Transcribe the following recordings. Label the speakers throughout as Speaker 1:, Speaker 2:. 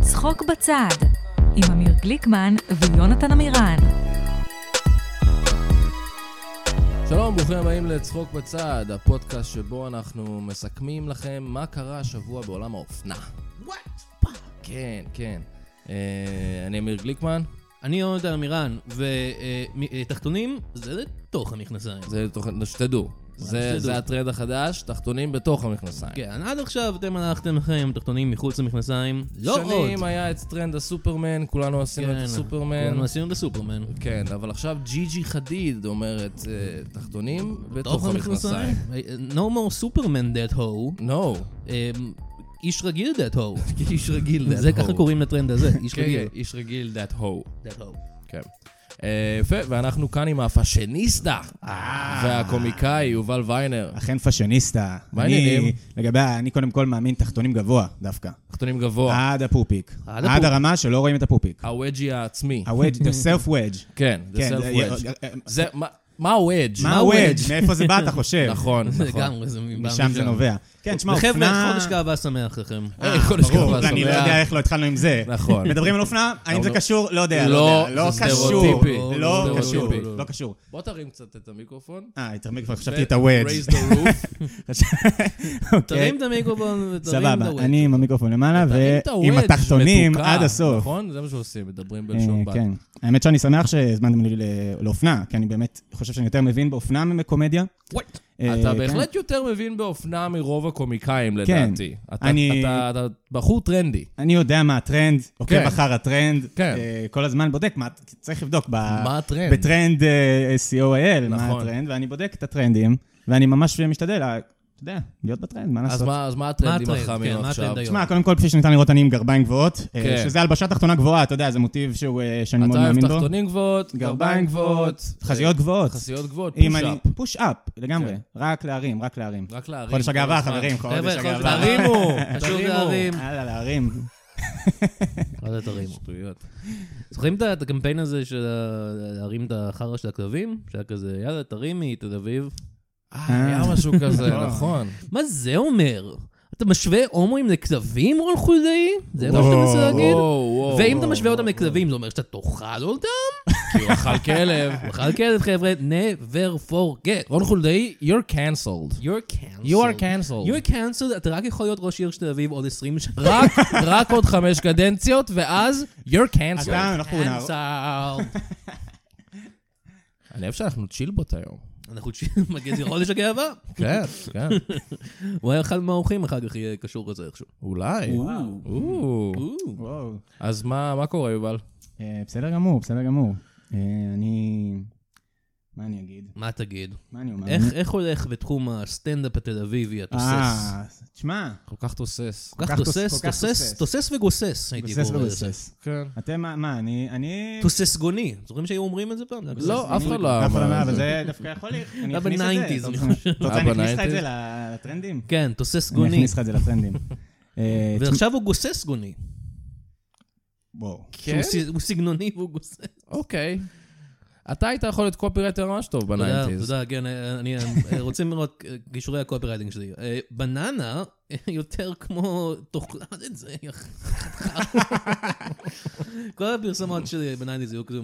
Speaker 1: צחוק בצד, עם אמיר גליקמן ויונתן עמירן.
Speaker 2: שלום, ברוכים הבאים לצחוק בצד, הפודקאסט שבו אנחנו מסכמים לכם מה קרה השבוע בעולם האופנה.
Speaker 3: וואט?
Speaker 2: כן, כן. אה, אני אמיר גליקמן,
Speaker 3: אני יונתן עמירן, ותחתונים זה לתוך המכנסיים.
Speaker 2: זה תוכן, שתדעו. זה,
Speaker 3: שתדעו.
Speaker 2: זה הטרד החדש, תחתונים בתוך המכנסיים.
Speaker 3: כן, עד עכשיו אתם הלכתם לכם עם תחתונים מחוץ למכנסיים, לא עוד.
Speaker 2: שנים היה את טרנד הסופרמן, כולנו עשינו
Speaker 3: כן,
Speaker 2: את הסופרמן.
Speaker 3: כולנו עשינו את הסופרמן.
Speaker 2: כן, אבל עכשיו ג'י ג'י חדיד אומרת אה, תחתונים בתוך
Speaker 3: תוך
Speaker 2: המכנסיים.
Speaker 3: המכנסיים. No more superman that hoe,
Speaker 2: נו.
Speaker 3: אמ, איש רגיל that hoe.
Speaker 2: איש רגיל
Speaker 3: זה ככה קוראים לטרנד הזה, איש
Speaker 2: כן,
Speaker 3: רגיל.
Speaker 2: כן, איש רגיל that ho.
Speaker 3: that hoe.
Speaker 2: כן. אה, יפה, ואנחנו כאן עם הפאשיניסטה
Speaker 4: אה.
Speaker 2: והקומיקאי יובל ויינר.
Speaker 4: אכן פאשיניסטה.
Speaker 2: מה
Speaker 4: אני-
Speaker 2: העניינים?
Speaker 4: לגבי, ה- אני קודם כל מאמין תחתונים גבוה דווקא.
Speaker 2: תחתונים גבוה,
Speaker 4: עד הפופיק.
Speaker 3: עד
Speaker 4: עד,
Speaker 3: הפופיק.
Speaker 4: הרמה שלא רואים את הפופיק.
Speaker 2: הווג'י העצמי.
Speaker 4: הוודג', the self wedge.
Speaker 2: כן, זה
Speaker 4: אה. כן,
Speaker 2: סלף
Speaker 4: זה-
Speaker 2: וודג'.
Speaker 4: אה,
Speaker 2: זה, מה- מה הוודג'?
Speaker 4: מה
Speaker 3: ה-wedge?
Speaker 4: הוודג'? מאיפה זה בא, אתה חושב?
Speaker 2: נכון, נכון.
Speaker 3: לגמרי, זה מבא
Speaker 4: משם זה נובע. כן, תשמע, אופנה...
Speaker 3: וחבר'ה, חודש גאווה שמח לכם.
Speaker 2: אה, חודש
Speaker 4: ברור,
Speaker 2: גאווה
Speaker 4: אני לא
Speaker 2: שמח.
Speaker 4: יודע איך לא התחלנו עם זה.
Speaker 2: נכון.
Speaker 4: מדברים על אופנה, האם זה
Speaker 2: לא-
Speaker 4: קשור? לא יודע,
Speaker 2: לא,
Speaker 4: לא יודע. לא
Speaker 2: זה
Speaker 4: קשור.
Speaker 2: סטריאוטיפי.
Speaker 4: לא
Speaker 2: זה
Speaker 4: קשור.
Speaker 2: סטריאוטיפי.
Speaker 4: לא קשור.
Speaker 2: בוא תרים קצת את המיקרופון.
Speaker 4: אה, יותר כבר חשבתי את הוודג'.
Speaker 2: Raise the roof.
Speaker 3: תרים את המיקרופון ותרים את
Speaker 4: סבבה,
Speaker 3: הווי.
Speaker 4: אני עם המיקרופון למעלה,
Speaker 2: תרים את
Speaker 4: ועם
Speaker 2: ה-wedge,
Speaker 4: התחתונים
Speaker 2: מתוקה.
Speaker 4: עד הסוף.
Speaker 2: נכון? זה מה שעושים, מדברים
Speaker 4: אה,
Speaker 2: בלשון בת.
Speaker 4: כן. האמת שאני שמח שהזמנתם אותי ל- לאופנה, כי אני באמת חושב שאני יותר מבין באופנה ממקומדיה.
Speaker 3: וואט.
Speaker 4: אה,
Speaker 2: אתה
Speaker 4: כן.
Speaker 2: בהחלט יותר מבין באופנה מרוב הקומיקאים, לדעתי. אתה-
Speaker 4: אני-
Speaker 2: אתה אתה בחור טרנדי.
Speaker 4: אני יודע מה הטרנד, עוקב
Speaker 2: כן.
Speaker 4: אחר הטרנד.
Speaker 2: כן.
Speaker 4: אה, כל הזמן בודק, מה- צריך לבדוק.
Speaker 2: מה
Speaker 4: מה
Speaker 2: הטרנד?
Speaker 4: אה, בטרנד אה, COIL, מה
Speaker 2: נכון.
Speaker 4: הטרנד, ואני בודק את הטרנדים, ואני ממש משתדל, אה, אתה יודע, להיות בטרנד, מה
Speaker 2: אז
Speaker 4: לעשות?
Speaker 2: מה- אז מה הטרנדים
Speaker 3: הטרנד?
Speaker 2: החמים
Speaker 3: כן, מה
Speaker 2: עכשיו?
Speaker 3: הטרנד היום?
Speaker 4: תשמע, קודם כל, כפי שניתן לראות, אני עם גרביים גבוהות, אה,
Speaker 2: כן.
Speaker 4: שזה הלבשה תחתונה גבוהה, אתה יודע, זה מוטיב שהוא, אה, שאני מאוד
Speaker 2: אתה אוהב
Speaker 4: מאמין בו.
Speaker 2: תחתונים גבוהות, גרביים גבוהות,
Speaker 4: חזיות גבוהות.
Speaker 2: חסיות גבוהות,
Speaker 4: אם
Speaker 2: פוש-אפ.
Speaker 4: אני- פוש-אפ, לגמרי.
Speaker 2: כן.
Speaker 4: רק להרים, רק להרים.
Speaker 2: רק להרים.
Speaker 4: חודש
Speaker 2: כל
Speaker 4: הגאווה,
Speaker 2: הזמן.
Speaker 4: חברים,
Speaker 3: חבר'ה,
Speaker 4: חודש
Speaker 3: חודש
Speaker 4: הגאווה.
Speaker 2: תרימו,
Speaker 3: חשוב
Speaker 2: תרימו.
Speaker 3: להרים. כן,
Speaker 4: יאללה, להרים.
Speaker 3: מה זה תרימו?
Speaker 2: שטויות.
Speaker 3: זוכרים את- את הקמפיין הזה של ה- להרים את החרא של הכלבים? שהיה כזה, יאללה, תרימי, תל אביב.
Speaker 2: אה, היה משהו כזה, נכון.
Speaker 3: מה זה אומר? אתה משווה הומואים לכלבים, רון חולדאי? זה מה שאתה
Speaker 4: וואו,
Speaker 3: מנסה להגיד?
Speaker 2: וואו, וואו.
Speaker 3: ואם אתה משווה אותם לכלבים, זה אומר שאתה תאכל אותם?
Speaker 2: כי הוא אכל כלב.
Speaker 3: תאכל כלב, חבר'ה, never forget.
Speaker 2: רון חולדאי, you're cancelled.
Speaker 3: You're cancelled.
Speaker 2: You are cancelled.
Speaker 3: You're cancelled, אתה רק יכול להיות ראש עיר של תל אביב עוד 20 שנה.
Speaker 2: רק, רק עוד חמש קדנציות, ואז you're cancelled.
Speaker 3: כן.
Speaker 4: אתה, אנחנו נער...
Speaker 3: cancelled.
Speaker 2: אני אוהב שאנחנו צ'ילבוט היום.
Speaker 3: אנחנו מגיע זה חודש הגאווה.
Speaker 2: כן, כן.
Speaker 3: הוא היה אחד מהאורחים אחר כך יהיה קשור לזה איכשהו.
Speaker 4: כן.
Speaker 2: אולי.
Speaker 3: אה.
Speaker 2: או.
Speaker 4: וואו.
Speaker 2: אז מה מה קורה, יובל?
Speaker 4: אה, בסדר גמור, בסדר גמור. אה, אני... מה אני אגיד?
Speaker 3: מה תגיד?
Speaker 4: מה אני אומר? אה,
Speaker 3: איך- איך הולך בתחום הסטנדאפ התל אביבי התוסס?
Speaker 4: אה, תשמע,
Speaker 2: כל כך תוסס.
Speaker 3: כל כך
Speaker 4: כך
Speaker 3: תוסס,
Speaker 4: תוס- כל כך
Speaker 3: תוסס,
Speaker 4: תוסס.
Speaker 3: תוסס וגוסס, הייתי
Speaker 4: גוסס
Speaker 3: קורא לזה.
Speaker 4: וגוסס.
Speaker 2: כן.
Speaker 4: אתם, מה- מה, אני... אני...
Speaker 3: תוסס גוני. זוכרים שהיו אומרים את זה פעם?
Speaker 2: לא, אף אחד לא
Speaker 4: אף אחד
Speaker 2: אמר.
Speaker 4: לא אמר,
Speaker 2: את
Speaker 4: אבל
Speaker 2: זה.
Speaker 4: זה דווקא יכול להיות. אני
Speaker 3: היה
Speaker 4: אכניס את
Speaker 3: ב-90s,
Speaker 4: זה.
Speaker 3: אני
Speaker 4: אתה
Speaker 3: חושב.
Speaker 4: רוצה- אתה רוצה, אני
Speaker 2: היה
Speaker 4: אכניס לך את זה
Speaker 2: ב-
Speaker 4: לטרנדים?
Speaker 3: כן, תוסס
Speaker 4: אני
Speaker 3: גוני.
Speaker 4: אכניס לך את זה לטרנדים. אה, תשמע-
Speaker 3: ועכשיו הוא גוסס גוני.
Speaker 4: וואו.
Speaker 3: שהוא ס- הוא סגנוני והוא גוסס.
Speaker 2: אוקיי. אתה היית יכול להיות קופירייטר ממש טוב
Speaker 3: תודה,
Speaker 2: בניינטיז.
Speaker 3: תודה, כן, אני אה, רוצים לראות אה, גישורי הקופרייטינג שלי. אה, בננה, אה, יותר כמו תאכלת את זה, יא חתיכה. כל הפרסומות שלי בננה זה היו כזה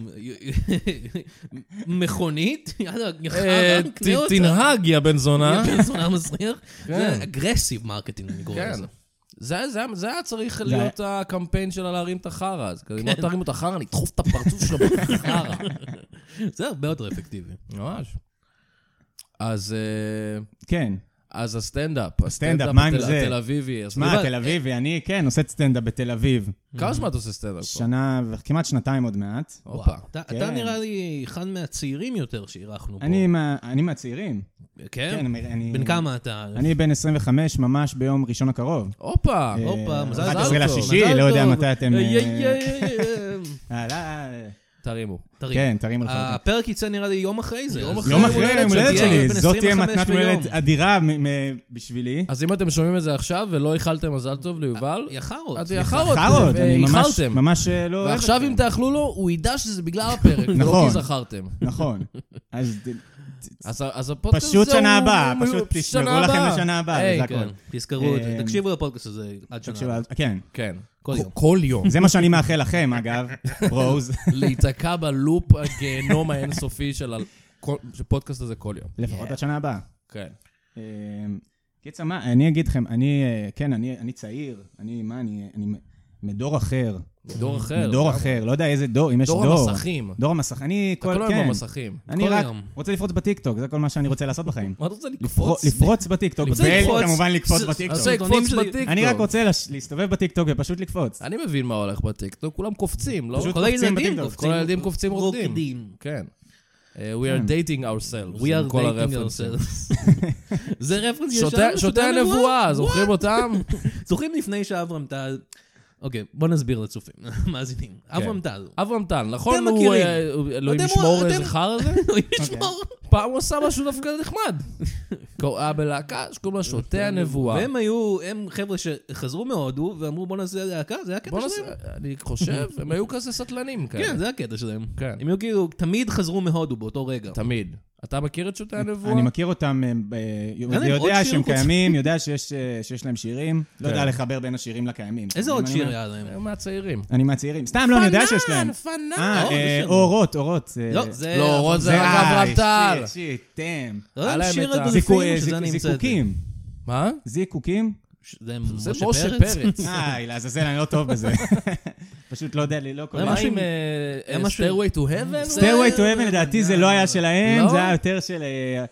Speaker 3: מכונית, יאללה,
Speaker 2: אה,
Speaker 3: יחרה,
Speaker 2: ת- תנהג, יא בן זונה.
Speaker 3: פרסונה מסריח.
Speaker 2: כן.
Speaker 3: זה אגרסיב מרקטינג, אני קורא
Speaker 2: כן.
Speaker 3: לזה.
Speaker 2: זה, זה, זה היה צריך להיות הקמפיין שלה להרים את החרא. אז כזה, אם לא תרימו את החרא, אני אדחוף את הפרצוף שלו בחרא.
Speaker 3: זה הרבה יותר אפקטיבי.
Speaker 2: ממש. אז, אה,
Speaker 4: כן.
Speaker 2: אז הסטנדאפ.
Speaker 4: מה עם
Speaker 2: התל-
Speaker 4: זה?
Speaker 2: התל אביבי. אז
Speaker 4: שמע,
Speaker 2: יובל,
Speaker 4: תל אביבי, אני כן עושה סטנדאפ בתל אביב.
Speaker 2: כמה זמן אתה עושה סטנדאפ? כבר?
Speaker 4: שנה, כמעט שנתיים עוד מעט.
Speaker 2: הופה.
Speaker 3: וואו, אתה- אתה
Speaker 4: כן.
Speaker 3: נראה לי אחד מהצעירים יותר שאירחנו פה.
Speaker 4: אני מה- אני מהצעירים.
Speaker 3: כן?
Speaker 4: כן, אני...
Speaker 3: בן כמה אתה?
Speaker 4: אני בן 25 ממש ביום ראשון הקרוב.
Speaker 2: הופה.
Speaker 4: אה,
Speaker 3: הופה, מזל
Speaker 2: טוב.
Speaker 4: 11 לשישי,
Speaker 3: מזל
Speaker 4: לא יודע
Speaker 3: טוב.
Speaker 4: מתי אתם...
Speaker 3: איי,
Speaker 4: אה,
Speaker 3: איי, איי, איי,
Speaker 4: אה, לא,
Speaker 2: תרימו.
Speaker 3: תרים.
Speaker 4: כן, תרים לך.
Speaker 3: אה, הפרק יצא נראה לי יום אחרי זה.
Speaker 2: יום
Speaker 3: אז
Speaker 2: אחרי
Speaker 4: יום
Speaker 2: יום
Speaker 4: אחרי
Speaker 2: הולדת
Speaker 4: יום הולדת
Speaker 2: שלי,
Speaker 4: שלי,
Speaker 3: בן
Speaker 4: זאת תהיה
Speaker 3: 25
Speaker 4: מתנת יום
Speaker 3: ביום. אה,
Speaker 4: הולדת אדירה מ- מ- בשבילי.
Speaker 2: אז אם אתם שומעים את זה עכשיו ולא איחלתם מזל טוב ליובל,
Speaker 3: יחרות.
Speaker 4: כן.
Speaker 2: אז יחרות.
Speaker 4: חרות, אני ממש-
Speaker 2: איחלתם.
Speaker 4: ממש אה, לא אוהב את
Speaker 2: ועכשיו
Speaker 4: זה.
Speaker 2: אם תאכלו לו, הוא ידע שזה בגלל הפרק, ולא
Speaker 4: נכון.
Speaker 2: כי זכרתם.
Speaker 4: נכון. אז ת-
Speaker 2: אז ה- אז הפודקאסט הזה
Speaker 4: פשוט שנה
Speaker 2: הוא-
Speaker 4: הבאה,
Speaker 2: הוא-
Speaker 4: פשוט
Speaker 2: שנה
Speaker 4: תשמרו לכם
Speaker 2: הבאה.
Speaker 4: לשנה הבאה, זה
Speaker 3: היי,
Speaker 4: הכול.
Speaker 3: כן, תזכרו, את זה.
Speaker 4: אמ,
Speaker 3: תקשיבו לפודקאסט הזה עד שנה.
Speaker 4: תקשיבו,
Speaker 3: הבאה.
Speaker 4: כן.
Speaker 2: כן.
Speaker 3: כל יום.
Speaker 2: כל יום.
Speaker 4: זה מה שאני מאחל לכם, אגב, ברוז.
Speaker 2: להיתקע בלופ הגיהנום האינסופי של הפודקאסט הזה כל יום.
Speaker 4: לפחות עד שנה הבאה.
Speaker 2: כן.
Speaker 4: אה, קיצר, מה, אני אגיד לכם, אני, אה, כן, אני אני צעיר, אני, מה, אני אני מ- מדור אחר.
Speaker 2: מדור אחר.
Speaker 4: מדור אחר, לא יודע איזה דור, אם יש
Speaker 2: דור
Speaker 4: דור.
Speaker 2: המסכים.
Speaker 4: דור המסכים. אני
Speaker 2: כל
Speaker 4: כל,
Speaker 2: היום
Speaker 4: כן.
Speaker 2: במסכים.
Speaker 4: אני
Speaker 3: כל
Speaker 4: רק
Speaker 3: היום.
Speaker 4: רוצה לפרוץ בטיקטוק, זה כל מה שאני רוצה לעשות בחיים.
Speaker 2: מה אתה רוצה
Speaker 4: לפרוץ-
Speaker 2: לקפוץ?
Speaker 4: לפרוץ בטיקטוק,
Speaker 3: לקפוץ.
Speaker 4: וכמובן לקפוץ
Speaker 3: זה-
Speaker 4: בטיקטוק.
Speaker 2: אז זה
Speaker 3: הסרטונים
Speaker 2: לקפוץ
Speaker 3: שלי-
Speaker 2: בטיקטוק.
Speaker 4: אני רק רוצה לש- להסתובב בטיקטוק ופשוט לקפוץ.
Speaker 2: אני מבין מה הולך בטיקטוק, כולם קופצים, לא?
Speaker 4: פשוט
Speaker 3: כל
Speaker 4: קופצים
Speaker 3: הילדים
Speaker 4: בטיקטוק.
Speaker 3: קופצים.
Speaker 2: כל הילדים קופצים רוקדים.
Speaker 3: רוקדים.
Speaker 2: כן. אה, We are dating ourselves.
Speaker 3: We
Speaker 2: עם
Speaker 3: are
Speaker 2: כל
Speaker 3: dating
Speaker 2: הרפרנסים.
Speaker 3: ourselves. זה רפרנס ישן.
Speaker 2: שוטה- שוטה הנבואה, זוכרים אותם?
Speaker 3: זוכרים לפני שאברהם טל... אוקיי, בוא נסביר לצופים, מאזינים. אברהם
Speaker 4: כן.
Speaker 3: טל.
Speaker 2: אברהם טל, נכון?
Speaker 3: אתם
Speaker 2: הוא,
Speaker 3: מכירים.
Speaker 2: אה, הוא- אלוהים
Speaker 3: אתם-
Speaker 2: ישמור איזה
Speaker 3: אתם-
Speaker 2: חרא זה?
Speaker 4: אוקיי.
Speaker 3: אלוהים ישמור.
Speaker 2: פעם הוא עשה משהו דווקא נחמד. קור- היה בלהקה שקוראים לה שוטה הנבואה.
Speaker 3: והם היו, הם חבר'ה שחזרו מהודו ואמרו בוא נעשה להקה, זה הקטע
Speaker 2: בוא נעשה,
Speaker 3: שלהם.
Speaker 2: אני חושב, הם היו כזה סטלנים כאלה.
Speaker 3: כן, זה הקטע שלהם.
Speaker 2: כן.
Speaker 3: הם היו כאילו, תמיד חזרו מהודו באותו רגע.
Speaker 2: תמיד. אתה מכיר את שוטה הנבואה?
Speaker 4: אני מכיר אותם, אה, ב- יודע-
Speaker 3: להם עוד
Speaker 4: יודע
Speaker 3: שיר
Speaker 4: שהם
Speaker 3: חוץ-
Speaker 4: קיימים, יודע שיש, אה, שיש להם שירים, לא
Speaker 2: כן.
Speaker 4: יודע לחבר בין השירים לקיימים.
Speaker 3: איזה
Speaker 4: אני-
Speaker 3: עוד
Speaker 4: אני-
Speaker 3: שיר היה להם?
Speaker 2: הם מהצעירים.
Speaker 4: אני מהצעירים. סתם, לא, אני יודע שיש להם.
Speaker 2: פנן.
Speaker 4: אה,
Speaker 3: אור,
Speaker 4: אה,
Speaker 3: יש לנו.
Speaker 4: אורות, אורות. אה,
Speaker 3: אוקיי, לא, זה... אה,
Speaker 2: לא, רון זה רק אברהם טל.
Speaker 4: שיט, שיט, טם.
Speaker 3: לא,
Speaker 2: היה להם
Speaker 3: שיר
Speaker 2: את ה-
Speaker 3: הדולפין,
Speaker 4: זיקו- אה,
Speaker 3: שזה
Speaker 4: זיק-
Speaker 3: אני אמצא את זה.
Speaker 4: זיקוקים.
Speaker 2: מה?
Speaker 4: זיקוקים?
Speaker 3: ש- זה
Speaker 2: זה
Speaker 3: משה
Speaker 2: משה
Speaker 3: פרץ.
Speaker 2: פרץ.
Speaker 4: איי, לעזאזל, אני לא טוב בזה. פשוט לא יודע לי, לא כל
Speaker 3: היה
Speaker 2: מה
Speaker 3: משהו
Speaker 2: עם אה,
Speaker 3: עם- היה משהו עם-
Speaker 2: סטיירווי טו האבן?
Speaker 4: Stairway to Heaven לדעתי זה לא היה שלהם,
Speaker 2: לא?
Speaker 4: זה היה יותר של אה,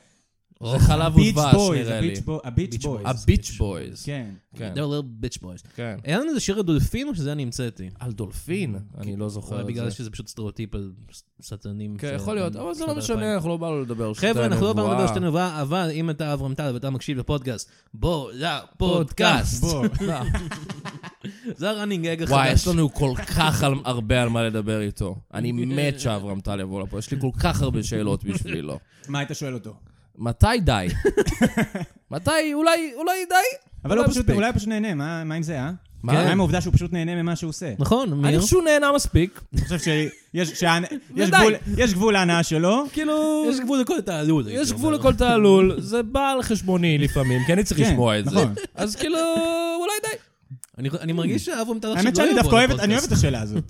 Speaker 2: זה חלב
Speaker 4: Beach
Speaker 2: ודבש
Speaker 4: Boys,
Speaker 2: נראה לי.
Speaker 4: הביץ' בו- הביץ'
Speaker 3: Beach
Speaker 4: בויז.
Speaker 2: הביץ' בויז.
Speaker 4: כן.
Speaker 2: כן.
Speaker 3: They're little bitch boys.
Speaker 2: כן.
Speaker 3: היה לנו איזה שיר הדולפין או שזה אני המצאתי?
Speaker 2: על דולפין? אני לא זוכר
Speaker 3: אולי
Speaker 2: את
Speaker 3: בגלל
Speaker 2: זה.
Speaker 3: שזה פשוט סטריאוטיפ על שטנים.
Speaker 2: כן,
Speaker 3: ש-
Speaker 2: יכול להיות, אבל זה לא משנה, אנחנו לא באנו לדבר.
Speaker 3: חבר'ה, אנחנו לא באנו לדבר
Speaker 2: שתי
Speaker 3: שתי נבואה, אבל אם אתה אברהם טל ואתה מקשיב לפודקאסט, בוא לפודקאסט.
Speaker 4: בוא.
Speaker 3: זה הראנינג אג החדש.
Speaker 2: וואי, יש לנו כל כך על- הרבה על מה לדבר איתו. אני מת שאברהם טל יבוא לפה, יש לי כל כך הרבה שאלות בשבילו.
Speaker 4: מה היית שואל אותו?
Speaker 2: מתי די? מתי? אולי, אולי די?
Speaker 4: אבל הוא
Speaker 2: אולי
Speaker 4: פשוט,
Speaker 2: מספיק.
Speaker 4: אולי הוא פשוט נהנה, מה מה עם זה, אה?
Speaker 2: מה?
Speaker 4: מה עם העובדה שהוא פשוט נהנה ממה שהוא עושה?
Speaker 3: נכון,
Speaker 2: אני
Speaker 3: אמיר.
Speaker 2: חושב שהוא נהנה מספיק.
Speaker 4: אני חושב שיש שההנ-
Speaker 2: ודי.
Speaker 4: יש גבול- יש גבול להנאה שלו,
Speaker 2: כאילו,
Speaker 3: יש גבול לכל תעלול. הייתי
Speaker 2: יש
Speaker 3: אומר.
Speaker 2: גבול לכל תעלול, זה בא על חשבוני לפעמים, כי אני צריך
Speaker 4: כן,
Speaker 2: לשמוע את זה.
Speaker 4: נכון.
Speaker 2: אז כאילו, אולי די.
Speaker 3: אני- אני מרגיש שאברהם טל עכשיו לא
Speaker 4: האמת שאני
Speaker 3: יבוא
Speaker 4: דווקא אוהב,
Speaker 3: לפודקאסט.
Speaker 4: אני אוהב את השאלה הזאת.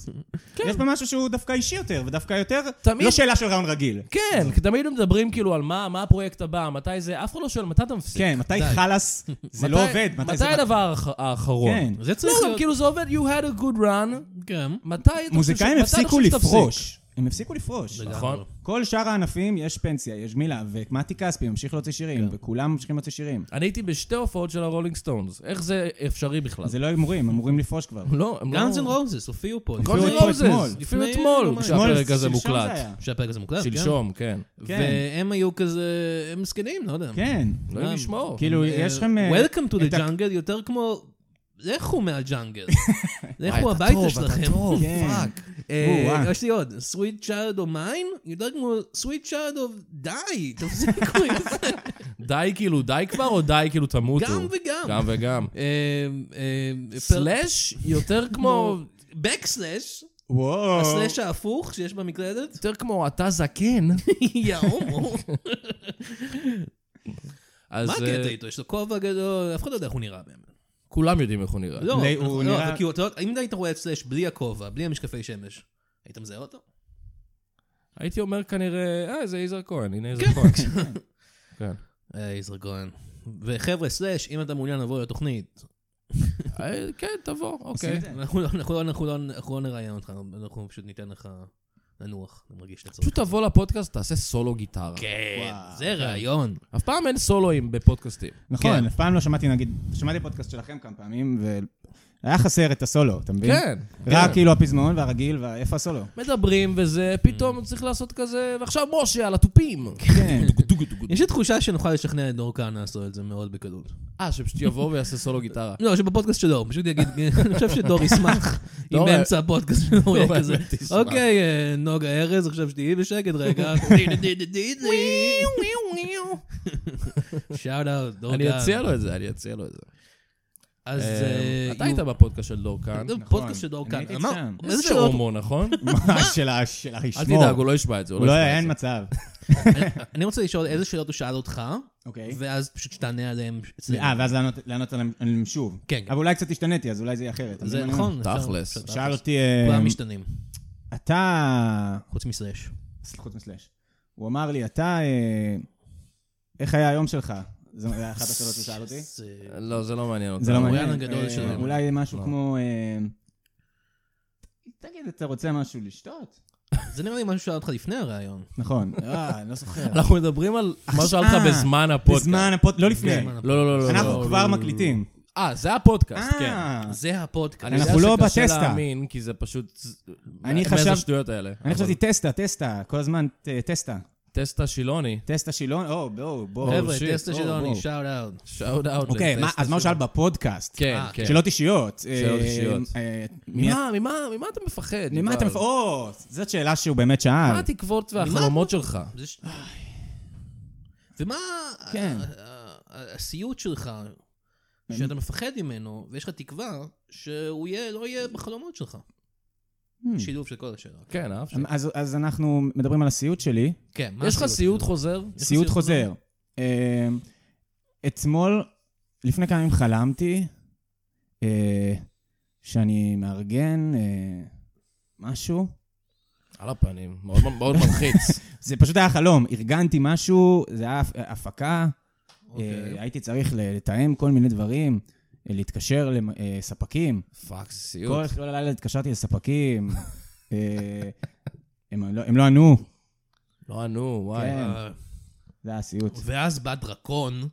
Speaker 4: כן. יש בה משהו שהוא דווקא אישי יותר, ודווקא יותר,
Speaker 2: תמיד-
Speaker 4: לא שאלה של רעיון רגיל.
Speaker 2: כן, כי תמיד מדברים כאילו על מה מה הפרויקט הבא, מתי זה, אף אחד לא שואל, מתי אתה מפסיק?
Speaker 4: כן, מתי
Speaker 3: די.
Speaker 4: חלאס, זה לא
Speaker 2: מתי-
Speaker 4: עובד, מתי זה...
Speaker 2: מתי הדבר האח- האחרון?
Speaker 4: כן.
Speaker 3: זה
Speaker 2: לא,
Speaker 3: צריך
Speaker 2: גם
Speaker 3: להיות...
Speaker 2: כאילו זה עובד, you had a good run,
Speaker 3: נכון, כן.
Speaker 2: מתי אתה חושב ש-
Speaker 4: מוזיקאים
Speaker 2: מתי אתה
Speaker 4: הפסיקו
Speaker 2: חושב שתפסיק?
Speaker 4: לפרוש. הם הפסיקו לפרוש.
Speaker 2: נכון.
Speaker 4: כל שאר הענפים יש פנסיה, יש גמילה, ומתי כספי ממשיך להוציא שירים,
Speaker 2: כן.
Speaker 4: וכולם ממשיכים להוציא שירים.
Speaker 2: אני הייתי בשתי הופעות של הרולינג סטונס, איך זה אפשרי בכלל?
Speaker 4: זה לא הימורים, הם אמורים לפרוש כבר.
Speaker 2: לא, הם לא...
Speaker 3: גאנז אנד רוזס הופיעו פה.
Speaker 2: גאנז אנד
Speaker 4: הופיעו פה אתמול.
Speaker 2: רוזס, לפעמים
Speaker 3: לפני
Speaker 2: אתמול,
Speaker 3: יומיים.
Speaker 4: אתמול,
Speaker 2: כשהפרק הזה
Speaker 4: שלשום זה
Speaker 2: מוקלט.
Speaker 4: היה.
Speaker 3: שהפרק הזה מוקלט, כן?
Speaker 2: שלשום, כן.
Speaker 4: כן.
Speaker 3: והם היו כזה, הם זקנים, לא יודע.
Speaker 4: כן.
Speaker 2: לא יודעים לשמור.
Speaker 4: כאילו,
Speaker 3: אה,
Speaker 4: יש לכם... אה,
Speaker 3: Welcome to
Speaker 4: את
Speaker 3: the
Speaker 4: ה-
Speaker 3: jungle, יותר כמו... לכו מהג'אנגל. לכו
Speaker 2: וואי, אתה
Speaker 3: הביתה
Speaker 2: טוב,
Speaker 3: שלכם.
Speaker 2: אתה טוב,
Speaker 4: כן.
Speaker 2: פאק.
Speaker 3: אה,
Speaker 4: או, וואי.
Speaker 3: יש לי עוד, sweet child of mine, יותר כמו sweet child of די, תפסיקו עם זה,
Speaker 2: די כאילו, די כבר, או די כאילו תמותו?
Speaker 3: כן. גם וגם.
Speaker 2: גם וגם.
Speaker 3: אה, אה, פר-
Speaker 2: סלאש יותר כמו...
Speaker 3: Backslash,
Speaker 4: וואו.
Speaker 3: הסלאש ההפוך שיש במקלדת.
Speaker 2: יותר כמו אתה זקן.
Speaker 3: יא הומו.
Speaker 2: אז
Speaker 3: מה
Speaker 2: אה,
Speaker 3: הקטע איתו? יש לו כובע גדול, אף אחד לא יודע איך הוא נראה באמת.
Speaker 2: כולם יודעים איך הוא נראה.
Speaker 3: לא,
Speaker 4: לי- הוא
Speaker 3: לא,
Speaker 4: נראה-
Speaker 3: אבל כאילו, אתה יודע, אם היית רואה את סלאש בלי הכובע, בלי המשקפי שמש, היית מזהה אותו?
Speaker 2: הייתי אומר כנראה, אה, זה יזהר כהן, הנה יזהר כהן. כן.
Speaker 3: אה, יזהר כהן. וחבר'ה, סלאש, אם אתה מעוניין לבוא לתוכנית,
Speaker 2: אה, כן, תבוא,
Speaker 4: עושים
Speaker 2: אוקיי.
Speaker 4: את זה.
Speaker 3: אנחנו לא- אנחנו לא- אנחנו לא- אנחנו לא נראיין אותך, אנחנו פשוט ניתן לך לנוח, אני מרגיש שאתה
Speaker 2: פשוט תבוא לפודקאסט, תעשה סולו גיטרה.
Speaker 3: כן,
Speaker 4: וואו.
Speaker 3: זה רעיון.
Speaker 2: אף פעם אין סולואים בפודקאסטים.
Speaker 4: נכון,
Speaker 3: כן.
Speaker 4: אף פעם לא שמעתי, נגיד, שמעתי פודקאסט שלכם כמה פעמים, והיה חסר את הסולו, אתה מבין?
Speaker 2: כן.
Speaker 4: רק
Speaker 2: כן.
Speaker 4: כאילו הפזמון והרגיל, ואיפה הסולו?
Speaker 2: מדברים וזה, פתאום צריך לעשות כזה, ועכשיו משה על התופים.
Speaker 4: Mm. כן.
Speaker 3: יש לי תחושה שנוכל לשכנע את דור כהנא לעשות את זה מאוד בקלות.
Speaker 2: אה, שפשוט יבוא ויעשה סולו גיטרה.
Speaker 3: לא, שבפודקאסט שלו, הוא פשוט יגיד, אני חושב שדור ישמח, אם
Speaker 2: דור-
Speaker 3: באמצע הפודקאסט שלו הוא יהיה
Speaker 2: דור
Speaker 3: כזה.
Speaker 2: באמת ישמח.
Speaker 3: אוקיי, אה, נוגה ארז, עכשיו שתהיי בשקט רגע. שאוט אאוט, דור
Speaker 2: אני
Speaker 3: כהנא.
Speaker 4: אוקיי.
Speaker 2: אציע לו את זה, אני אציע לו את זה.
Speaker 3: אז...
Speaker 2: אה,
Speaker 3: אה,
Speaker 2: אתה
Speaker 3: יו-
Speaker 2: היית בפודקאסט של דור כאן.
Speaker 3: זה
Speaker 4: נכון.
Speaker 3: פודקאסט של דור
Speaker 4: אני
Speaker 3: כאן.
Speaker 4: הייתי
Speaker 3: אמר-
Speaker 4: שם.
Speaker 2: איזה
Speaker 3: שאלות-
Speaker 2: הורמון, נכון?
Speaker 4: מה? של ה- של
Speaker 2: אל
Speaker 4: הרשמור.
Speaker 2: תדאג, הוא לא ישמע את זה.
Speaker 4: הוא לא,
Speaker 2: ישמע את
Speaker 4: אין
Speaker 2: זה.
Speaker 4: מצב.
Speaker 3: אני- אני רוצה לשאול איזה שאלות הוא שאל אותך,
Speaker 4: אוקיי.
Speaker 3: ואז פשוט שתענה עליהן אצלנו.
Speaker 4: אה, ואז לענות- לענות עליהם- עליהם שוב.
Speaker 3: כן, כן.
Speaker 4: אבל אולי קצת השתניתי, אז אולי זה יהיה אחרת.
Speaker 3: זה
Speaker 4: אבל אני-
Speaker 3: נכון. אפשר-
Speaker 2: תכלס.
Speaker 3: אפשר-
Speaker 4: שאל אותי... אה,
Speaker 3: כולם משתנים,
Speaker 4: אתה...
Speaker 3: חוץ מסלאש.
Speaker 4: סליחה, חוץ מסלאש. הוא אמר לי, אתה... אה, איך היה היום שלך? זו הייתה אחת השאלות שהוא שאל אותי.
Speaker 3: זה-
Speaker 2: לא, זה לא מעניין אותי.
Speaker 4: זה לא
Speaker 3: הוא
Speaker 4: מעניין.
Speaker 3: היה הגדול
Speaker 4: אה,
Speaker 3: שלהם.
Speaker 4: אולי משהו
Speaker 2: לא.
Speaker 4: כמו... אה, תגיד, אתה רוצה משהו לשתות?
Speaker 3: זה נראה לי משהו ששאל אותך לפני הראיון.
Speaker 4: נכון. אה, אני לא זוכר.
Speaker 2: אנחנו מדברים על מה שהיה
Speaker 4: אה,
Speaker 2: לך בזמן הפודקאסט.
Speaker 4: בזמן הפוד... לא לפני.
Speaker 3: בזמן
Speaker 2: לא, לא, לא, לא.
Speaker 4: אנחנו
Speaker 2: לא.
Speaker 4: כבר מקליטים.
Speaker 2: אה, זה הפודקאסט, כן.
Speaker 4: אה,
Speaker 3: זה הפודקאסט.
Speaker 2: אני יודע
Speaker 4: אנחנו לא
Speaker 2: שקשה
Speaker 4: בטסטה.
Speaker 2: להאמין, כי זה פשוט...
Speaker 4: אני
Speaker 2: מאיזה
Speaker 4: חשב-
Speaker 2: שטויות האלה.
Speaker 4: אני חשבתי
Speaker 2: אבל-
Speaker 4: טסטה, טסטה, כל הזמן ט- טסטה.
Speaker 2: טסטה שילוני.
Speaker 4: טסטה שילון, או, בואו, בואו.
Speaker 3: חבר'ה,
Speaker 2: שיט,
Speaker 3: טסטה
Speaker 2: בוא,
Speaker 3: שלוני,
Speaker 4: בוא.
Speaker 3: שאוט אאוט.
Speaker 2: שאוט אאוט.
Speaker 4: אוקיי, מה- אז מה הוא שאל בפודקאסט?
Speaker 2: כן,
Speaker 3: אה,
Speaker 2: כן.
Speaker 4: שאלות אישיות. אה,
Speaker 2: שאלות אישיות.
Speaker 4: אה, מי-
Speaker 2: ממה, ממה, ממה אתה מפחד?
Speaker 4: ממה אתה
Speaker 2: יובל?
Speaker 4: מפ... או, זאת שאלה שהוא באמת
Speaker 2: מה
Speaker 4: שאל.
Speaker 2: התקוות והחלומות שלך?
Speaker 3: זה ש- ומה
Speaker 4: כן.
Speaker 3: ה- ה- ה- הסיוט שלך, שאתה מפחד ממנו, ויש לך תקווה שהוא יהיה- לא יהיה בחלומות שלך? שילוב של כל השאלות.
Speaker 2: כן, אהבתי.
Speaker 4: Hmm. אמ, אז- אז אנחנו מדברים על הסיוט שלי.
Speaker 3: כן, מה
Speaker 2: יש לך
Speaker 3: הסיוט?
Speaker 2: סיוט חוזר?
Speaker 3: לך
Speaker 4: סיוט
Speaker 3: סיוט
Speaker 4: חוזר. אה, אתמול, לפני כמה ימים חלמתי אה, שאני מארגן אה, משהו.
Speaker 2: על הפנים, מאוד מאוד מלחיץ.
Speaker 4: זה פשוט היה חלום, ארגנתי משהו, זה היה הפ- הפקה,
Speaker 3: אוקיי.
Speaker 4: אה, הייתי צריך ל- לתאם כל מיני דברים, אה, להתקשר לספקים.
Speaker 2: פאק, זה
Speaker 4: כל
Speaker 2: סיוט.
Speaker 4: כל הלילה התקשרתי לספקים, אה, הם לא- הם לא ענו,
Speaker 2: לא, נו, וואי.
Speaker 4: כן.
Speaker 3: אה,
Speaker 4: זה היה סיוט.
Speaker 3: ואז בא דרקון, אה.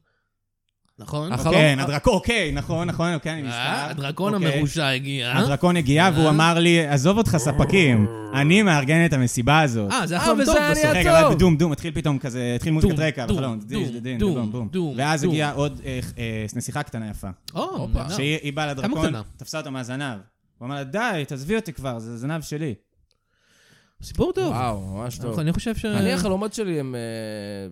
Speaker 3: נכון?
Speaker 2: החלום-
Speaker 4: כן, הדרקון, אוקיי, נכון, נכון, אוקיי, אני
Speaker 3: אה,
Speaker 4: מסתער.
Speaker 3: הדרקון
Speaker 4: אוקיי.
Speaker 3: המרושע הגיע.
Speaker 4: הדרקון הגיע והוא
Speaker 3: אה?
Speaker 4: אמר לי, עזוב אותך ספקים, אני מארגן את המסיבה הזאת.
Speaker 3: אה, זה
Speaker 2: אה,
Speaker 3: היה חלום
Speaker 2: וזה
Speaker 3: טוב
Speaker 2: היה
Speaker 3: בסוף.
Speaker 2: לי
Speaker 4: רגע,
Speaker 2: טוב.
Speaker 4: אבל בדום, דום, התחיל פתאום כזה, התחיל מוזיקת רקע
Speaker 3: דום,
Speaker 4: בחלום.
Speaker 3: דום,
Speaker 4: דיש, דיש,
Speaker 3: דום,
Speaker 4: דום, בום.
Speaker 3: דום,
Speaker 4: ואז
Speaker 3: דום.
Speaker 4: הגיעה עוד אה, אה, נסיכה קטנה יפה.
Speaker 3: או,
Speaker 2: הופה.
Speaker 3: נהדר.
Speaker 4: שהיא היא באה
Speaker 3: כמה
Speaker 4: לדרקון,
Speaker 3: קטנה?
Speaker 4: תפסה אותו מהזנב. הוא אמר לה, די, תעזבי אותי כבר, זה זנב שלי.
Speaker 3: סיפור טוב.
Speaker 2: וואו, ממש טוב.
Speaker 3: אני חושב ש...
Speaker 2: אני, החלומות שלי הם אה,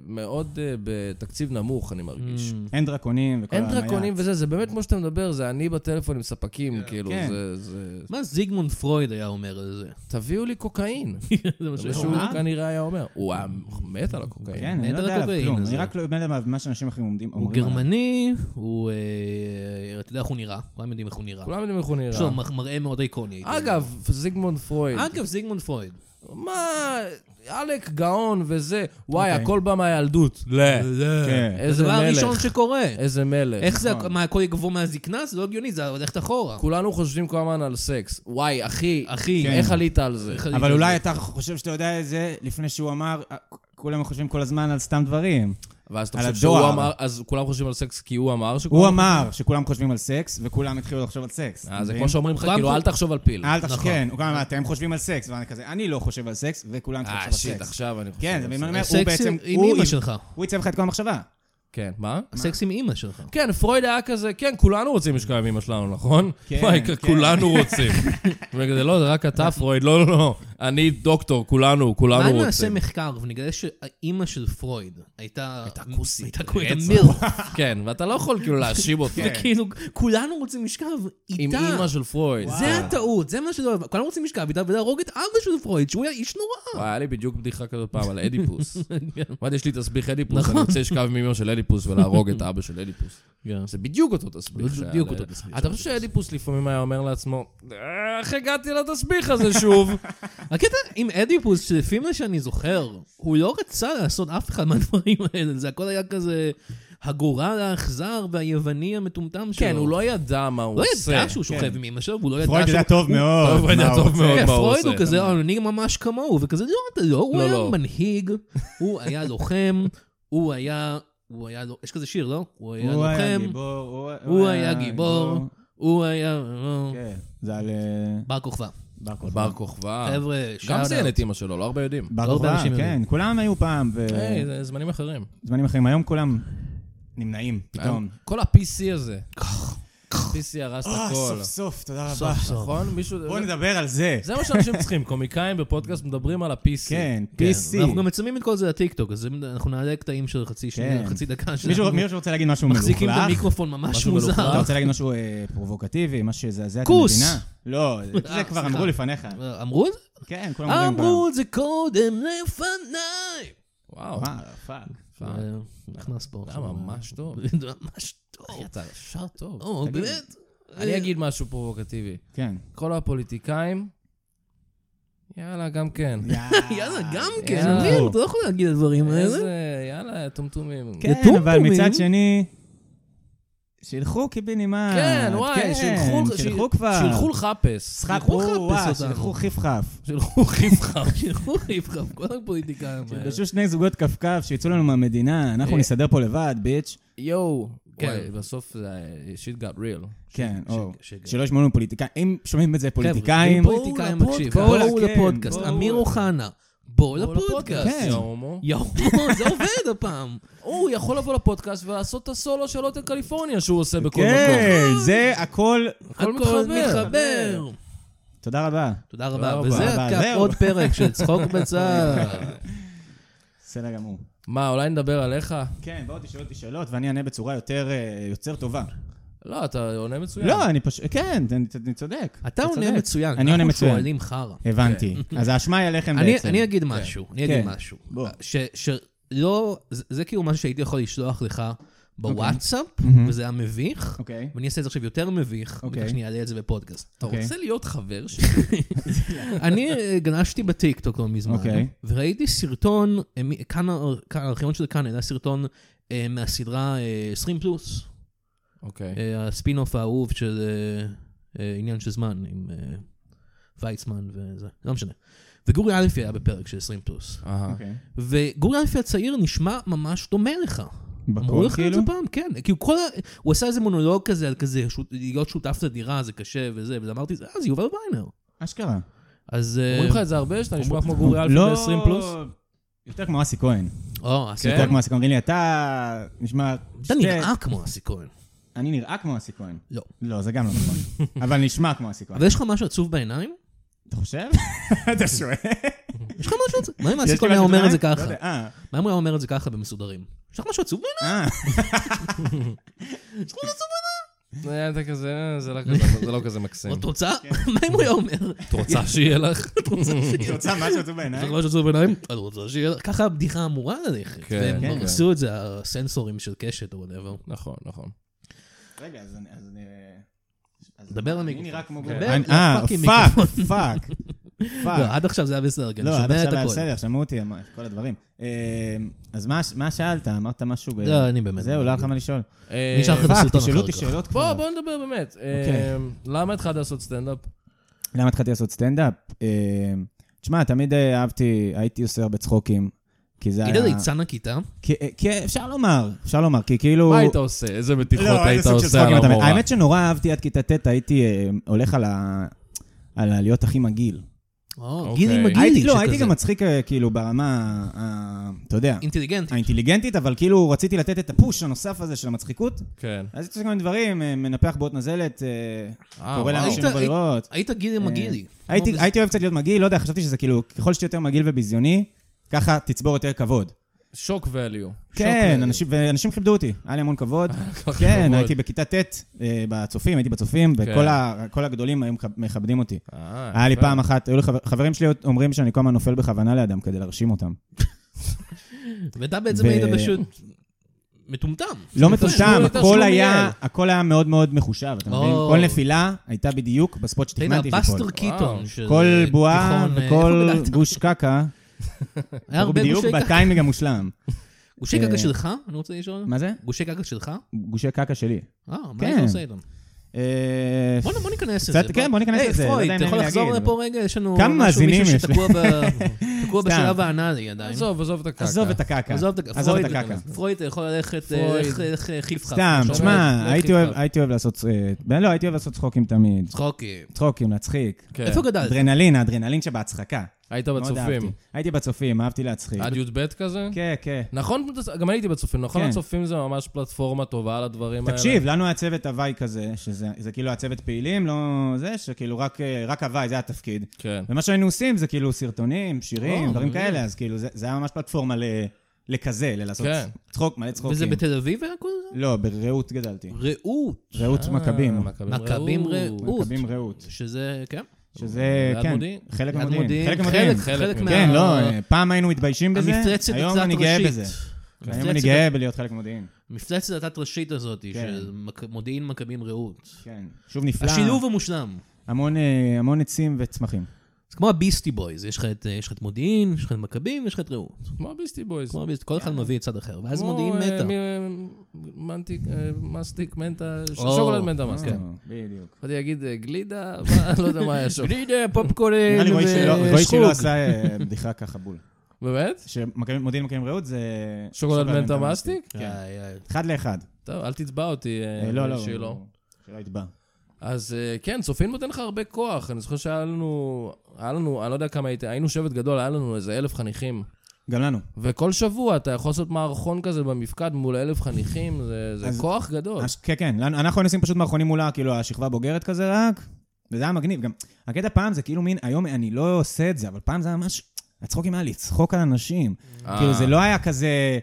Speaker 2: מאוד אה, בתקציב נמוך, אני מרגיש.
Speaker 3: Mm.
Speaker 4: אין דרקונים וכל
Speaker 2: אין
Speaker 4: הרמיה.
Speaker 2: דרקונים וזה, זה באמת כמו שאתה מדבר, זה אני בטלפון עם ספקים, כאילו,
Speaker 4: כן.
Speaker 2: זה- זה...
Speaker 3: מה זיגמונד פרויד היה אומר על זה?
Speaker 2: תביאו לי קוקאין.
Speaker 3: זה מה
Speaker 2: זה מה
Speaker 3: שהוא
Speaker 2: שהוא
Speaker 3: אמר.
Speaker 4: אמר?
Speaker 2: כנראה היה אומר. הוא היה מת על הקוקאין.
Speaker 4: כן, אני
Speaker 3: אין
Speaker 4: לא יודע עליו
Speaker 3: דרקוקאין,
Speaker 4: כלום.
Speaker 3: אז-
Speaker 4: אני רק לומד עליו מה שאנשים אחרים עומדים-
Speaker 3: הוא
Speaker 4: אומרים. עליו.
Speaker 3: גרמני, הוא... אה, אתה יודע איך הוא נראה, כולם יודעים איך הוא נראה.
Speaker 2: כולם יודעים איך הוא
Speaker 3: יש
Speaker 2: נראה.
Speaker 3: לו מ- מראה מאוד איקוני. כן.
Speaker 2: אגב, זיגמונד פרויד.
Speaker 3: אגב, זיגמונד פרויד.
Speaker 2: כן. מה, עלק גאון וזה. וואי,
Speaker 4: אוקיי.
Speaker 2: הכל בא מהילדות. לא.
Speaker 4: כן.
Speaker 2: איזה
Speaker 3: זה הדבר הראשון
Speaker 2: מלך.
Speaker 3: שקורה.
Speaker 2: איזה מלך.
Speaker 3: איך זה,
Speaker 4: נכון.
Speaker 3: מה, הכל יגבור מהזקנה? זה לא הגיוני, זה הולכת אחורה.
Speaker 2: כולנו חושבים כל הזמן על סקס. וואי, אחי,
Speaker 3: אחי,
Speaker 4: כן.
Speaker 2: איך עלית על זה?
Speaker 3: איך עלית
Speaker 4: אבל
Speaker 3: על
Speaker 4: אולי
Speaker 3: זה?
Speaker 4: אתה חושב שאתה יודע את זה לפני שהוא אמר, "אה, כולם חושבים כל הזמן על סתם דברים.
Speaker 2: ואז אתה
Speaker 4: על
Speaker 2: חושב שהוא
Speaker 4: הדואר.
Speaker 2: אמר, אז כולם חושבים על סקס כי הוא אמר שכולם...
Speaker 4: הוא אמר שכולם חושבים על סקס, וכולם התחילו לחשוב על סקס.
Speaker 2: אה, זה
Speaker 4: מבין?
Speaker 2: כמו שאומרים לך,
Speaker 3: כולם
Speaker 2: כאילו,
Speaker 3: חו-
Speaker 2: אל תחשוב על פיל.
Speaker 4: אל תחשוב,
Speaker 3: נכון.
Speaker 4: כן, הוא גם אמר, אתם חושבים על סקס, ואני כזה, אני לא חושב על סקס, וכולם חושבים
Speaker 2: אה,
Speaker 4: על
Speaker 2: שיט,
Speaker 4: סקס.
Speaker 2: עכשיו אני חושב
Speaker 4: כן, זה
Speaker 2: על אה,
Speaker 4: מה אני אומר,
Speaker 3: הסקס
Speaker 4: הוא בעצם,
Speaker 3: עם
Speaker 4: הוא-
Speaker 3: אימא שלך.
Speaker 4: הוא יצא לך את כל המחשבה.
Speaker 2: כן, מה?
Speaker 3: סקס עם אימא שלך.
Speaker 2: כן, פרויד היה כזה, כן, כולנו רוצים לשכב עם אמא שלנו, נכון?
Speaker 4: כן,
Speaker 2: וואי,
Speaker 4: כן.
Speaker 2: כולנו רוצים. וכזה, לא, זה רק אתה, פרויד, לא, לא, לא. אני דוקטור, כולנו, כולנו
Speaker 3: מה
Speaker 2: לא רוצים.
Speaker 3: אם נעשה מחקר ונגלה שהאימא של פרויד הייתה... הייתה
Speaker 2: כוסית,
Speaker 3: הייתה כוסית.
Speaker 2: רצח. כן, ואתה לא יכול כאילו להאשים אותה.
Speaker 3: וכאילו, כולנו רוצים לשכב איתה.
Speaker 2: עם אימא של פרויד.
Speaker 3: זה הטעות, זה מה שלא... הבנ- כולם רוצים לשכב איתה ולהרוג את אבא של פרויד, שהוא היה איש נורא.
Speaker 2: וואי, היה לי בדיוק בדיחה כזאת פעם על אדיפוס.
Speaker 3: כן.
Speaker 2: אמרתי, יש לי תסביך אדיפוס,
Speaker 3: נכון.
Speaker 2: אני רוצה לשכב עם אמא של אדיפוס ולהרוג את אבא של אדיפוס. זה בדיוק אותו תסביך.
Speaker 3: כן. זה
Speaker 2: שהיה
Speaker 3: בדיוק
Speaker 2: ל-
Speaker 3: אותו תסביך
Speaker 2: אתה חושב שאדיפוס לפעמים היה אומר לעצמו, איך הגעתי לתסביך הזה שוב?
Speaker 3: הקטע עם אדיפוס, שלפי מה שאני זוכר, הוא לא רצה לעשות אף אחד מהדברים האלה, זה הכל היה כזה הגורל האכזר והיווני המטומטם שלו.
Speaker 2: כן, הוא לא ידע מה הוא
Speaker 3: הוא לא
Speaker 2: עושה.
Speaker 3: ידע שהוא שוכב
Speaker 4: כן.
Speaker 3: עם אמא שלו, והוא לא ידע שהוא...
Speaker 4: פרויד יודע טוב מאוד.
Speaker 2: פרויד יודע
Speaker 4: מה הוא
Speaker 2: טוב
Speaker 4: רוצה.
Speaker 2: מאוד.
Speaker 3: כן,
Speaker 2: מה הוא
Speaker 3: פרויד הוא
Speaker 2: עושה.
Speaker 3: כזה, "אה, אני ממש כמוהו, וכזה, לא, אתה לא, הוא
Speaker 2: לא,
Speaker 3: היה
Speaker 2: לא.
Speaker 3: מנהיג, הוא היה לוחם, הוא היה, הוא היה, לו- יש כזה שיר, לא? הוא היה
Speaker 4: הוא היה
Speaker 3: לוחם,
Speaker 4: גיבור. הוא-
Speaker 3: הוא היה גיבור, הוא היה, לא.
Speaker 4: כן, זה על אה,
Speaker 3: בר כוכבא.
Speaker 4: בר כוכבא.
Speaker 2: בר כוכבא.
Speaker 3: חבר'ה, שאלה.
Speaker 2: אה. גם זיין את אימא שלו, לא הרבה יודעים.
Speaker 4: בר
Speaker 3: לא הרבה
Speaker 4: כוכבא,
Speaker 3: אנשים
Speaker 4: כן,
Speaker 3: יודעים.
Speaker 4: כולם היו פעם,
Speaker 2: היי, זה זמנים אחרים. אה,
Speaker 4: וזמנים אחרים. היום כולם נמנעים, פתאום.
Speaker 2: כל ה-PC הזה. פיסי הרס את
Speaker 4: אה,
Speaker 2: הכל.
Speaker 4: סוף סוף, תודה רבה.
Speaker 3: סוף סוף.
Speaker 2: נכון? מישהו...
Speaker 4: בואו נדבר על זה.
Speaker 2: זה מה שאנשים צריכים, קומיקאים בפודקאסט מדברים על ה-PC.
Speaker 4: כן,
Speaker 3: כן,
Speaker 4: PC.
Speaker 3: אנחנו גם מצלמים את כל זה לטיקטוק, אז זה- אנחנו נעלה קטעים של חצי שנייה,
Speaker 4: כן.
Speaker 3: חצי דקה.
Speaker 4: מישהו
Speaker 3: שאנחנו
Speaker 4: מישהו שרוצה להגיד משהו מלוכלך?
Speaker 3: מחזיקים את המיקרופון ממש
Speaker 2: משהו
Speaker 4: אתה
Speaker 3: מוזר.
Speaker 4: רוצה להגיד משהו אה, פרובוקטיבי, משהו שיזעזע את
Speaker 3: כוס.
Speaker 4: המדינה? לא, זה
Speaker 3: אה,
Speaker 4: כבר
Speaker 3: סליחה.
Speaker 4: אמרו לפניך.
Speaker 3: אמרו את זה?
Speaker 4: כן,
Speaker 2: לא
Speaker 4: כולם אומרים כבר.
Speaker 3: אמרו את זה קודם לפניי. אה,
Speaker 2: וואו.
Speaker 4: מה, פאק.
Speaker 2: פעם.
Speaker 3: נכנס פה.
Speaker 2: היה לא, ממש טוב.
Speaker 3: ממש טוב.
Speaker 2: אחי, אתה שר טוב.
Speaker 3: או,
Speaker 4: תגיד.
Speaker 3: באמת? אה,
Speaker 2: אני אגיד משהו פרובוקטיבי.
Speaker 4: כן.
Speaker 2: כל הפוליטיקאים, יאללה, גם כן.
Speaker 3: יאללה, גם כן,
Speaker 2: אה, יאללה.
Speaker 3: אמיר, אתה לא יכול להגיד את הדברים האלה.
Speaker 2: איזה, יאללה, טומטומים.
Speaker 4: כן,
Speaker 3: לטומטומים.
Speaker 4: אבל מצד שני, שילכו קיבינימט.
Speaker 2: כן, וואי, שילכו לך-
Speaker 4: שילכו
Speaker 2: שיל-
Speaker 4: כבר.
Speaker 2: שילכו לחפש.
Speaker 4: שחק
Speaker 3: שילכו
Speaker 4: או,
Speaker 3: לחפש
Speaker 4: וואי,
Speaker 3: אותנו.
Speaker 4: שילכו חיפחף.
Speaker 2: שילכו חיפחה.
Speaker 3: שילכו חיפחפ, כל הפוליטיקאים
Speaker 2: כן.
Speaker 3: האלה.
Speaker 4: תפגשו שני זוגות כפכף שיצאו לנו מהמדינה, אנחנו
Speaker 2: אה.
Speaker 4: נסתדר פה לבד, ביץ'.
Speaker 2: יואו.
Speaker 3: כן.
Speaker 2: וואי, בסוף זה היה- shit got real.
Speaker 4: כן, או.
Speaker 3: שגע.
Speaker 4: שלא ישמעו לנו פוליטיקאים. אם שומעים את זה פוליטיקאים,
Speaker 3: חבר'ה, אם פוליטיקאים
Speaker 2: בואו
Speaker 3: מקשיב,
Speaker 2: לפודקאסט.
Speaker 3: בואו
Speaker 4: כן,
Speaker 3: לפודקאסט,
Speaker 4: בואו.
Speaker 3: אמיר אוחנה, בואו
Speaker 2: בואו
Speaker 3: לפודקאסט.
Speaker 4: כן.
Speaker 2: יא הומו.
Speaker 3: יואו, זה עובד הפעם.
Speaker 2: הוא יכול לבוא לפודקאסט ולעשות את הסולו של הוטל קליפורניה שהוא עושה בכל מקום.
Speaker 4: כן, זה הכל.
Speaker 2: הכל
Speaker 3: הכל
Speaker 2: מתחבר.
Speaker 3: מתחבר.
Speaker 4: תודה רבה.
Speaker 3: תודה
Speaker 2: תודה
Speaker 3: רבה,
Speaker 2: רבה.
Speaker 3: וזה
Speaker 4: תודה רבה,
Speaker 3: הקו-
Speaker 4: זהו.
Speaker 3: עוד פרק של צחוק בצד.
Speaker 4: בסדר גמור.
Speaker 2: מה, אולי נדבר עליך?
Speaker 4: כן, בואו תשאלו אותי שאלות ואני אענה בצורה יותר אה, יותר טובה.
Speaker 2: לא, אתה עונה מצוין.
Speaker 4: לא, אני פשוט... כן, אני- אני צודק.
Speaker 3: אתה עונה
Speaker 4: צודק.
Speaker 3: מצוין,
Speaker 4: אני עונה מצוין.
Speaker 3: אנחנו שואלים חרא.
Speaker 2: כן.
Speaker 4: הבנתי. אז האשמה היא עליכם
Speaker 3: אני-
Speaker 4: בעצם.
Speaker 3: אני אגיד משהו, אני אגיד
Speaker 4: כן.
Speaker 3: משהו.
Speaker 4: בוא.
Speaker 3: ש- שלא, זה זה כאילו משהו שהייתי יכול לשלוח לך בוואטסאפ, וזה היה מביך,
Speaker 4: אוקיי.
Speaker 3: ואני אעשה את זה עכשיו יותר מביך,
Speaker 4: אוקיי.
Speaker 3: וכך שאני אעלה את זה בפודקאסט.
Speaker 2: אתה
Speaker 4: אוקיי.
Speaker 2: רוצה להיות חבר שלי?
Speaker 3: אני אה, גלשתי בטיקטוק לא מזמן,
Speaker 4: אוקיי.
Speaker 3: וראיתי סרטון, אה, מ- כאן, ה- כאן, הארכיון של כאן העלה סרטון אה, מהסדרה אה, 20 פלוס,
Speaker 2: אוקיי.
Speaker 3: אה, הספין-אוף האהוב של אה, אה, עניין של זמן, עם אה, ויצמן וזה, לא משנה. וגורי אלפי היה בפרק של 20 פלוס,
Speaker 2: אהה.
Speaker 4: אוקיי.
Speaker 3: וגורי אלפי הצעיר נשמע ממש דומה לך. אמרו
Speaker 4: בכל
Speaker 3: לך את
Speaker 4: כאילו?
Speaker 3: זה פעם, כן. כאילו כל ה... הוא עשה איזה מונולוג כזה, על כזה, שות- להיות שותף לדירה זה קשה וזה, ואמרתי, אה, זה יובל ויינר.
Speaker 4: אשכרה.
Speaker 3: אז... אה,
Speaker 2: אומרים לך את זה הרבה, שאתה נשמע כמו גורי אלפי
Speaker 4: לא-
Speaker 2: ב-20 פלוס?
Speaker 4: יותר כמו אסי כהן.
Speaker 3: או,
Speaker 4: כן?
Speaker 3: הסרטון
Speaker 4: יותר כמו אסי כהן. אומרים לי, אתה נשמע...
Speaker 3: אתה
Speaker 2: כן.
Speaker 4: שתי-
Speaker 3: נראה כמו אסי כהן.
Speaker 4: אני נראה כמו אסי כהן.
Speaker 3: לא.
Speaker 4: לא, זה גם לא נכון. אבל נשמע כמו אסי כהן.
Speaker 3: אבל יש לך משהו עצוב בעיניים?
Speaker 4: אתה חושב? אתה שואל?
Speaker 3: יש לך משהו עצוב? מה אם
Speaker 4: יש
Speaker 3: אסי
Speaker 4: לי
Speaker 3: כהן היה
Speaker 4: משהו
Speaker 3: אומר את זה
Speaker 4: בעיניים?
Speaker 3: ככה?
Speaker 4: לא יודע, אה,
Speaker 3: מה אם הוא היה אומר את זה ככה במסודרים? יש לך משהו עצוב בעיניים?
Speaker 4: אה.
Speaker 3: יש לך משהו עצוב
Speaker 2: אה, אתה כזה, אה, זה לא כזה- זה לא כזה מקסים.
Speaker 4: כן.
Speaker 3: בעיניים? את רוצה? מה אם הוא היה אומר?
Speaker 2: את רוצה שיהיה לך?
Speaker 4: היא רוצה משהו עצוב
Speaker 3: יש לך
Speaker 4: בעיניים?
Speaker 3: משהו עצוב בעיניים? את רוצה שיהיה לך? ככה הבדיחה אמורה ללכת.
Speaker 2: כן,
Speaker 3: והם
Speaker 2: כן.
Speaker 3: עשו את זה, הסנסורים של קשת או וואטאבר.
Speaker 2: נכון, נכון.
Speaker 4: רגע, אז אני- אז אני... אז
Speaker 3: דבר
Speaker 4: אני
Speaker 3: למיקרופון.
Speaker 4: נראה כמו
Speaker 3: דבר.
Speaker 4: גורם. אני-
Speaker 3: לא,
Speaker 4: אה,
Speaker 3: פאקינג
Speaker 4: פאק, פאק.
Speaker 3: לא,
Speaker 4: פאק.
Speaker 3: עד עכשיו זה היה בסדר, כי אני
Speaker 4: אה. לא, עד
Speaker 3: שומע
Speaker 4: עכשיו
Speaker 3: את
Speaker 4: היה
Speaker 3: הכל.
Speaker 4: בסדר, שמעו אותי, אמר- כל הדברים. אה, אז מה- מה שאלת? אמרת משהו ב...
Speaker 3: לא, אני באמת.
Speaker 4: זהו, לא היה לך מה לשאול.
Speaker 2: אה,
Speaker 3: אני אשלח לך
Speaker 4: פאק,
Speaker 3: בסרטון
Speaker 4: תשאלו
Speaker 3: אחר
Speaker 4: אותי
Speaker 3: כך.
Speaker 4: שאלות
Speaker 2: בוא,
Speaker 4: כבר.
Speaker 2: בוא נדבר באמת. אה,
Speaker 4: אוקיי.
Speaker 2: למה התחלת לעשות סטנדאפ?
Speaker 4: למה התחלתי לעשות סטנדאפ? אה, תשמע, תמיד אה, אהבתי, הייתי עושה הרבה צחוקים, כי זה היה...
Speaker 3: עידן ליצן הכיתה,
Speaker 4: כי- אה, כי אפשר לומר, אפשר לומר, כי כאילו...
Speaker 2: מה היית עושה? איזה מתיחות
Speaker 4: לא,
Speaker 2: היית
Speaker 4: איזה סוג של
Speaker 2: עושה על
Speaker 4: צחוקים אתה
Speaker 2: המורה?
Speaker 4: מבין. האמת שנורא אהבתי עד כיתה ט', הייתי אה, הולך על ה... על ה- להיות הכי מגעיל.
Speaker 3: או,
Speaker 2: אוקיי.
Speaker 3: גילי
Speaker 2: הייתי-
Speaker 3: מגילי,
Speaker 4: הייתי- לא, הייתי
Speaker 3: שכזה.
Speaker 4: גם מצחיק אה, כאילו ברמה, ה- אתה יודע,
Speaker 3: אינטליגנטי.
Speaker 4: האינטליגנטית, אבל כאילו רציתי לתת את הפוש הנוסף הזה של המצחיקות.
Speaker 2: כן.
Speaker 4: אז הייתי עושה כל מיני דברים, אה, מנפח בועות נזלת, אה,
Speaker 2: אה,
Speaker 4: קורא
Speaker 2: וואו.
Speaker 4: לאנשים
Speaker 3: היית-
Speaker 4: בברירות.
Speaker 3: היית גילי מגילי.
Speaker 4: אה, הייתי,
Speaker 3: כמו
Speaker 4: הייתי אוהב קצת להיות מגעיל, לא יודע, חשבתי שזה כאילו, ככל שאתה יותר מגעיל וביזיוני, ככה תצבור יותר כבוד.
Speaker 2: שוק value.
Speaker 4: כן,
Speaker 3: value.
Speaker 4: אנשים, ואנשים כיבדו אותי, היה לי המון כבוד.
Speaker 2: לך
Speaker 4: כן,
Speaker 2: כבוד.
Speaker 4: הייתי בכיתה ט' אה, בצופים, הייתי בצופים,
Speaker 3: כן.
Speaker 4: וכל ה- כל הגדולים היו מכב- מכבדים אותי.
Speaker 2: אה,
Speaker 4: היה לי
Speaker 2: יפה.
Speaker 4: פעם אחת, היו לי חבר- חברים שלי אומרים שאני כל הזמן נופל בכוונה לידם כדי להרשים אותם.
Speaker 3: בז- ואתה בעצם
Speaker 4: ו-
Speaker 3: היית פשוט מטומטם.
Speaker 4: לא
Speaker 2: שהוא
Speaker 4: מטומטם,
Speaker 2: לא
Speaker 4: הכל
Speaker 2: תשלום
Speaker 4: היה,
Speaker 2: מיני.
Speaker 4: הכל היה מאוד מאוד מחושב, אתה מבין?
Speaker 3: או.
Speaker 4: כל נפילה הייתה בדיוק בספוט
Speaker 3: אתה היית
Speaker 4: שתכננתי
Speaker 3: הבאסטר
Speaker 4: שכל.
Speaker 3: קיטון
Speaker 2: וואו.
Speaker 3: של
Speaker 4: כל
Speaker 3: אה,
Speaker 4: בועה
Speaker 3: תיכון, אה,
Speaker 4: וכל
Speaker 3: איך הוא גדלת?
Speaker 4: גוש קקה,
Speaker 3: היה הרבה
Speaker 4: בדיוק
Speaker 3: גושי קקה.
Speaker 4: בטיימינג המושלם.
Speaker 3: גושי קקה שלך? אני רוצה לשאול.
Speaker 4: מה זה?
Speaker 3: גושי קקה שלך?
Speaker 4: גושי קקה שלי.
Speaker 3: אה, מה
Speaker 4: כן.
Speaker 3: היית עושה איתם?
Speaker 4: אה,
Speaker 3: בוא נ- בוא ניכנס לזה.
Speaker 4: קצת- כן, בוא ניכנס
Speaker 3: היי,
Speaker 4: לזה, לא
Speaker 3: פרויד,
Speaker 4: יודע אם
Speaker 3: אתה יכול
Speaker 4: נעים
Speaker 3: לחזור
Speaker 4: להגיד,
Speaker 3: לפה רגע? יש לנו
Speaker 4: כמה
Speaker 3: משהו,
Speaker 4: מאזינים
Speaker 3: מישהו
Speaker 4: יש לי?
Speaker 3: שתקוע ב- תקוע
Speaker 4: סתם.
Speaker 3: בשלב האנאלי עדיין.
Speaker 2: עזוב, עזוב את הקקה.
Speaker 4: עזוב את הקקה.
Speaker 3: עזוב את
Speaker 4: עזוב את
Speaker 3: פרויד.
Speaker 4: הקקה.
Speaker 3: פרויד, אתה יכול ללכת, אה,
Speaker 2: פרויד.
Speaker 3: לך- לך אה, חיפך.
Speaker 4: סתם,
Speaker 3: אתה שומע?
Speaker 4: תשמע,
Speaker 2: לא
Speaker 4: הייתי
Speaker 2: הכי
Speaker 4: אוהב-
Speaker 2: טוב.
Speaker 4: הייתי אוהב לעשות... אה, לא, הייתי אוהב לעשות צחוקים תמיד.
Speaker 3: צחוקים.
Speaker 4: צחוקים, להצחיק.
Speaker 2: כן.
Speaker 3: איפה גדלת?
Speaker 4: אדרנלין, האדרנלין שבהצחקה.
Speaker 2: היית
Speaker 4: מאוד
Speaker 2: בצופים.
Speaker 4: לא אהבתי. הייתי בצופים, אהבתי להצחיק.
Speaker 2: עד י"ב כזה?
Speaker 4: כן, כן.
Speaker 2: נכון, גם הייתי בצופים, נכון?
Speaker 4: כן.
Speaker 2: הצופים זה ממש פלטפורמה טובה לדברים האלה.
Speaker 4: תקשיב, לנו היה צוות הוואי כזה, שזה זה כאילו היה צוות פעילים, לא זה, שכאילו רק, אה, רק הוואי, זה התפקיד.
Speaker 2: כן.
Speaker 4: ומה שהיינו עושים זה כאילו סרטונים, שירים,
Speaker 2: או,
Speaker 4: דברים
Speaker 2: מעניין.
Speaker 4: כאלה, אז כאילו זה, זה היה ממש פלטפורמה ל, לכזה, ללעשות
Speaker 2: כן.
Speaker 4: צחוק, מלא צחוקים.
Speaker 3: וזה בתל אביב היה כל זה?
Speaker 4: לא, ברעות גדלתי.
Speaker 3: רעות.
Speaker 4: רעות
Speaker 2: אה,
Speaker 4: מכבים.
Speaker 3: מכבים רעות.
Speaker 4: מכבים רעות.
Speaker 3: שזה, כן.
Speaker 4: שזה,
Speaker 2: ליד
Speaker 4: כן,
Speaker 2: מודיעין?
Speaker 4: חלק
Speaker 3: יד
Speaker 4: מהמודיעין.
Speaker 3: מודיעין.
Speaker 4: חלק מהמודיעין.
Speaker 2: חלק,
Speaker 3: חלק מה...
Speaker 4: כן, לא, אה, פעם היינו מתביישים בזה,
Speaker 3: המפלצת
Speaker 4: היום
Speaker 3: קצת
Speaker 4: אני גאה
Speaker 3: ראשית.
Speaker 4: בזה. היום אני
Speaker 3: המפלצת-
Speaker 4: גאה בלהיות חלק מהמודיעין.
Speaker 3: מפלצת התת-ראשית הזאת,
Speaker 4: כן.
Speaker 3: של מק- מודיעין מכבים רעות.
Speaker 4: כן, שוב נפלא.
Speaker 3: השילוב המושלם.
Speaker 4: המון, אה, המון עצים וצמחים.
Speaker 3: זה כמו הביסטי בויז, יש לך את- אה, יש לך את מודיעין, יש לך את מכבים ויש לך את רעות.
Speaker 2: כמו הביסטי בויז.
Speaker 3: כמו הביסטי, כל אחד מביא את צד אחר, ואז
Speaker 2: כמו,
Speaker 3: מודיעין
Speaker 2: אה,
Speaker 3: מתה.
Speaker 2: מי, אה, מנטיק, אה, מסטיק, מנטה, ש-
Speaker 3: או. כן.
Speaker 2: שוקולד מנטה מסטיק.
Speaker 4: אה, בדיוק.
Speaker 2: יכולתי להגיד אה, גלידה, מה- לא יודע מה היה שם.
Speaker 3: גלידה, פופקורן
Speaker 2: כן,
Speaker 4: נראה לי רועי שלא- רועי שלא
Speaker 3: ושחוג.
Speaker 4: עשה אה, בדיחה ככה בול.
Speaker 2: באמת?
Speaker 4: שמודיעין מכירים רעות זה...
Speaker 2: שוקולד מנטה מסטיק?
Speaker 4: כן.
Speaker 3: איי, איי.
Speaker 4: אחד לאחד.
Speaker 2: טוב, אל תתבע אותי, אה,
Speaker 4: אה, לא, לא.
Speaker 2: שלא.
Speaker 4: שלא יתבע.
Speaker 2: אז אה, כן, צופים נותן לך הרבה כוח. אני זוכר שהיה לנו, היה לנו, אני לא יודע כמה הייתי, היינו שבט גדול, היה לנו איזה אלף חניכים.
Speaker 4: גם לנו.
Speaker 2: וכל שבוע אתה יכול לעשות מערכון כזה במפקד מול אלף חניכים, זה, זה
Speaker 4: אז-
Speaker 2: כוח גדול.
Speaker 4: אז- כן, כן. לנו- אנחנו היינו עושים פשוט מערכונים מולה, כאילו, השכבה הבוגרת כזה רק, וזה היה מגניב. גם הקטע פעם זה כאילו מין, היום אני לא עושה את זה, אבל פעם זה היה ממש... הצחוקים היה לצחוק על אנשים.
Speaker 2: אה.
Speaker 4: כאילו, זה לא היה כזה...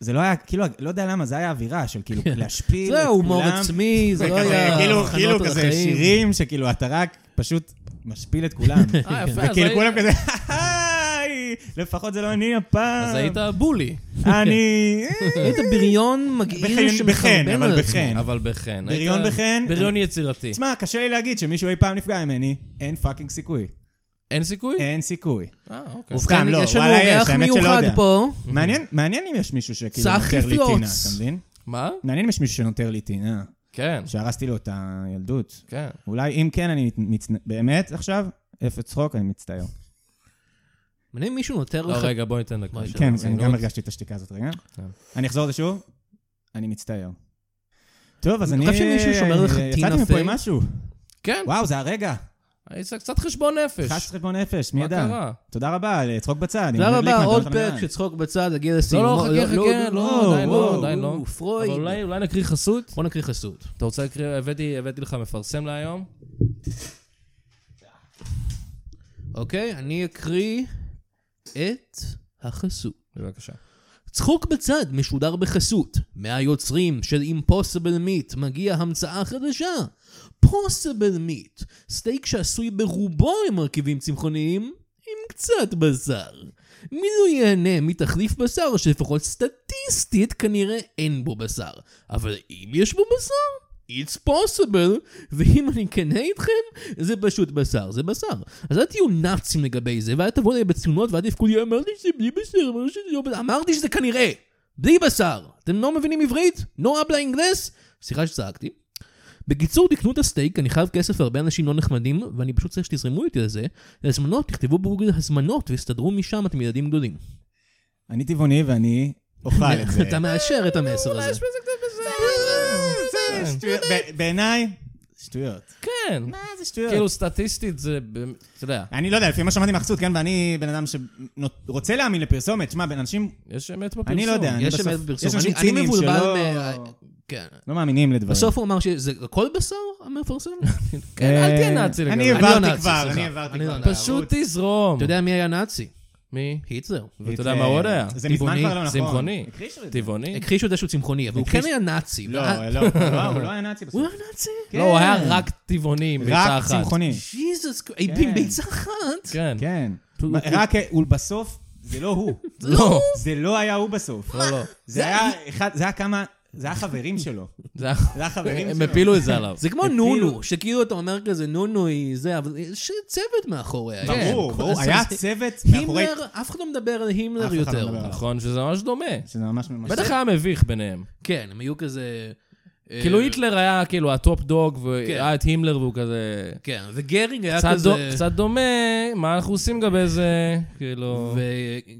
Speaker 4: זה לא היה, כאילו, לא יודע למה, זה היה אווירה של כאילו
Speaker 2: כן.
Speaker 4: להשפיל
Speaker 3: זה
Speaker 4: את כולם.
Speaker 3: היה הומור עצמי, זה לא
Speaker 4: וכזה,
Speaker 3: היה
Speaker 4: כאילו,
Speaker 3: הכנות
Speaker 4: כאילו כזה
Speaker 3: לחיים.
Speaker 4: שירים, שכאילו אתה רק פשוט משפיל את כולם.
Speaker 2: אה, יפה, אז
Speaker 4: וכאילו
Speaker 2: היית-
Speaker 4: כולם כזה, היי, לפחות זה לא אני הפעם.
Speaker 2: אז היית בולי.
Speaker 4: אני...
Speaker 3: היית בריון מגעיל
Speaker 4: בחן, בחן,
Speaker 3: שמחרבן על
Speaker 4: אבל
Speaker 3: עצמו.
Speaker 4: בחן.
Speaker 2: אבל בחן.
Speaker 4: כן. בריון
Speaker 2: היית-
Speaker 4: בחן.
Speaker 2: בריון יצירתי.
Speaker 4: תשמע, קשה לי להגיד שמישהו אי פעם נפגע ממני, אין פאקינג סיכוי.
Speaker 2: אין סיכוי?
Speaker 4: אין סיכוי.
Speaker 2: אה, אוקיי.
Speaker 4: סתם, לא,
Speaker 3: כן, יש לנו
Speaker 4: וואלה, יש,
Speaker 3: אורח
Speaker 4: האמת שלא
Speaker 3: מיוחד
Speaker 4: יודע.
Speaker 3: פה.
Speaker 4: מעניין, מעניין אם יש מישהו שכאילו
Speaker 3: צחי
Speaker 4: נותר לי
Speaker 3: פלוץ.
Speaker 4: טינה, אתה מבין?
Speaker 2: מה?
Speaker 4: מעניין אם יש מישהו שנותר לי טינה,
Speaker 2: כן,
Speaker 4: שהרסתי לו את הילדות.
Speaker 2: כן.
Speaker 4: אולי אם כן, אני מצ... באמת עכשיו? אפס צחוק, אני מצטער.
Speaker 3: מעניין אם מישהו נותר
Speaker 2: לא,
Speaker 3: לך...
Speaker 2: רגע, בוא ניתן דקה.
Speaker 3: מה יש
Speaker 4: כן,
Speaker 3: אבל
Speaker 4: אני
Speaker 3: זה
Speaker 4: גם
Speaker 3: לא-
Speaker 4: הרגשתי את השתיקה הזאת רגע.
Speaker 2: כן.
Speaker 4: אני אחזור על זה שוב, אני מצטער. טוב, אז
Speaker 3: אני
Speaker 4: אני... אה,
Speaker 3: חושב שמישהו שומר לך טינה
Speaker 4: יצאתי מפה עם
Speaker 3: פייק.
Speaker 4: משהו.
Speaker 2: כן,
Speaker 4: וואו, זה הרגע.
Speaker 2: היית קצת חשבון נפש.
Speaker 4: חס חשבון נפש, מי
Speaker 2: מה
Speaker 4: ידע?
Speaker 2: קרה?
Speaker 4: תודה רבה, לצחוק בצד. עם
Speaker 3: תודה
Speaker 4: אורן
Speaker 3: רבה,
Speaker 4: גליקמן,
Speaker 3: עוד
Speaker 4: דורון
Speaker 3: פרק
Speaker 4: חמדן.
Speaker 3: של צחוק בצד, הגיע לסיום.
Speaker 2: לא, לא, חכה, חכה, לא, עדיין לא,
Speaker 3: וואו,
Speaker 2: עדיין לא.
Speaker 3: וואו,
Speaker 2: אבל
Speaker 3: פרויד.
Speaker 2: אולי אולי נקריא חסות?
Speaker 3: בוא נקריא חסות.
Speaker 2: אתה רוצה להקריא? הבאתי הבאתי לך מפרסם להיום.
Speaker 3: אוקיי, אני אקריא את החסות.
Speaker 2: בבקשה.
Speaker 3: צחוק בצד משודר בחסות. מהיוצרים של אימפוסיבל מיט מגיע המצאה חדשה. פוסיבל מיט, סטייק שעשוי ברובו למרכיבים צמחוניים עם קצת בשר. מי לא ייהנה מתחליף בשר שלפחות סטטיסטית כנראה אין בו בשר. אבל אם יש בו בשר, It's possible, ואם אני כנה איתכם, זה פשוט בשר, זה בשר. אז אל תהיו נאצים לגבי זה, ואל תבואו אליי בתלונות, ואל תבכו לי, אמרתי שזה בלי בשר, אמרתי שזה לא בשר, אמרתי שזה כנראה, בלי בשר. אתם לא מבינים עברית? נו אבלה אינגלס? סליחה שצעקתי. בקיצור, תקנו את הסטייק, אני חייב כסף להרבה אנשים לא נחמדים, ואני פשוט צריך שתזרמו איתי על זה. להזמנות, תכתבו בגוגל הזמנות, והסתדרו משם, אתם ילדים גדולים.
Speaker 4: אני טבעוני ואני אוכל את זה.
Speaker 3: אתה מאשר את המסר הזה.
Speaker 4: זה שטויות. ב- בעיניי, שטויות.
Speaker 2: כן.
Speaker 4: מה אה, זה שטויות?
Speaker 2: כאילו סטטיסטית זה, באמת- אתה יודע,
Speaker 4: אני לא יודע, לפי מה שמעתי מהחסות, כן, ואני בן אדם שרוצה להאמין לפרסומת, שמע, בין אנשים
Speaker 2: יש אמת בפרסום.
Speaker 4: אני לא יודע, אני
Speaker 3: יש
Speaker 4: בסוף-
Speaker 3: אמת בפרסום.
Speaker 4: יש אנשים
Speaker 3: אני- אני
Speaker 4: ציניים
Speaker 3: מבולבל
Speaker 4: שלא-
Speaker 3: מה- כן.
Speaker 4: לא מאמינים לדברים.
Speaker 3: בסוף הוא אמר שזה הכל בשר, המפרסם?
Speaker 2: כן, אל תהיה
Speaker 4: אה,
Speaker 2: נאצי
Speaker 4: אני
Speaker 2: לגמרי.
Speaker 3: הבנתי.
Speaker 4: העברתי
Speaker 3: נאצי,
Speaker 4: כבר,
Speaker 3: סליחה.
Speaker 4: אני העברתי
Speaker 3: אני לא
Speaker 4: כבר.
Speaker 3: נאצי.
Speaker 2: פשוט תזרום.
Speaker 3: אתה יודע מי היה נאצי?
Speaker 2: מי?
Speaker 3: היטלר.
Speaker 2: ואתה יודע
Speaker 4: זה-
Speaker 2: מה עוד היה?
Speaker 4: זה מזמן
Speaker 3: טבעוני,
Speaker 4: כבר לא נכון.
Speaker 2: צמחוני.
Speaker 4: הכחישו את זה.
Speaker 2: טבעוני.
Speaker 3: הכחישו את זה שהוא צמחוני, אבל הוא כן
Speaker 4: כן. הכחיש-
Speaker 3: היה נאצי.
Speaker 4: לא,
Speaker 3: וה-
Speaker 4: לא, לא, הוא לא היה נאצי בסוף.
Speaker 3: אה, הוא היה נאצי?
Speaker 2: לא, הוא היה
Speaker 4: כן.
Speaker 2: רק טבעוני עם ביצה
Speaker 4: רק
Speaker 2: אחת.
Speaker 4: צמחוני.
Speaker 3: ג'יזוס קריסט,
Speaker 4: כן.
Speaker 3: עם ביצה אחת?
Speaker 2: כן.
Speaker 4: כן.
Speaker 2: הוא-
Speaker 4: רק, הוא בסוף, זה לא הוא.
Speaker 2: לא.
Speaker 4: זה לא היה הוא בסוף.
Speaker 2: לא, לא.
Speaker 4: זה היה אחד, זה היה כמה, זה היה חברים שלו.
Speaker 2: זה היה-
Speaker 4: זה היה חברים
Speaker 2: הם
Speaker 4: שלו.
Speaker 2: הפילו את זה עליו.
Speaker 3: זה כמו
Speaker 4: כאילו-
Speaker 3: נונו, שכאילו אתה אומר כזה, נונו היא זה, אבל יש צוות מאחוריה.
Speaker 4: ברור,
Speaker 3: כן.
Speaker 4: ברור,
Speaker 3: אז-
Speaker 4: היה
Speaker 3: אז-
Speaker 4: צוות מאחורי...
Speaker 3: הימלר, אף אחד לא מדבר על
Speaker 4: אף
Speaker 3: הימלר
Speaker 4: אחד לא
Speaker 3: יותר.
Speaker 4: מדבר.
Speaker 2: נכון, שזה ממש דומה.
Speaker 4: שזה ממש ממש...
Speaker 2: בטח היה מביך ביניהם.
Speaker 3: כן, הם היו כזה... אה,
Speaker 2: כאילו היטלר היה כאילו הטופ דוג, והיה
Speaker 3: כן.
Speaker 2: את הימלר והוא כזה...
Speaker 3: כן, וגרינג היה
Speaker 2: קצת
Speaker 3: כזה...
Speaker 2: דו- קצת דומה, מה אנחנו עושים לגבי זה? כאילו...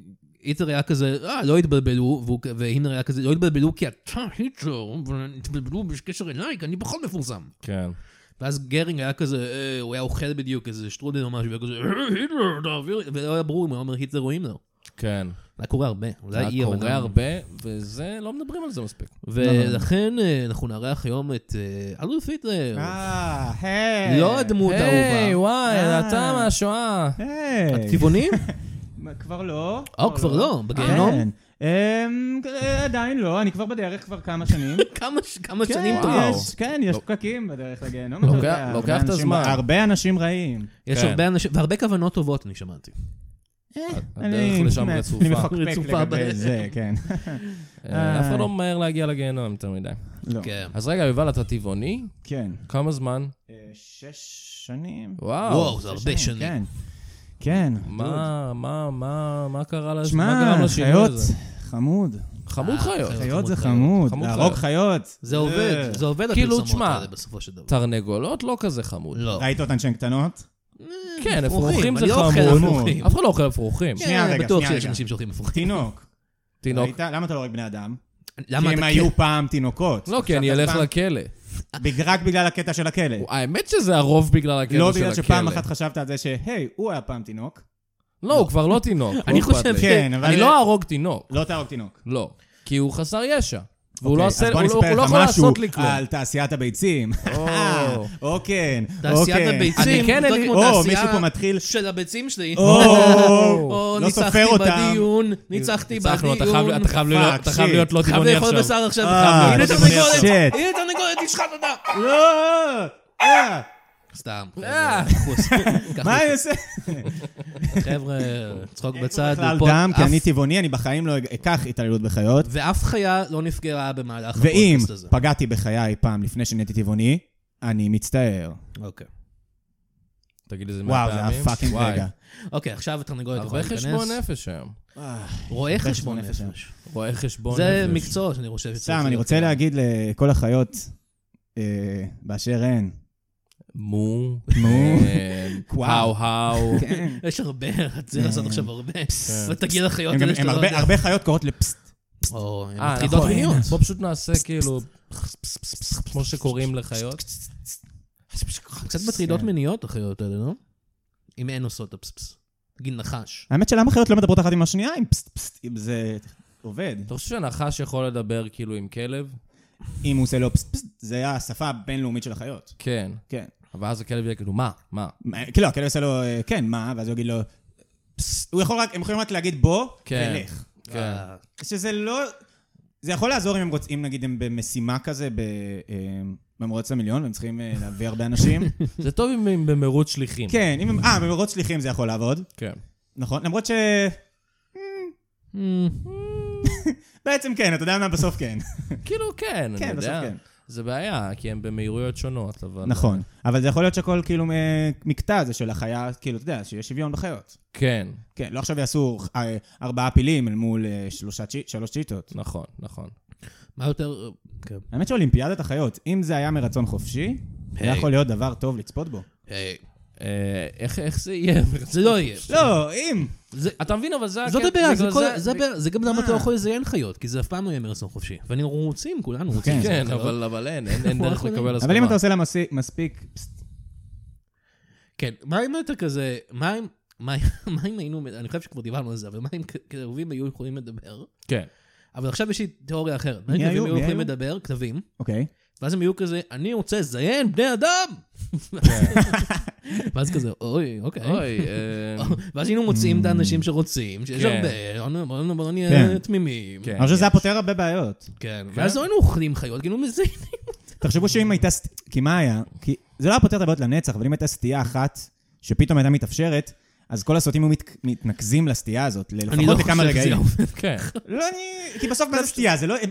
Speaker 3: והיטלר היה כזה, אה, לא התבלבלו, והוא- והימלר היה כזה, לא התבלבלו כי אתה היטלר, אבל התבלבלו בקשר אליי, כי אני פחות מפורסם.
Speaker 2: כן.
Speaker 3: ואז גרינג היה כזה, אה, הוא היה אוכל בדיוק איזה שטרודל או משהו, והיה כזה, "אה, היטלר, תעביר לי, ולא היה ברור אם הוא היה אומר היטלר או הימלר.
Speaker 2: כן.
Speaker 3: זה היה קורה הרבה, זה היה אי
Speaker 2: זה קורה
Speaker 4: אה?
Speaker 3: הבנה.
Speaker 2: הרבה, וזה, לא מדברים על זה מספיק.
Speaker 3: ולכן אה, אנחנו נארח היום את אה, אלוף היטלר.
Speaker 4: אה, היי.
Speaker 3: לא הדמות
Speaker 2: היי,
Speaker 3: האהובה.
Speaker 2: וואי,
Speaker 4: אה.
Speaker 2: אתה מהשואה.
Speaker 4: היי.
Speaker 3: טבעונים?
Speaker 4: כן. מה, כבר לא.
Speaker 3: או, כבר לא, בגיהנום.
Speaker 4: כן. אמ, אה, עדיין לא, אני כבר בדרך כבר כמה שנים.
Speaker 3: כמה ש- כמה
Speaker 4: כן,
Speaker 3: שנים
Speaker 4: יש-
Speaker 3: טובות.
Speaker 4: כן, יש
Speaker 2: לא-
Speaker 4: פקקים בדרך לגיהנום.
Speaker 2: לוקח-
Speaker 4: אתה יודע,
Speaker 2: לוקח
Speaker 4: הרבה
Speaker 2: את
Speaker 4: אנשים-
Speaker 2: הזמן.
Speaker 4: הרבה אנשים רעים.
Speaker 3: יש
Speaker 2: כן.
Speaker 3: הרבה אנשים, והרבה כוונות טובות, אני שמעתי.
Speaker 2: הדרך לשם
Speaker 4: אני
Speaker 2: רצופה.
Speaker 4: מפקפק
Speaker 3: רצופה
Speaker 4: לגבי
Speaker 3: בדרך.
Speaker 4: זה, כן.
Speaker 2: אה, אף אחד לא ממהר להגיע לגיהנום יותר מדי.
Speaker 4: לא,
Speaker 3: כן.
Speaker 2: אז רגע, יובל, אתה טבעוני?
Speaker 4: כן.
Speaker 2: כמה זמן?
Speaker 4: אה, שש שנים.
Speaker 2: וואו.
Speaker 3: וואו, זה
Speaker 4: שש
Speaker 3: הרבה שנים.
Speaker 4: כן. כן.
Speaker 2: מה, מה, מה, מה קרה לזה?
Speaker 4: שמע,
Speaker 2: מה גרם לשינוי
Speaker 4: חיות,
Speaker 2: הזה?
Speaker 4: חמוד.
Speaker 2: חמוד אה, חיות.
Speaker 4: חיות זה
Speaker 3: חמוד,
Speaker 4: חמוד.
Speaker 2: חמוד
Speaker 4: להרוג
Speaker 2: חיות.
Speaker 4: חיות. אה,
Speaker 3: זה עובד, זה עובד
Speaker 2: כאילו,
Speaker 3: הפרסומות
Speaker 2: תשמע,
Speaker 3: האלה בסופו של דבר.
Speaker 2: תרנגולות לא כזה חמוד.
Speaker 3: לא.
Speaker 4: ראית אותן שהן קטנות?
Speaker 2: כן, אפרוחים
Speaker 3: אפרוחים
Speaker 2: זה
Speaker 3: אני לא אוכל
Speaker 2: חמוד.
Speaker 3: אפרוחים.
Speaker 2: אף אחד לא אוכל אפרוחים.
Speaker 4: שנייה,
Speaker 3: כן,
Speaker 4: רגע,
Speaker 3: בטוח
Speaker 4: שנייה,
Speaker 3: שיש
Speaker 4: רגע.
Speaker 3: אנשים שאוכלים אפרוחים.
Speaker 4: תינוק.
Speaker 2: תינוק.
Speaker 4: ראית? למה אתה לא הורג בני אדם?
Speaker 3: למה אתה
Speaker 4: כי הם
Speaker 3: כן?
Speaker 4: היו פעם תינוקות.
Speaker 2: לא, כי אני
Speaker 4: עכשיו
Speaker 2: אלך
Speaker 4: אתה
Speaker 2: לכלא.
Speaker 4: פעם- בג- רק בגלל הקטע של הכלא.
Speaker 2: האמת שזה הרוב בגלל הקטע של הכלא.
Speaker 4: לא בגלל שפעם אחת חשבת על זה שהי, הוא היה פעם תינוק,
Speaker 2: לא, הוא כבר לא תינוק. לא
Speaker 3: אני
Speaker 2: אכפת
Speaker 3: חושב
Speaker 2: לי.
Speaker 3: ש-
Speaker 4: כן, אבל-
Speaker 2: אני לא אהרוג תינוק.
Speaker 4: לא תהרוג תינוק.
Speaker 2: לא. כי הוא חסר ישע. והוא
Speaker 4: אוקיי,
Speaker 2: לא
Speaker 4: אז
Speaker 2: עושה- הוא
Speaker 4: בוא
Speaker 2: לא-
Speaker 4: נספר
Speaker 2: הוא לא
Speaker 4: לך
Speaker 2: יכול
Speaker 4: משהו
Speaker 2: לעשות לי כלום.
Speaker 4: על תעשיית הביצים.
Speaker 2: או.
Speaker 4: או כן, או
Speaker 3: תעשיית
Speaker 4: כן.
Speaker 3: הביצים,
Speaker 2: אני כן,
Speaker 3: זאת
Speaker 2: אני-
Speaker 3: כמו
Speaker 4: או,
Speaker 3: תעשייה
Speaker 4: מישהו פה מתחיל...
Speaker 3: של הביצים שלי.
Speaker 4: או,
Speaker 3: או,
Speaker 4: לא
Speaker 3: ניצחתי
Speaker 4: סופר אותם.
Speaker 3: בדיון, ניצחתי
Speaker 2: ניצחנו,
Speaker 3: בדיון.
Speaker 2: אתה חייב- אתה חייב להיות- אתה חייב
Speaker 4: שיט.
Speaker 2: להיות לא
Speaker 3: חייב
Speaker 2: טבעוני
Speaker 3: לאכול
Speaker 2: עכשיו.
Speaker 3: בשר עכשיו.
Speaker 4: אה,
Speaker 3: הנה
Speaker 4: לא טבעוני
Speaker 3: תרנגולת,
Speaker 4: עכשיו. שיט.
Speaker 3: הנה תרנגולת, תשחט אותה.
Speaker 4: לא! אה,
Speaker 3: סתם.
Speaker 2: אה.
Speaker 3: חבר'ה,
Speaker 4: מה אני עושה?
Speaker 3: חבר'ה, צחוק בצד.
Speaker 4: בכלל
Speaker 3: הוא פה-
Speaker 4: דם, כי
Speaker 3: אף-
Speaker 4: אני טבעוני, אני בחיים לא אקח התעללות בחיות.
Speaker 3: ואף חיה לא נפגעה במהלך
Speaker 4: ואם
Speaker 3: הפודקאסט הזה.
Speaker 4: פגעתי בחיי פעם לפני שנהייתי טבעוני, אני מצטער.
Speaker 3: אוקיי.
Speaker 2: תגיד לי זה מאה
Speaker 4: וואו, זה
Speaker 2: פעמים.
Speaker 4: היה פאקינג
Speaker 2: וואי. לא,
Speaker 4: רגע.
Speaker 3: אוקיי, עכשיו התרנגולת יכולה
Speaker 2: הרבה
Speaker 3: להיכנס.
Speaker 2: חשבון נפש היום.
Speaker 4: אה,
Speaker 3: רואה
Speaker 4: הרבה
Speaker 3: חשבון
Speaker 4: חשבון נפש.
Speaker 3: נפש.
Speaker 2: רואה חשבון נפש.
Speaker 3: זה מקצוע שאני חושב שצריך...
Speaker 4: סתם, אני
Speaker 3: להיות.
Speaker 4: רוצה להגיד לכל החיות אה, באשר הן.
Speaker 2: מו.
Speaker 4: מו.
Speaker 2: אה,
Speaker 4: וואו.
Speaker 2: האו האו.
Speaker 4: כן.
Speaker 3: יש הרבה, צריך לעשות עכשיו הרבה. ותגיע לחיות
Speaker 4: הם גם-
Speaker 3: האלה שאתה
Speaker 4: הם
Speaker 3: לא
Speaker 4: הרבה-
Speaker 3: יודע.
Speaker 4: הרבה חיות קוראות לפסט.
Speaker 3: או, הן
Speaker 2: אה,
Speaker 3: מטרידות
Speaker 2: נכון.
Speaker 3: מיניות.
Speaker 2: בוא פשוט נעשה כאילו, כמו שקוראים לחיות.
Speaker 3: קצת מטרידות
Speaker 4: כן.
Speaker 3: מיניות החיות האלה, לא? אם הן עושות הפספס. נגיד נחש.
Speaker 4: האמת שלמה חיות לא מדברות אחת עם השנייה אם פסט פסט, אם זה עובד.
Speaker 2: אתה חושב שנחש יכול לדבר כאילו עם כלב?
Speaker 4: אם הוא עושה לו פסט פסט, זה השפה הבינלאומית של החיות.
Speaker 2: כן.
Speaker 4: כן.
Speaker 2: אבל אז הכלב יהיה כאילו, מה? מה?
Speaker 4: מה- כאילו, הכלב עושה לו, אה, כן, מה? ואז הוא יגיד לו, פסט. הוא יכול רק, הם יכולים רק להגיד בוא,
Speaker 2: כן.
Speaker 4: ולך.
Speaker 2: כן.
Speaker 3: אה,
Speaker 4: שזה לא... זה יכול לעזור אם הם רוצים, אם נגיד הם במשימה כזה, ב- אה, במרוץ למיליון, והם צריכים אה, להביא הרבה אנשים.
Speaker 2: זה טוב אם הם במרוץ שליחים.
Speaker 4: כן, אם הם... אה, במרוץ שליחים זה יכול לעבוד,
Speaker 2: כן.
Speaker 4: נכון? למרות ש...
Speaker 3: אמ,
Speaker 4: בעצם כן, אתה יודע מה? בסוף כן.
Speaker 2: כאילו, כן, אני
Speaker 4: כן, בסוף
Speaker 2: יודע.
Speaker 4: כן.
Speaker 2: זה בעיה, כי הם במהירויות שונות, אבל...
Speaker 4: נכון. אבל זה יכול להיות שהכל כאילו אה, מקטע זה של החיה, כאילו, אתה יודע, שיש שוויון בחיות.
Speaker 2: כן,
Speaker 4: כן, לא עכשיו יעשו אה, ארבעה פילים אל מול אה, שלושה צ'י- שלוש צ'יטות.
Speaker 2: נכון, נכון.
Speaker 3: מה יותר... כן.
Speaker 4: האמת שאולימפיאדת החיות, אם זה היה מרצון חופשי, זה
Speaker 3: היי.
Speaker 4: יכול להיות דבר טוב לצפות בו.
Speaker 3: היי,
Speaker 2: אה, איך איך זה יהיה?
Speaker 3: זה לא יהיה.
Speaker 4: לא, אם.
Speaker 2: אתה מבין, אבל זה...
Speaker 3: זאת
Speaker 2: הקטע,
Speaker 3: הבעיה, זה
Speaker 2: אה, כן, בגלל
Speaker 3: כל- זה הבעיה, זה גם למה אתה לא
Speaker 4: מה?
Speaker 3: יכול לזיין חיות, כי זה אף פעם לא יהיה מרצון חופשי. ואני רוצים, כולנו רוצים.
Speaker 4: כן,
Speaker 2: כן,
Speaker 3: לזיין חיות.
Speaker 2: אבל אבל אין, אין אין
Speaker 3: אנחנו
Speaker 2: דרך
Speaker 3: יכולים.
Speaker 2: לקבל הסכמה.
Speaker 4: אבל אם אתה עושה לה מסי- מספיק... פסט,
Speaker 3: כן, מה אם אתה כזה, מה אם... מה אם- מה אם היינו, אני חושב שכבר דיברנו על זה, אבל מה אם כ- כלבים היו יכולים לדבר?
Speaker 2: כן.
Speaker 3: אבל עכשיו יש לי תיאוריה אחרת. מה אם
Speaker 4: מי
Speaker 3: כלבים
Speaker 4: היו?
Speaker 3: היו
Speaker 4: מי
Speaker 3: יכולים
Speaker 4: היו?
Speaker 3: לדבר? כלבים.
Speaker 4: אוקיי.
Speaker 3: ואז הם היו כזה, אני רוצה לזיין בני אדם! ואז כזה, אוי, אוקיי.
Speaker 2: אוי, אה,
Speaker 3: ואז היינו מוצאים את האנשים שרוצים, שיש
Speaker 2: כן.
Speaker 3: הרבה, "אוקיי, בוא- בוא בוא נהיה
Speaker 4: כן.
Speaker 3: תמימים.
Speaker 2: כן.
Speaker 4: אני חושב שזה היה פותר הרבה בעיות.
Speaker 3: כן. ואז לא היינו אוכלים חיות, כאילו מזיינים.
Speaker 4: תחשבו שאם הייתה... סט- כי מה היה? כי זה לא היה פותר את הבעיות לנצח, אבל אם הייתה סטייה אחת, שפתאום הייתה מתאפשרת, אז כל הסרטים היו מת- מתנקזים לסטייה הזאת,
Speaker 3: אני לא
Speaker 4: לפחות לכמה
Speaker 3: חושב שזה
Speaker 4: רגעים.
Speaker 3: יעבוד.
Speaker 2: כן.
Speaker 4: לא, אני... כי בסוף מה זה סטייה? זה לא... הם-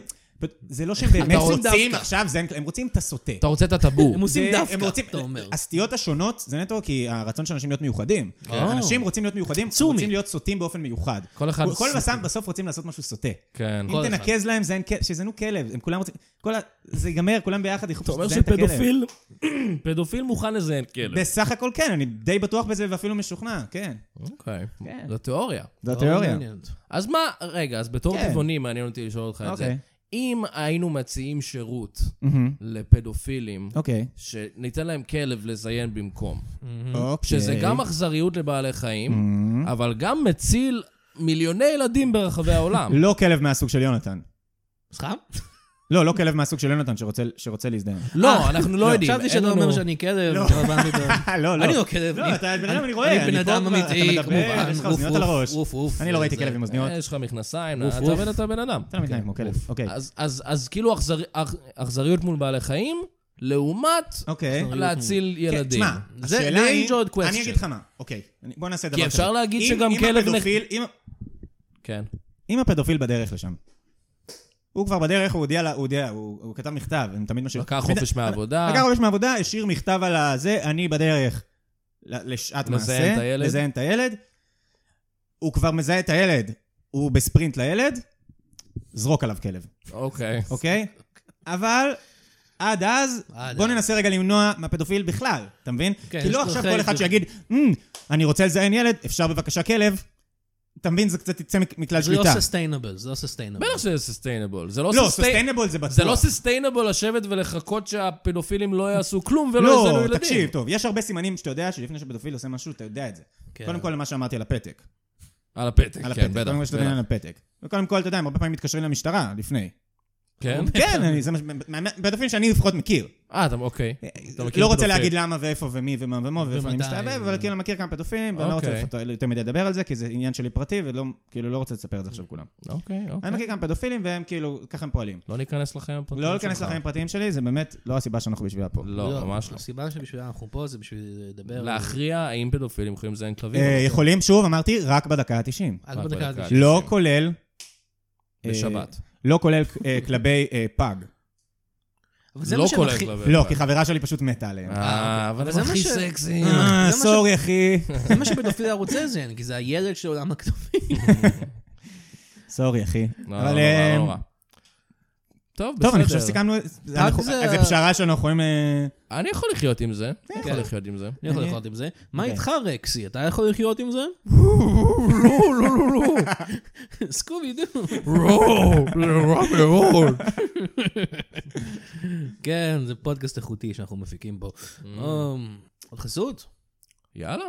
Speaker 4: זה לא שהם באמת
Speaker 3: רוצים
Speaker 4: רוצים
Speaker 3: דווקא.
Speaker 4: עכשיו, זה- הם רוצים את הסוטה.
Speaker 2: אתה רוצה את הטאבו.
Speaker 3: הם עושים
Speaker 4: זה- הם
Speaker 3: דווקא,
Speaker 4: רוצים-
Speaker 3: אתה אומר.
Speaker 4: הסטיות השונות זה נטו כי הרצון של אנשים להיות מיוחדים.
Speaker 3: אה.
Speaker 4: אנשים רוצים להיות מיוחדים,
Speaker 3: צומי.
Speaker 4: רוצים להיות סוטים באופן מיוחד.
Speaker 2: כל אחד
Speaker 4: כל
Speaker 2: סוטה.
Speaker 4: בסם בסוף רוצים לעשות משהו סוטה.
Speaker 2: כן.
Speaker 3: כל
Speaker 4: אם
Speaker 3: אחד.
Speaker 4: תנקז להם, זה אין כלב, שיזיינו כלב, הם כולם רוצים... כל ה- זה ייגמר, כולם ביחד
Speaker 2: אתה
Speaker 4: יחפשו
Speaker 2: אומר
Speaker 4: לזיין את הכלב.
Speaker 2: שפדופיל, פדופיל מוכן לזיין כלב.
Speaker 4: בסך הכל כן, אני די בטוח בזה ואפילו משוכנע, כן.
Speaker 2: אוקיי.
Speaker 4: כן.
Speaker 2: זו תיאוריה.
Speaker 4: זו
Speaker 3: לא
Speaker 4: התיאוריה.
Speaker 3: מעניין.
Speaker 2: אז מה, רגע, אז בתור
Speaker 4: כן.
Speaker 2: טבעוני מעניין אותי לשאול אותך את זה.
Speaker 4: אוקיי.
Speaker 2: אם היינו מציעים שירות Mm-hmm.
Speaker 4: מהמם.
Speaker 2: לפדופילים,
Speaker 4: אוקיי.
Speaker 2: שניתן להם כלב לזיין במקום,
Speaker 4: אוקיי. Mm-hmm.
Speaker 2: שזה גם אכזריות לבעלי חיים,
Speaker 4: מהמם.
Speaker 2: אבל גם מציל מיליוני ילדים ברחבי העולם.
Speaker 4: לא כלב מהסוג של יונתן.
Speaker 3: סליחה?
Speaker 4: לא, לא כלב מהסוג של יונתן שרוצה- שרוצה להזדיין.
Speaker 2: לא, אנחנו לא יודעים.
Speaker 3: אה, חשבתי
Speaker 2: אין
Speaker 3: שאתה
Speaker 2: לנו-
Speaker 3: אומר שאני כלב.
Speaker 4: לא.
Speaker 3: אבל אני לא-
Speaker 4: לא, לא.
Speaker 3: אני
Speaker 2: אוקיי.
Speaker 3: לא כלב.
Speaker 4: לא,
Speaker 3: אני-
Speaker 4: אתה בן אדם, אני רואה,
Speaker 3: אני בן
Speaker 4: אני פה
Speaker 3: אדם
Speaker 4: כבר- אתה
Speaker 3: אמיתי,
Speaker 4: מדבר,
Speaker 3: כמובן.
Speaker 4: אה, יש לך
Speaker 3: ווף,
Speaker 4: אוזניות
Speaker 3: ווף,
Speaker 4: על הראש.
Speaker 3: ווף, ווף.
Speaker 4: אני לא
Speaker 3: זה-
Speaker 4: ראיתי
Speaker 3: זה-
Speaker 4: כלב עם אוזניות.
Speaker 2: אה, יש לך מכנסיים,
Speaker 3: אוף,
Speaker 2: אתה
Speaker 3: אוף.
Speaker 2: עובד, אתה בן אדם.
Speaker 4: אתה לא מתנהג כמו כלב. אוקיי.
Speaker 2: אז- אז אז כאילו אכזרי- אכ- אכזריות מול בעלי חיים, לעומת
Speaker 4: אוקיי.
Speaker 2: להציל
Speaker 4: כן,
Speaker 2: ילדים.
Speaker 4: תשמע,
Speaker 3: זה-
Speaker 4: השאלה
Speaker 3: זה
Speaker 4: היא...
Speaker 3: injured question.
Speaker 4: אני אגיד לך מה, אוקיי. אני- בוא נעשה דבר כזה.
Speaker 2: כי אפשר להגיד
Speaker 4: אם-
Speaker 2: שגם
Speaker 4: אם
Speaker 2: כלב נ-
Speaker 4: הפדופיל- אם-
Speaker 2: כן.
Speaker 4: אם הפדופיל בדרך לשם, הוא כבר בדרך, הוא הודיע, לה- הוא הודיע, הוא הוא כתב מכתב, הם תמיד משאירים...
Speaker 2: לקח חופש מהעבודה.
Speaker 4: לקח חופש מהעבודה, השאיר מכתב על הזה, אני בדרך ל- לשעת
Speaker 2: לזיין
Speaker 4: מעשה.
Speaker 2: את הילד.
Speaker 4: לזיין את הילד. הוא כבר מזהה את הילד, הוא בספרינט לילד, זרוק עליו כלב,
Speaker 2: אוקיי.
Speaker 4: אוקיי? אבל... עד אז,
Speaker 3: עד
Speaker 4: בוא
Speaker 3: אז.
Speaker 4: ננסה רגע למנוע מהפדופיל בכלל, אתה מבין?
Speaker 3: כן,
Speaker 4: כי
Speaker 3: יש
Speaker 4: לא עכשיו
Speaker 3: דרכי-
Speaker 4: כל אחד
Speaker 3: דרכי-
Speaker 4: שיגיד, "אמ, אני רוצה לזיין ילד, אפשר בבקשה כלב. אתה מבין? זה קצת יצא מק- מכלל
Speaker 3: זה לא
Speaker 4: שליטה.
Speaker 3: סוסטיינבל, זה לא סוסטיינבל.
Speaker 2: בטח שזה סוסטיינבול. זה לא
Speaker 4: לא,
Speaker 2: sustain-
Speaker 4: סוסטיינבול זה בטוח.
Speaker 2: זה לא סוסטיינבול לשבת ולחכות שהפדופילים לא יעשו כלום ולא יזנו
Speaker 4: לא,
Speaker 2: ילדים.
Speaker 4: תקשיב, טוב, יש הרבה סימנים שאתה יודע שלפני שפדופיל עושה משהו, אתה יודע את זה.
Speaker 3: כן.
Speaker 4: קודם כל, מה שאמרתי על הפתק.
Speaker 2: על הפתק,
Speaker 4: על הפתק.
Speaker 2: כן, בטח.
Speaker 4: קודם כל, שאתה יודע על הפתק. וקודם כל, אתה יודע, הם הרבה פעמים מתקשרים למשטרה, לפני.
Speaker 2: כן?
Speaker 4: כן, אני- זה מה ש... מה- מה- פדופיל שאני לפחות מכיר.
Speaker 2: אה, אתה אוקיי. אתה מכיר
Speaker 4: לא רוצה
Speaker 2: פדופיל.
Speaker 4: להגיד למה ואיפה ומי ומה ומה ואיפה אני
Speaker 3: ומתי.
Speaker 4: מסתובב, אבל כאילו מכיר כמה פדופילים, ואני לא רוצה
Speaker 2: אוקיי.
Speaker 4: לפתוח- יותר מדי לדבר על זה, כי זה עניין שלי פרטי, ולא, כאילו, לא רוצה לספר את זה עכשיו כולם.
Speaker 2: אוקיי,
Speaker 4: אני
Speaker 2: אוקיי.
Speaker 4: מכיר כמה פדופילים, והם כאילו, ככה הם פועלים.
Speaker 2: לא ניכנס לחיים הפרטיים
Speaker 4: לא להיכנס
Speaker 2: שלך.
Speaker 4: לחיים פרטיים שלי, זה באמת לא הסיבה שאנחנו בשבילה פה.
Speaker 2: לא, ממש לא.
Speaker 3: הסיבה שבשבילה אנחנו פה זה בשביל לדבר.
Speaker 2: להכריע האם פדופילים יכולים לזיין כלבים.
Speaker 4: אה,
Speaker 2: או לא.
Speaker 4: יכולים, שוב, אמרתי, רק בדקה ה-90.
Speaker 3: רק
Speaker 2: רק
Speaker 3: בדקה
Speaker 2: בדקה.
Speaker 3: הזאת.
Speaker 4: לא כולל... אה,
Speaker 2: בשבת.
Speaker 4: לא כולל אה, כלבי אה, פג.
Speaker 3: אבל זה
Speaker 2: לא
Speaker 3: מה שהם
Speaker 2: כולל
Speaker 3: הכי-
Speaker 2: כלבים.
Speaker 4: לא, כי חברה שלי פשוט מתה עליהם.
Speaker 2: אה, אבל
Speaker 3: אבל
Speaker 2: הם
Speaker 3: זה מה
Speaker 2: הכי
Speaker 3: ש-
Speaker 2: סקסיים.
Speaker 4: אה,
Speaker 3: זה מה ש-
Speaker 4: סורי, אחי.
Speaker 3: זה מה שבדופיליה רוצה זה, כי זה הילד של עולם הכתובים.
Speaker 4: סורי, אחי.
Speaker 2: לא,
Speaker 4: אבל...
Speaker 2: לא,
Speaker 4: אה,
Speaker 2: לא, לא, לא. טוב, בסדר.
Speaker 4: טוב, אני חושב שסיכמנו... את- זה- אנחנו-
Speaker 3: זה-
Speaker 4: אז זו פשרה שאנחנו יכולים... אה,
Speaker 2: אני יכול לחיות עם זה.
Speaker 4: כן.
Speaker 2: אני יכול לחיות עם זה.
Speaker 3: אני יכול לחיות עם זה. מה
Speaker 4: אוקיי.
Speaker 3: איתך רקסי? אתה יכול לחיות עם זה?
Speaker 2: לא, לא, לא, לא.
Speaker 3: סקובי דו.
Speaker 2: רוב, רע מאוד.
Speaker 3: כן, זה פודקאסט איכותי שאנחנו מפיקים פה.
Speaker 2: Mm.
Speaker 3: אמ, עוד חסות?
Speaker 2: יאללה.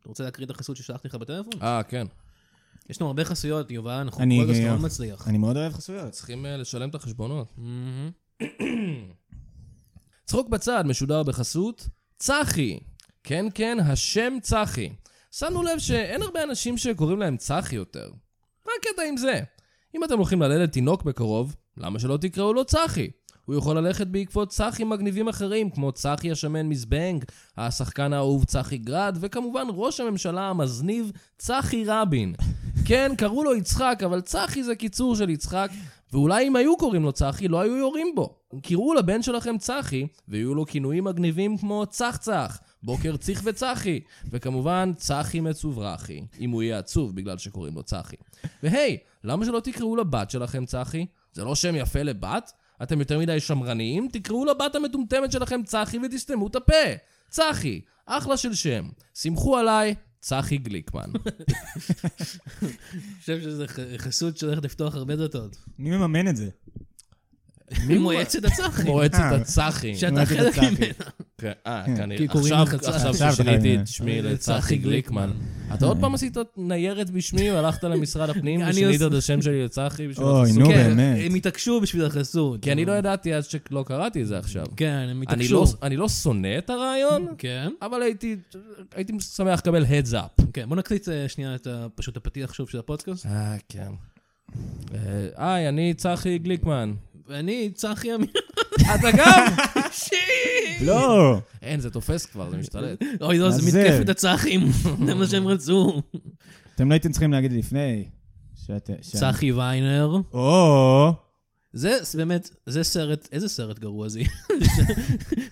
Speaker 3: אתה רוצה להקריא את החסות ששלחתי לך בטלפון?
Speaker 2: אה, כן.
Speaker 3: יש לנו הרבה חסויות, יובל, אנחנו
Speaker 4: אני-
Speaker 3: פודקאסט מאוד מצליח.
Speaker 4: אני מאוד אוהב חסויות.
Speaker 2: צריכים אה, לשלם את החשבונות.
Speaker 3: מהמם.
Speaker 2: צחוק בצד משודר בחסות צחי. כן, כן, השם צחי. שמנו לב שאין הרבה אנשים שקוראים להם צחי יותר. מה הקטע עם זה? אם אתם הולכים ללדת תינוק בקרוב, למה שלא תקראו לו צחי? הוא יכול ללכת בעקבות צחים מגניבים אחרים, כמו צחי השמן מזבנג, השחקן האהוב צחי גרד, וכמובן ראש הממשלה המזניב צחי רבין. כן, קראו לו יצחק, אבל צחי זה קיצור של יצחק, ואולי אם היו קוראים לו צחי, לא היו יורים בו. קראו לבן שלכם צחי, ויהיו לו כינויים מגניבים כמו צח צח, בוקר ציך וצחי, וכמובן צחי מצוברחי, אם הוא יהיה עצוב בגלל שקוראים לו צחי. והי, למה שלא תקראו לבת שלכם צחי? זה לא שם יפה לבת? אתם יותר מדי שמרניים? תקראו לבת המטומטמת שלכם צחי ותסתמו את הפה. צחי, אחלה של שם. סמכו עליי, צחי גליקמן.
Speaker 3: אני חושב שזו ח- חסות שהולכת לפתוח הרבה דלתות.
Speaker 4: מי מממן את זה?
Speaker 3: מועצת הצחי.
Speaker 2: מועצת
Speaker 4: אה,
Speaker 2: הצחי.
Speaker 3: שאתה
Speaker 4: מועצת
Speaker 3: חלק
Speaker 4: הצחי.
Speaker 3: ממנה.
Speaker 2: כן, אה,
Speaker 4: כן.
Speaker 2: כנראה.
Speaker 3: כי קוראים
Speaker 2: עכשיו-
Speaker 3: לך צחי. אה.
Speaker 2: עכשיו
Speaker 4: עכשיו
Speaker 2: ששיניתי
Speaker 4: אתה-
Speaker 2: את שמי
Speaker 3: לצחי
Speaker 2: לצחי גליקמן. אתה עוד פעם עשית ניירת בשמי, הלכת למשרד הפנים
Speaker 3: אני
Speaker 2: ושינית
Speaker 3: עוש-
Speaker 2: את השם שלי לצחי בשביל
Speaker 4: אוי,
Speaker 2: החסות?
Speaker 4: נו,
Speaker 3: כן,
Speaker 4: באמת.
Speaker 3: הם התעקשו בשביל החסות.
Speaker 2: כי אני לא ידעתי אז שלא קראתי את זה עכשיו.
Speaker 3: כן, הם
Speaker 2: אני
Speaker 3: התעקשו.
Speaker 2: לא- אני לא שונא את הרעיון,
Speaker 3: כן.
Speaker 2: אבל הייתי הייתי שמח לקבל heads up.
Speaker 3: כן, בוא נקליט אה, שנייה את ה- פשוט הפתיח שוב של הפודקאסט.
Speaker 2: אה, כן. אה, היי, אני צחי גליקמן.
Speaker 3: ואני צחי אמ- אמיר.
Speaker 2: אתה גם?
Speaker 4: לא!
Speaker 2: אין, זה תופס כבר, זה משתלט.
Speaker 3: אוי, לא, זה
Speaker 4: אז זה.
Speaker 3: מתקפת הצחים. זה מה שהם רצו.
Speaker 4: אתם לא הייתם צריכים להגיד לי לפני. שאתם... שאני-
Speaker 3: צחי ויינר.
Speaker 4: או...
Speaker 3: זה ס- באמת, זה סרט, איזה סרט גרוע זה?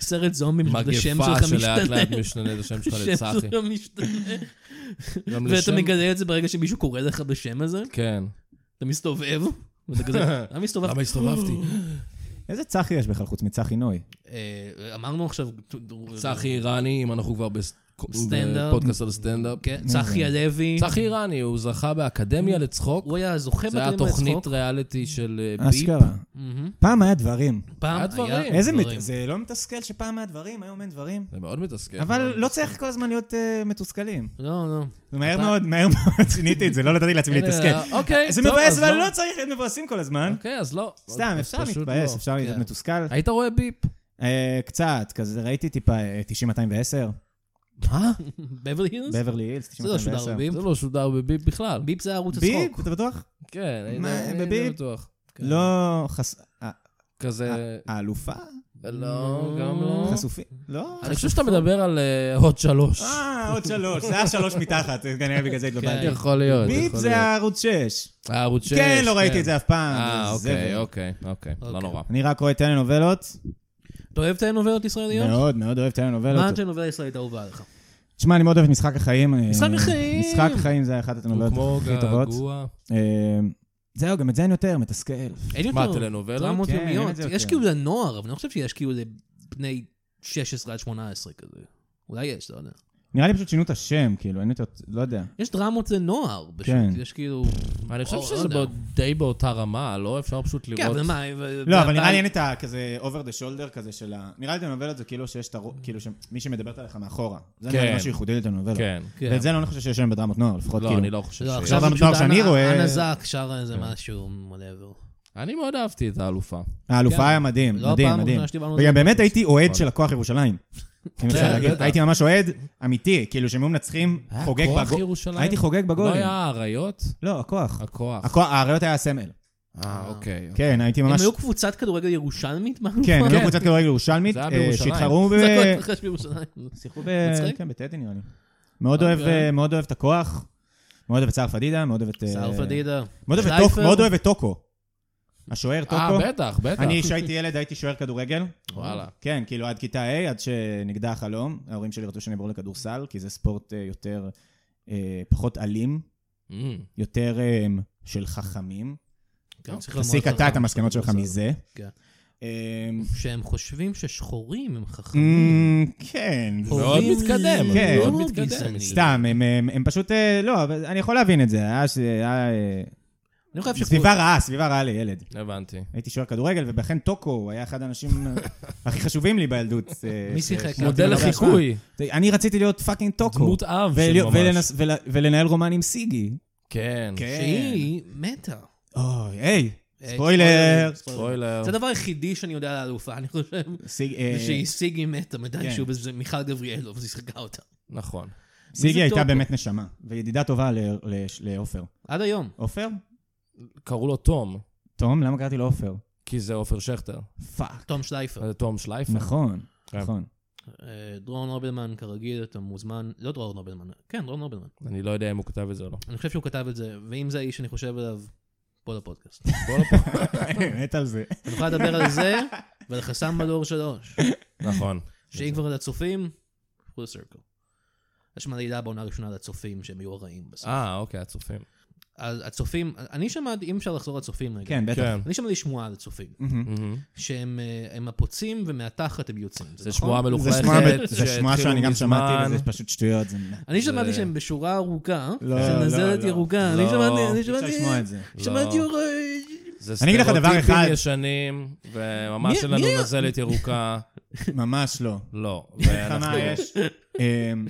Speaker 3: סרט זומבים, פשוט השם
Speaker 2: מגפה
Speaker 3: שלך
Speaker 2: שלאט לאט
Speaker 3: משתנה.
Speaker 2: משתנה את השם שלך
Speaker 3: השם
Speaker 2: לצחי.
Speaker 3: שלך משתנה.
Speaker 2: גם
Speaker 3: ואתה
Speaker 2: לשם-
Speaker 3: מגלה את זה ברגע שמישהו קורא לך בשם הזה,
Speaker 2: כן.
Speaker 3: אתה מסתובב, ואתה כזה, אתה מסתובב.
Speaker 2: למה הסתובבתי?
Speaker 4: איזה צחי יש בכלל חוץ מצחי נוי?
Speaker 3: אה, אמרנו עכשיו...
Speaker 2: צחי איראני, אם אנחנו כבר בס-
Speaker 3: סטנדאפ.
Speaker 2: פודקאסט על סטנדאפ.
Speaker 3: כן, צחי הלוי.
Speaker 2: צחי רני, הוא זכה באקדמיה לצחוק.
Speaker 3: הוא היה זוכה
Speaker 2: זה היה
Speaker 3: בקדמיה
Speaker 2: תוכנית
Speaker 3: לצחוק.
Speaker 2: ריאליטי של אה, ביפ.
Speaker 4: אשכרה.
Speaker 3: מהמם.
Speaker 4: פעם היה דברים.
Speaker 3: פעם
Speaker 2: היה כן, דברים.
Speaker 3: היה
Speaker 4: איזה... מת-
Speaker 3: דברים.
Speaker 4: זה לא מתסכל שפעם היה דברים, היום אין דברים.
Speaker 2: זה מאוד כן, מתסכל.
Speaker 4: אבל לא צריך כל הזמן להיות אה, מתוסכלים.
Speaker 3: לא, לא.
Speaker 4: מהר מאוד, מהר מאוד שיניתי את זה, לא נתתי לעצמי
Speaker 2: הנה,
Speaker 4: להתסכל.
Speaker 2: אה, אוקיי,
Speaker 4: זה
Speaker 2: טוב,
Speaker 4: מבאס,
Speaker 2: אז
Speaker 4: אבל לא צריך להיות מבואסים כל הזמן.
Speaker 2: אוקיי, אז לא.
Speaker 4: סתם,
Speaker 2: אז
Speaker 4: אפשר
Speaker 2: פשוט
Speaker 4: להתבאס,
Speaker 2: לא.
Speaker 4: אפשר להיות
Speaker 3: כן.
Speaker 4: מתוסכל.
Speaker 2: היית רואה ביפ?
Speaker 4: אה, קצת, כזה ראיתי טיפה אה, 90-210,
Speaker 2: מה?
Speaker 3: בברלי הילס?
Speaker 4: בברלי הילס, 90-210.
Speaker 3: זה לא שודר בביפ.
Speaker 2: זה לא שודר בביפ בכלל.
Speaker 3: ביפ זה ערוץ הצחוק.
Speaker 4: ביפ, אתה בטוח?
Speaker 2: כן,
Speaker 4: מה,
Speaker 2: הייתי- הייתי
Speaker 4: בביפ?
Speaker 2: בטוח. כן.
Speaker 4: לא חס... אה,
Speaker 2: כזה...
Speaker 4: האלופה?
Speaker 2: לא, גם לא.
Speaker 4: חשופי? לא?
Speaker 2: אני חושב שאתה מדבר על אה, עוד שלוש.
Speaker 4: אה, עוד שלוש, זה היה שלוש מתחת, זה כנראה בגלל זה התבלבלתי.
Speaker 2: כן, יכול להיות.
Speaker 4: ביפ
Speaker 2: יכול
Speaker 4: זה
Speaker 2: להיות.
Speaker 4: הערוץ 6.
Speaker 2: הערוץ שש.
Speaker 4: כן, לא ראיתי את זה אף פעם.
Speaker 2: אה,
Speaker 4: זה
Speaker 2: אוקיי,
Speaker 4: זבל.
Speaker 2: אוקיי, אוקיי. לא
Speaker 3: אוקיי.
Speaker 2: נורא.
Speaker 4: אני רק רואה טלנובלות,
Speaker 3: אתה אוהב את הנובלות ישראליות?
Speaker 4: מאוד מאוד אוהב
Speaker 3: מה
Speaker 4: טלנובלות.
Speaker 3: הנובלה ישראלית אהובה עליך?
Speaker 4: תשמע, אני מאוד אוהב את משחק החיים. אה,
Speaker 3: משחק החיים!
Speaker 4: משחק החיים זה אחת
Speaker 2: הוא
Speaker 4: הטלנובלות
Speaker 2: כמו
Speaker 4: לא הכי טובות.
Speaker 2: געגוע.
Speaker 4: אה, זהו, גם את זה אין יותר, מתסכל.
Speaker 3: אין
Speaker 2: מה, לא-
Speaker 3: יותר
Speaker 2: טלנובלה?
Speaker 3: דרמות
Speaker 4: כן, אין
Speaker 3: יומיות.
Speaker 4: את זה
Speaker 3: יש
Speaker 4: יותר.
Speaker 3: כאילו לנוער, אבל אני לא חושב שיש כאילו לבני 16 עד 18 כזה. אולי יש, לא יודע.
Speaker 4: נראה לי פשוט שינו את השם, כאילו, אין יותר, לא יודע.
Speaker 3: יש דרמות לנוער, פשוט.
Speaker 4: כן.
Speaker 3: יש כאילו...
Speaker 2: אני חושב
Speaker 3: או, לא
Speaker 2: שזה
Speaker 3: יודע.
Speaker 2: בא- די באותה רמה, לא? אפשר פשוט לראות...
Speaker 3: כן, אבל מה...
Speaker 4: לא, אבל נראה לי אין את הכזה over the shoulder כזה של ה... נראה לי טלנובלות זה כאילו שיש את הרו... כאילו שמי שמדברת עליך מאחורה. זה נראה
Speaker 2: כן.
Speaker 4: לי משהו ייחודי לטלנובלות.
Speaker 2: כן.
Speaker 3: כן.
Speaker 4: ואת זה אני לא חושב שיש היום בדרמות נוער, לפחות
Speaker 2: לא,
Speaker 4: כאילו.
Speaker 2: אני לא חושב
Speaker 3: לא,
Speaker 2: ש...
Speaker 3: עכשיו
Speaker 4: אבל
Speaker 3: פשוט
Speaker 4: בתואר שאני
Speaker 3: אנה-
Speaker 4: רואה- כן.
Speaker 3: אנה זק שרה איזה משהו, whatever.
Speaker 2: אני מאוד אהבתי את האלופה.
Speaker 3: כן.
Speaker 4: האלופה היה מדהים,
Speaker 3: לא
Speaker 4: מדהים,
Speaker 3: הפעם
Speaker 4: מדהים.
Speaker 3: הראשונה שדיברנו על זה.
Speaker 4: וגם באמת הייתי אוהד של הכוח ירושלים. אם אפשר
Speaker 2: כן,
Speaker 4: להגיד.
Speaker 2: בטח.
Speaker 4: הייתי ממש אוהד אמיתי, כאילו שהם היו מנצחים,
Speaker 2: היה
Speaker 4: חוגג
Speaker 2: כוח
Speaker 4: בגול.
Speaker 2: ירושלים?
Speaker 4: הייתי חוגג
Speaker 2: לא
Speaker 4: בגולים.
Speaker 2: היה האריות?
Speaker 4: לא, הכוח.
Speaker 2: הכוח.
Speaker 4: הכוח- האריות היה הסמל.
Speaker 2: אה, אוקיי.
Speaker 4: כן, הייתי
Speaker 3: הם
Speaker 4: ממש...
Speaker 3: היו קבוצת כדורגל ירושלמית? מה?
Speaker 4: כן, הם היו
Speaker 2: כן.
Speaker 4: קבוצת כדורגל ירושלמית,
Speaker 2: זה היה
Speaker 4: אה,
Speaker 2: בירושלים.
Speaker 4: שהתחרו ב...
Speaker 3: זה הכל התרחש בירושלים.
Speaker 4: שיחקו ב...
Speaker 3: מצחיק.
Speaker 4: כן, בטדי נראה לי. מאוד אוהב,
Speaker 3: אוקיי.
Speaker 4: אה, מאוד אוהב את הכוח, מאוד אוהב את סער פדידה, מאוד אוהב את... אה,
Speaker 3: סער פדידה.
Speaker 4: מאוד אוהב את
Speaker 3: שלייפר.
Speaker 4: טוק- מאוד אוהב את טוקו. השוער
Speaker 2: אה,
Speaker 4: טוקו.
Speaker 2: בטח, בטח.
Speaker 4: אני, כשהייתי ילד, הייתי שוער כדורגל.
Speaker 2: וואלה.
Speaker 4: כן, כאילו עד כיתה A, עד שנגדע החלום. ההורים שלי רצו שאני אעבור לכדורסל, כי זה ספורט אה, יותר, אה, פחות אלים,
Speaker 2: אמ,
Speaker 4: יותר אה, של חכמים.
Speaker 3: גם צריך ללמוד
Speaker 4: תסיק אתה
Speaker 3: חכם.
Speaker 4: את המסקנות שלך מזה.
Speaker 3: כן.
Speaker 4: אה,
Speaker 3: שהם חושבים ששחורים הם חכמים. לא
Speaker 4: אמ, כן.
Speaker 2: מאוד
Speaker 3: הורים
Speaker 2: מתקדם,
Speaker 4: כן.
Speaker 2: מאוד
Speaker 3: מאוד
Speaker 2: מתקדם.
Speaker 3: גזעני.
Speaker 4: סתם, הם- הם הם פשוט, אה, לא, אבל אני יכול להבין את זה. היה ש- היה, אה,
Speaker 3: אני חושב
Speaker 4: סביבה רעה, סביבה רעה לילד.
Speaker 2: הבנתי.
Speaker 4: הייתי שוער כדורגל, ובכן טוקו הוא היה אחד האנשים הכי חשובים לי בילדות. אה,
Speaker 3: מי
Speaker 4: ש-
Speaker 3: שיחק?
Speaker 4: ש-
Speaker 2: מודל
Speaker 4: לא
Speaker 2: לחיקוי,
Speaker 4: אני רציתי להיות פאקינג טוקו.
Speaker 2: דמות אב
Speaker 4: ול-
Speaker 2: של ממש.
Speaker 4: אוקיי. ולנס- ול- ולנהל רומן עם סיגי.
Speaker 2: כן.
Speaker 3: שהיא מתה.
Speaker 4: אוי, היי, ספוילר.
Speaker 2: ספוילר.
Speaker 3: זה הדבר היחידי שאני יודע על האלופה, אני חושב.
Speaker 4: סיג- אה,
Speaker 3: זה שהיא סיגי מתה מתישהו,
Speaker 4: כן.
Speaker 3: וזה מיכל גבריאלוב, אז היא שחקה אותה.
Speaker 2: נכון.
Speaker 4: סיגי
Speaker 3: זה
Speaker 4: הייתה
Speaker 3: טוקו?
Speaker 4: באמת נשמה, וידידה טובה ל- ל- לעופר.
Speaker 3: עד היום.
Speaker 4: עופר?
Speaker 2: קראו לו תום,
Speaker 4: תום, למה קראתי לו עופר?
Speaker 2: כי זה עופר שכטר.
Speaker 4: פאק.
Speaker 3: תום שלייפר.
Speaker 2: זה תום שלייפר.
Speaker 4: נכון,
Speaker 2: כן.
Speaker 4: נכון.
Speaker 3: אה, דרור נובלמן, כרגיל, אתה מוזמן. לא דרור נובלמן, כן, דרור נובלמן.
Speaker 2: אני לא יודע אם הוא כתב את זה או לא.
Speaker 3: אני חושב שהוא כתב את זה, ואם זה האיש שאני חושב עליו, פה לפודקאסט.
Speaker 2: בוא לפה.
Speaker 4: מת על זה.
Speaker 3: נוכל לדבר על זה ועל חסם בדור שלוש.
Speaker 2: נכון.
Speaker 3: שאם כבר לצופים, פול סרקל. יש מעלילה בעונה הראשונה לצופים שהם היו הרעים בסוף.
Speaker 2: אה, אוקיי, הצופים.
Speaker 3: אז הצופים, אני שמעתי, אם אפשר לחזור לצופים רגע.
Speaker 4: כן, בטח.
Speaker 2: כן.
Speaker 3: אני שמעתי שמועה על הצופים,
Speaker 4: מהמם.
Speaker 2: מהמם.
Speaker 3: שהם אה, הם הפוצים ומהתחת הם יוצאים.
Speaker 2: זה
Speaker 3: נכון?
Speaker 2: שמועה
Speaker 4: זה
Speaker 2: מלוכלכת.
Speaker 4: שמועה ב- זה
Speaker 2: שהתחילו
Speaker 4: שמועה שאני גם שמעתי,
Speaker 2: מזמן.
Speaker 4: וזה פשוט שטויות. זה-
Speaker 3: אני
Speaker 2: זה-
Speaker 3: שמעתי שהם בשורה ארוכה,
Speaker 4: לא,
Speaker 3: של
Speaker 4: לא,
Speaker 3: נזלת
Speaker 4: לא.
Speaker 3: ירוקה.
Speaker 2: לא,
Speaker 3: אני שמעתי,
Speaker 2: אי
Speaker 3: אני
Speaker 4: אפשר
Speaker 3: שמעתי,
Speaker 4: לשמוע את זה.
Speaker 3: שמעתי,
Speaker 2: לא.
Speaker 3: אור-
Speaker 2: זה
Speaker 4: אני אגיד לך דבר אחד.
Speaker 2: סטריאוטיפים ישנים, וממש
Speaker 3: מי-
Speaker 2: אין לנו
Speaker 3: מי היה-
Speaker 2: נזלת ירוקה.
Speaker 4: ממש לא.
Speaker 2: לא.
Speaker 4: כמה
Speaker 2: ואנחנו-
Speaker 4: יש? אמ,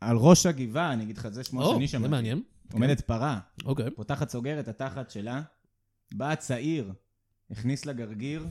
Speaker 4: על ראש הגבעה, אני אגיד לך, זה שמועה
Speaker 3: או,
Speaker 4: שאני
Speaker 3: זה
Speaker 4: שמעתי.
Speaker 3: מעניין.
Speaker 4: עומדת פרה,
Speaker 3: אוקיי.
Speaker 4: פותחת סוגרת התחת שלה, בא הצעיר, הכניס לה גרגיר,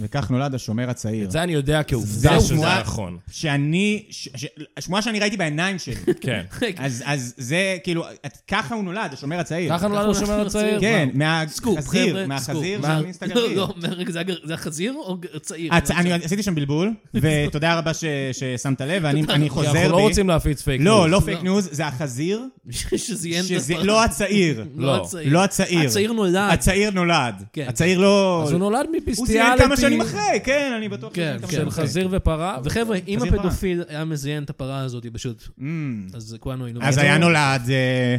Speaker 4: וכך נולד השומר הצעיר.
Speaker 2: את זה אני יודע
Speaker 4: זה
Speaker 2: כעובדה שזה
Speaker 4: שמועה-
Speaker 2: נכון.
Speaker 4: שאני, ש- ש- השמועה שאני ראיתי בעיניים שלי.
Speaker 2: כן.
Speaker 4: אז אז זה כאילו, את- ככה הוא נולד, השומר הצעיר.
Speaker 2: ככה נולד
Speaker 3: אנחנו
Speaker 2: השומר הצעיר.
Speaker 4: כן,
Speaker 3: סקופ,
Speaker 4: מהחזיר,
Speaker 3: חבר'ה,
Speaker 4: מהחזיר
Speaker 3: סקופ.
Speaker 4: שהכניס את
Speaker 3: לא,
Speaker 4: הגרגיר.
Speaker 3: לא, רגע, זה הגר- זה החזיר או ג- צעיר?
Speaker 2: לא,
Speaker 4: הצ- אני עשיתי שם בלבול, ותודה רבה ש- ששמת לב, ואני אני
Speaker 2: כי
Speaker 4: חוזר בי.
Speaker 2: אנחנו לא רוצים להפיץ פייק
Speaker 4: לא,
Speaker 2: ניוז.
Speaker 4: לא פייק ניוז, זה החזיר,
Speaker 3: שזיין את
Speaker 4: שזה
Speaker 3: הפרצוף.
Speaker 4: לא הצעיר.
Speaker 2: לא,
Speaker 4: לא הצעיר.
Speaker 3: הצעיר נולד.
Speaker 4: הצעיר נולד.
Speaker 3: כן.
Speaker 4: הצעיר לא...
Speaker 2: אז הוא נולד
Speaker 4: הוא זיין כמה שנים
Speaker 2: מפיסטיאליטי
Speaker 4: אחרי, כן, אני בטוח שהוא
Speaker 3: כן,
Speaker 4: זיין כמה
Speaker 3: כן.
Speaker 4: שנים
Speaker 2: של
Speaker 4: אחרי.
Speaker 2: חזיר ופרה.
Speaker 3: וחבר'ה, אם
Speaker 4: חזיר
Speaker 3: הפדופיל היה מזיין את הפרה הזאת פשוט,
Speaker 4: אמ,
Speaker 3: אז כולנו היינו...
Speaker 4: אז היה נולד אה,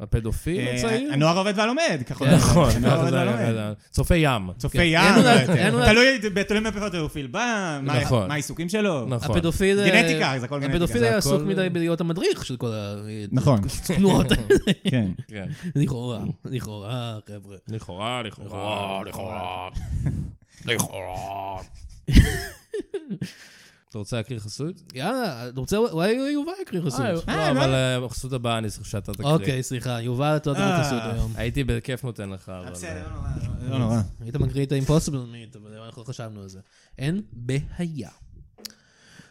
Speaker 2: הפדופיל
Speaker 4: אה, לא,
Speaker 2: הצעיר?
Speaker 4: הנוער העובד והלומד, ככל הנראה.
Speaker 2: נכון,
Speaker 4: כן, הנוער העובד
Speaker 2: אתה יודע,
Speaker 4: והלומד.
Speaker 2: אתה יודע, צופי ים.
Speaker 4: צופה
Speaker 3: כן.
Speaker 4: ים,
Speaker 3: אין
Speaker 4: לא
Speaker 3: עונה-
Speaker 4: יותר.
Speaker 3: אין עונה-
Speaker 4: תלוי תלוי מאיפה הפדופיל בא, מה-
Speaker 2: נכון.
Speaker 4: מה העיסוקים שלו.
Speaker 2: נכון.
Speaker 3: הפדופיל... אה,
Speaker 4: גנטיקה, זה הכל גנטיקה,
Speaker 3: הפדופיל
Speaker 4: זה
Speaker 3: היה
Speaker 2: הכל-
Speaker 3: עסוק מדי בלהיות המדריך של כל ה...
Speaker 4: נכון.
Speaker 3: תנועות האלה.
Speaker 4: כן.
Speaker 2: כן.
Speaker 3: לכאורה, לכאורה, חבר'ה.
Speaker 2: לכאורה, לכאורה, לכאורה. לכאורה. אתה רוצה להקריא חסות?
Speaker 3: אה, יאללה, אתה רוצה, אולי יובל יקריא חסות.
Speaker 2: אה, לא, אבל אה, בחסות הבאה אני צריך שאתה תקריא.
Speaker 3: אוקיי, סליחה, יובל, אתה לא תקריא
Speaker 4: אה.
Speaker 3: חסות היום.
Speaker 2: הייתי בכיף נותן לך, אבל...
Speaker 4: בסדר, לא נורא, לא נורא.
Speaker 3: היית מקריא את האימפוסיבל מיט, אבל אנחנו לא חשבנו על זה. אין בעיה.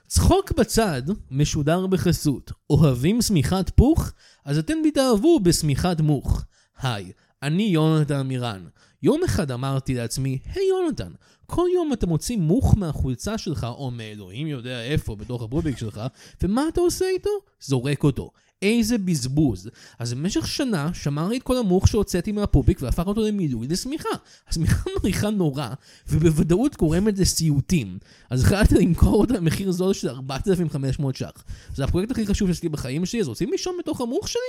Speaker 3: צחוק בצד משודר בחסות. אוהבים שמיכת פוך? אז אתם תתאהבו בשמיכת מוך. היי, אני יונתן מירן. יום אחד אמרתי לעצמי, היי יונתן, כל יום אתה מוציא מוך מהחולצה שלך, או מאלוהים יודע איפה, בתוך הבוביק שלך, ומה אתה עושה איתו? זורק אותו. איזה בזבוז. אז במשך שנה שמרתי את כל המוך שהוצאתי מהפוביק והפך אותו למילוי לשמיכה. השמיכה מריחה נורא, ובוודאות גורמת לסיוטים. אז החלטתי למכור אותה במחיר זול של 4,500 ש"ח. זה הפרויקט הכי חשוב שעשיתי בחיים שלי, אז רוצים לישון בתוך המוך שלי?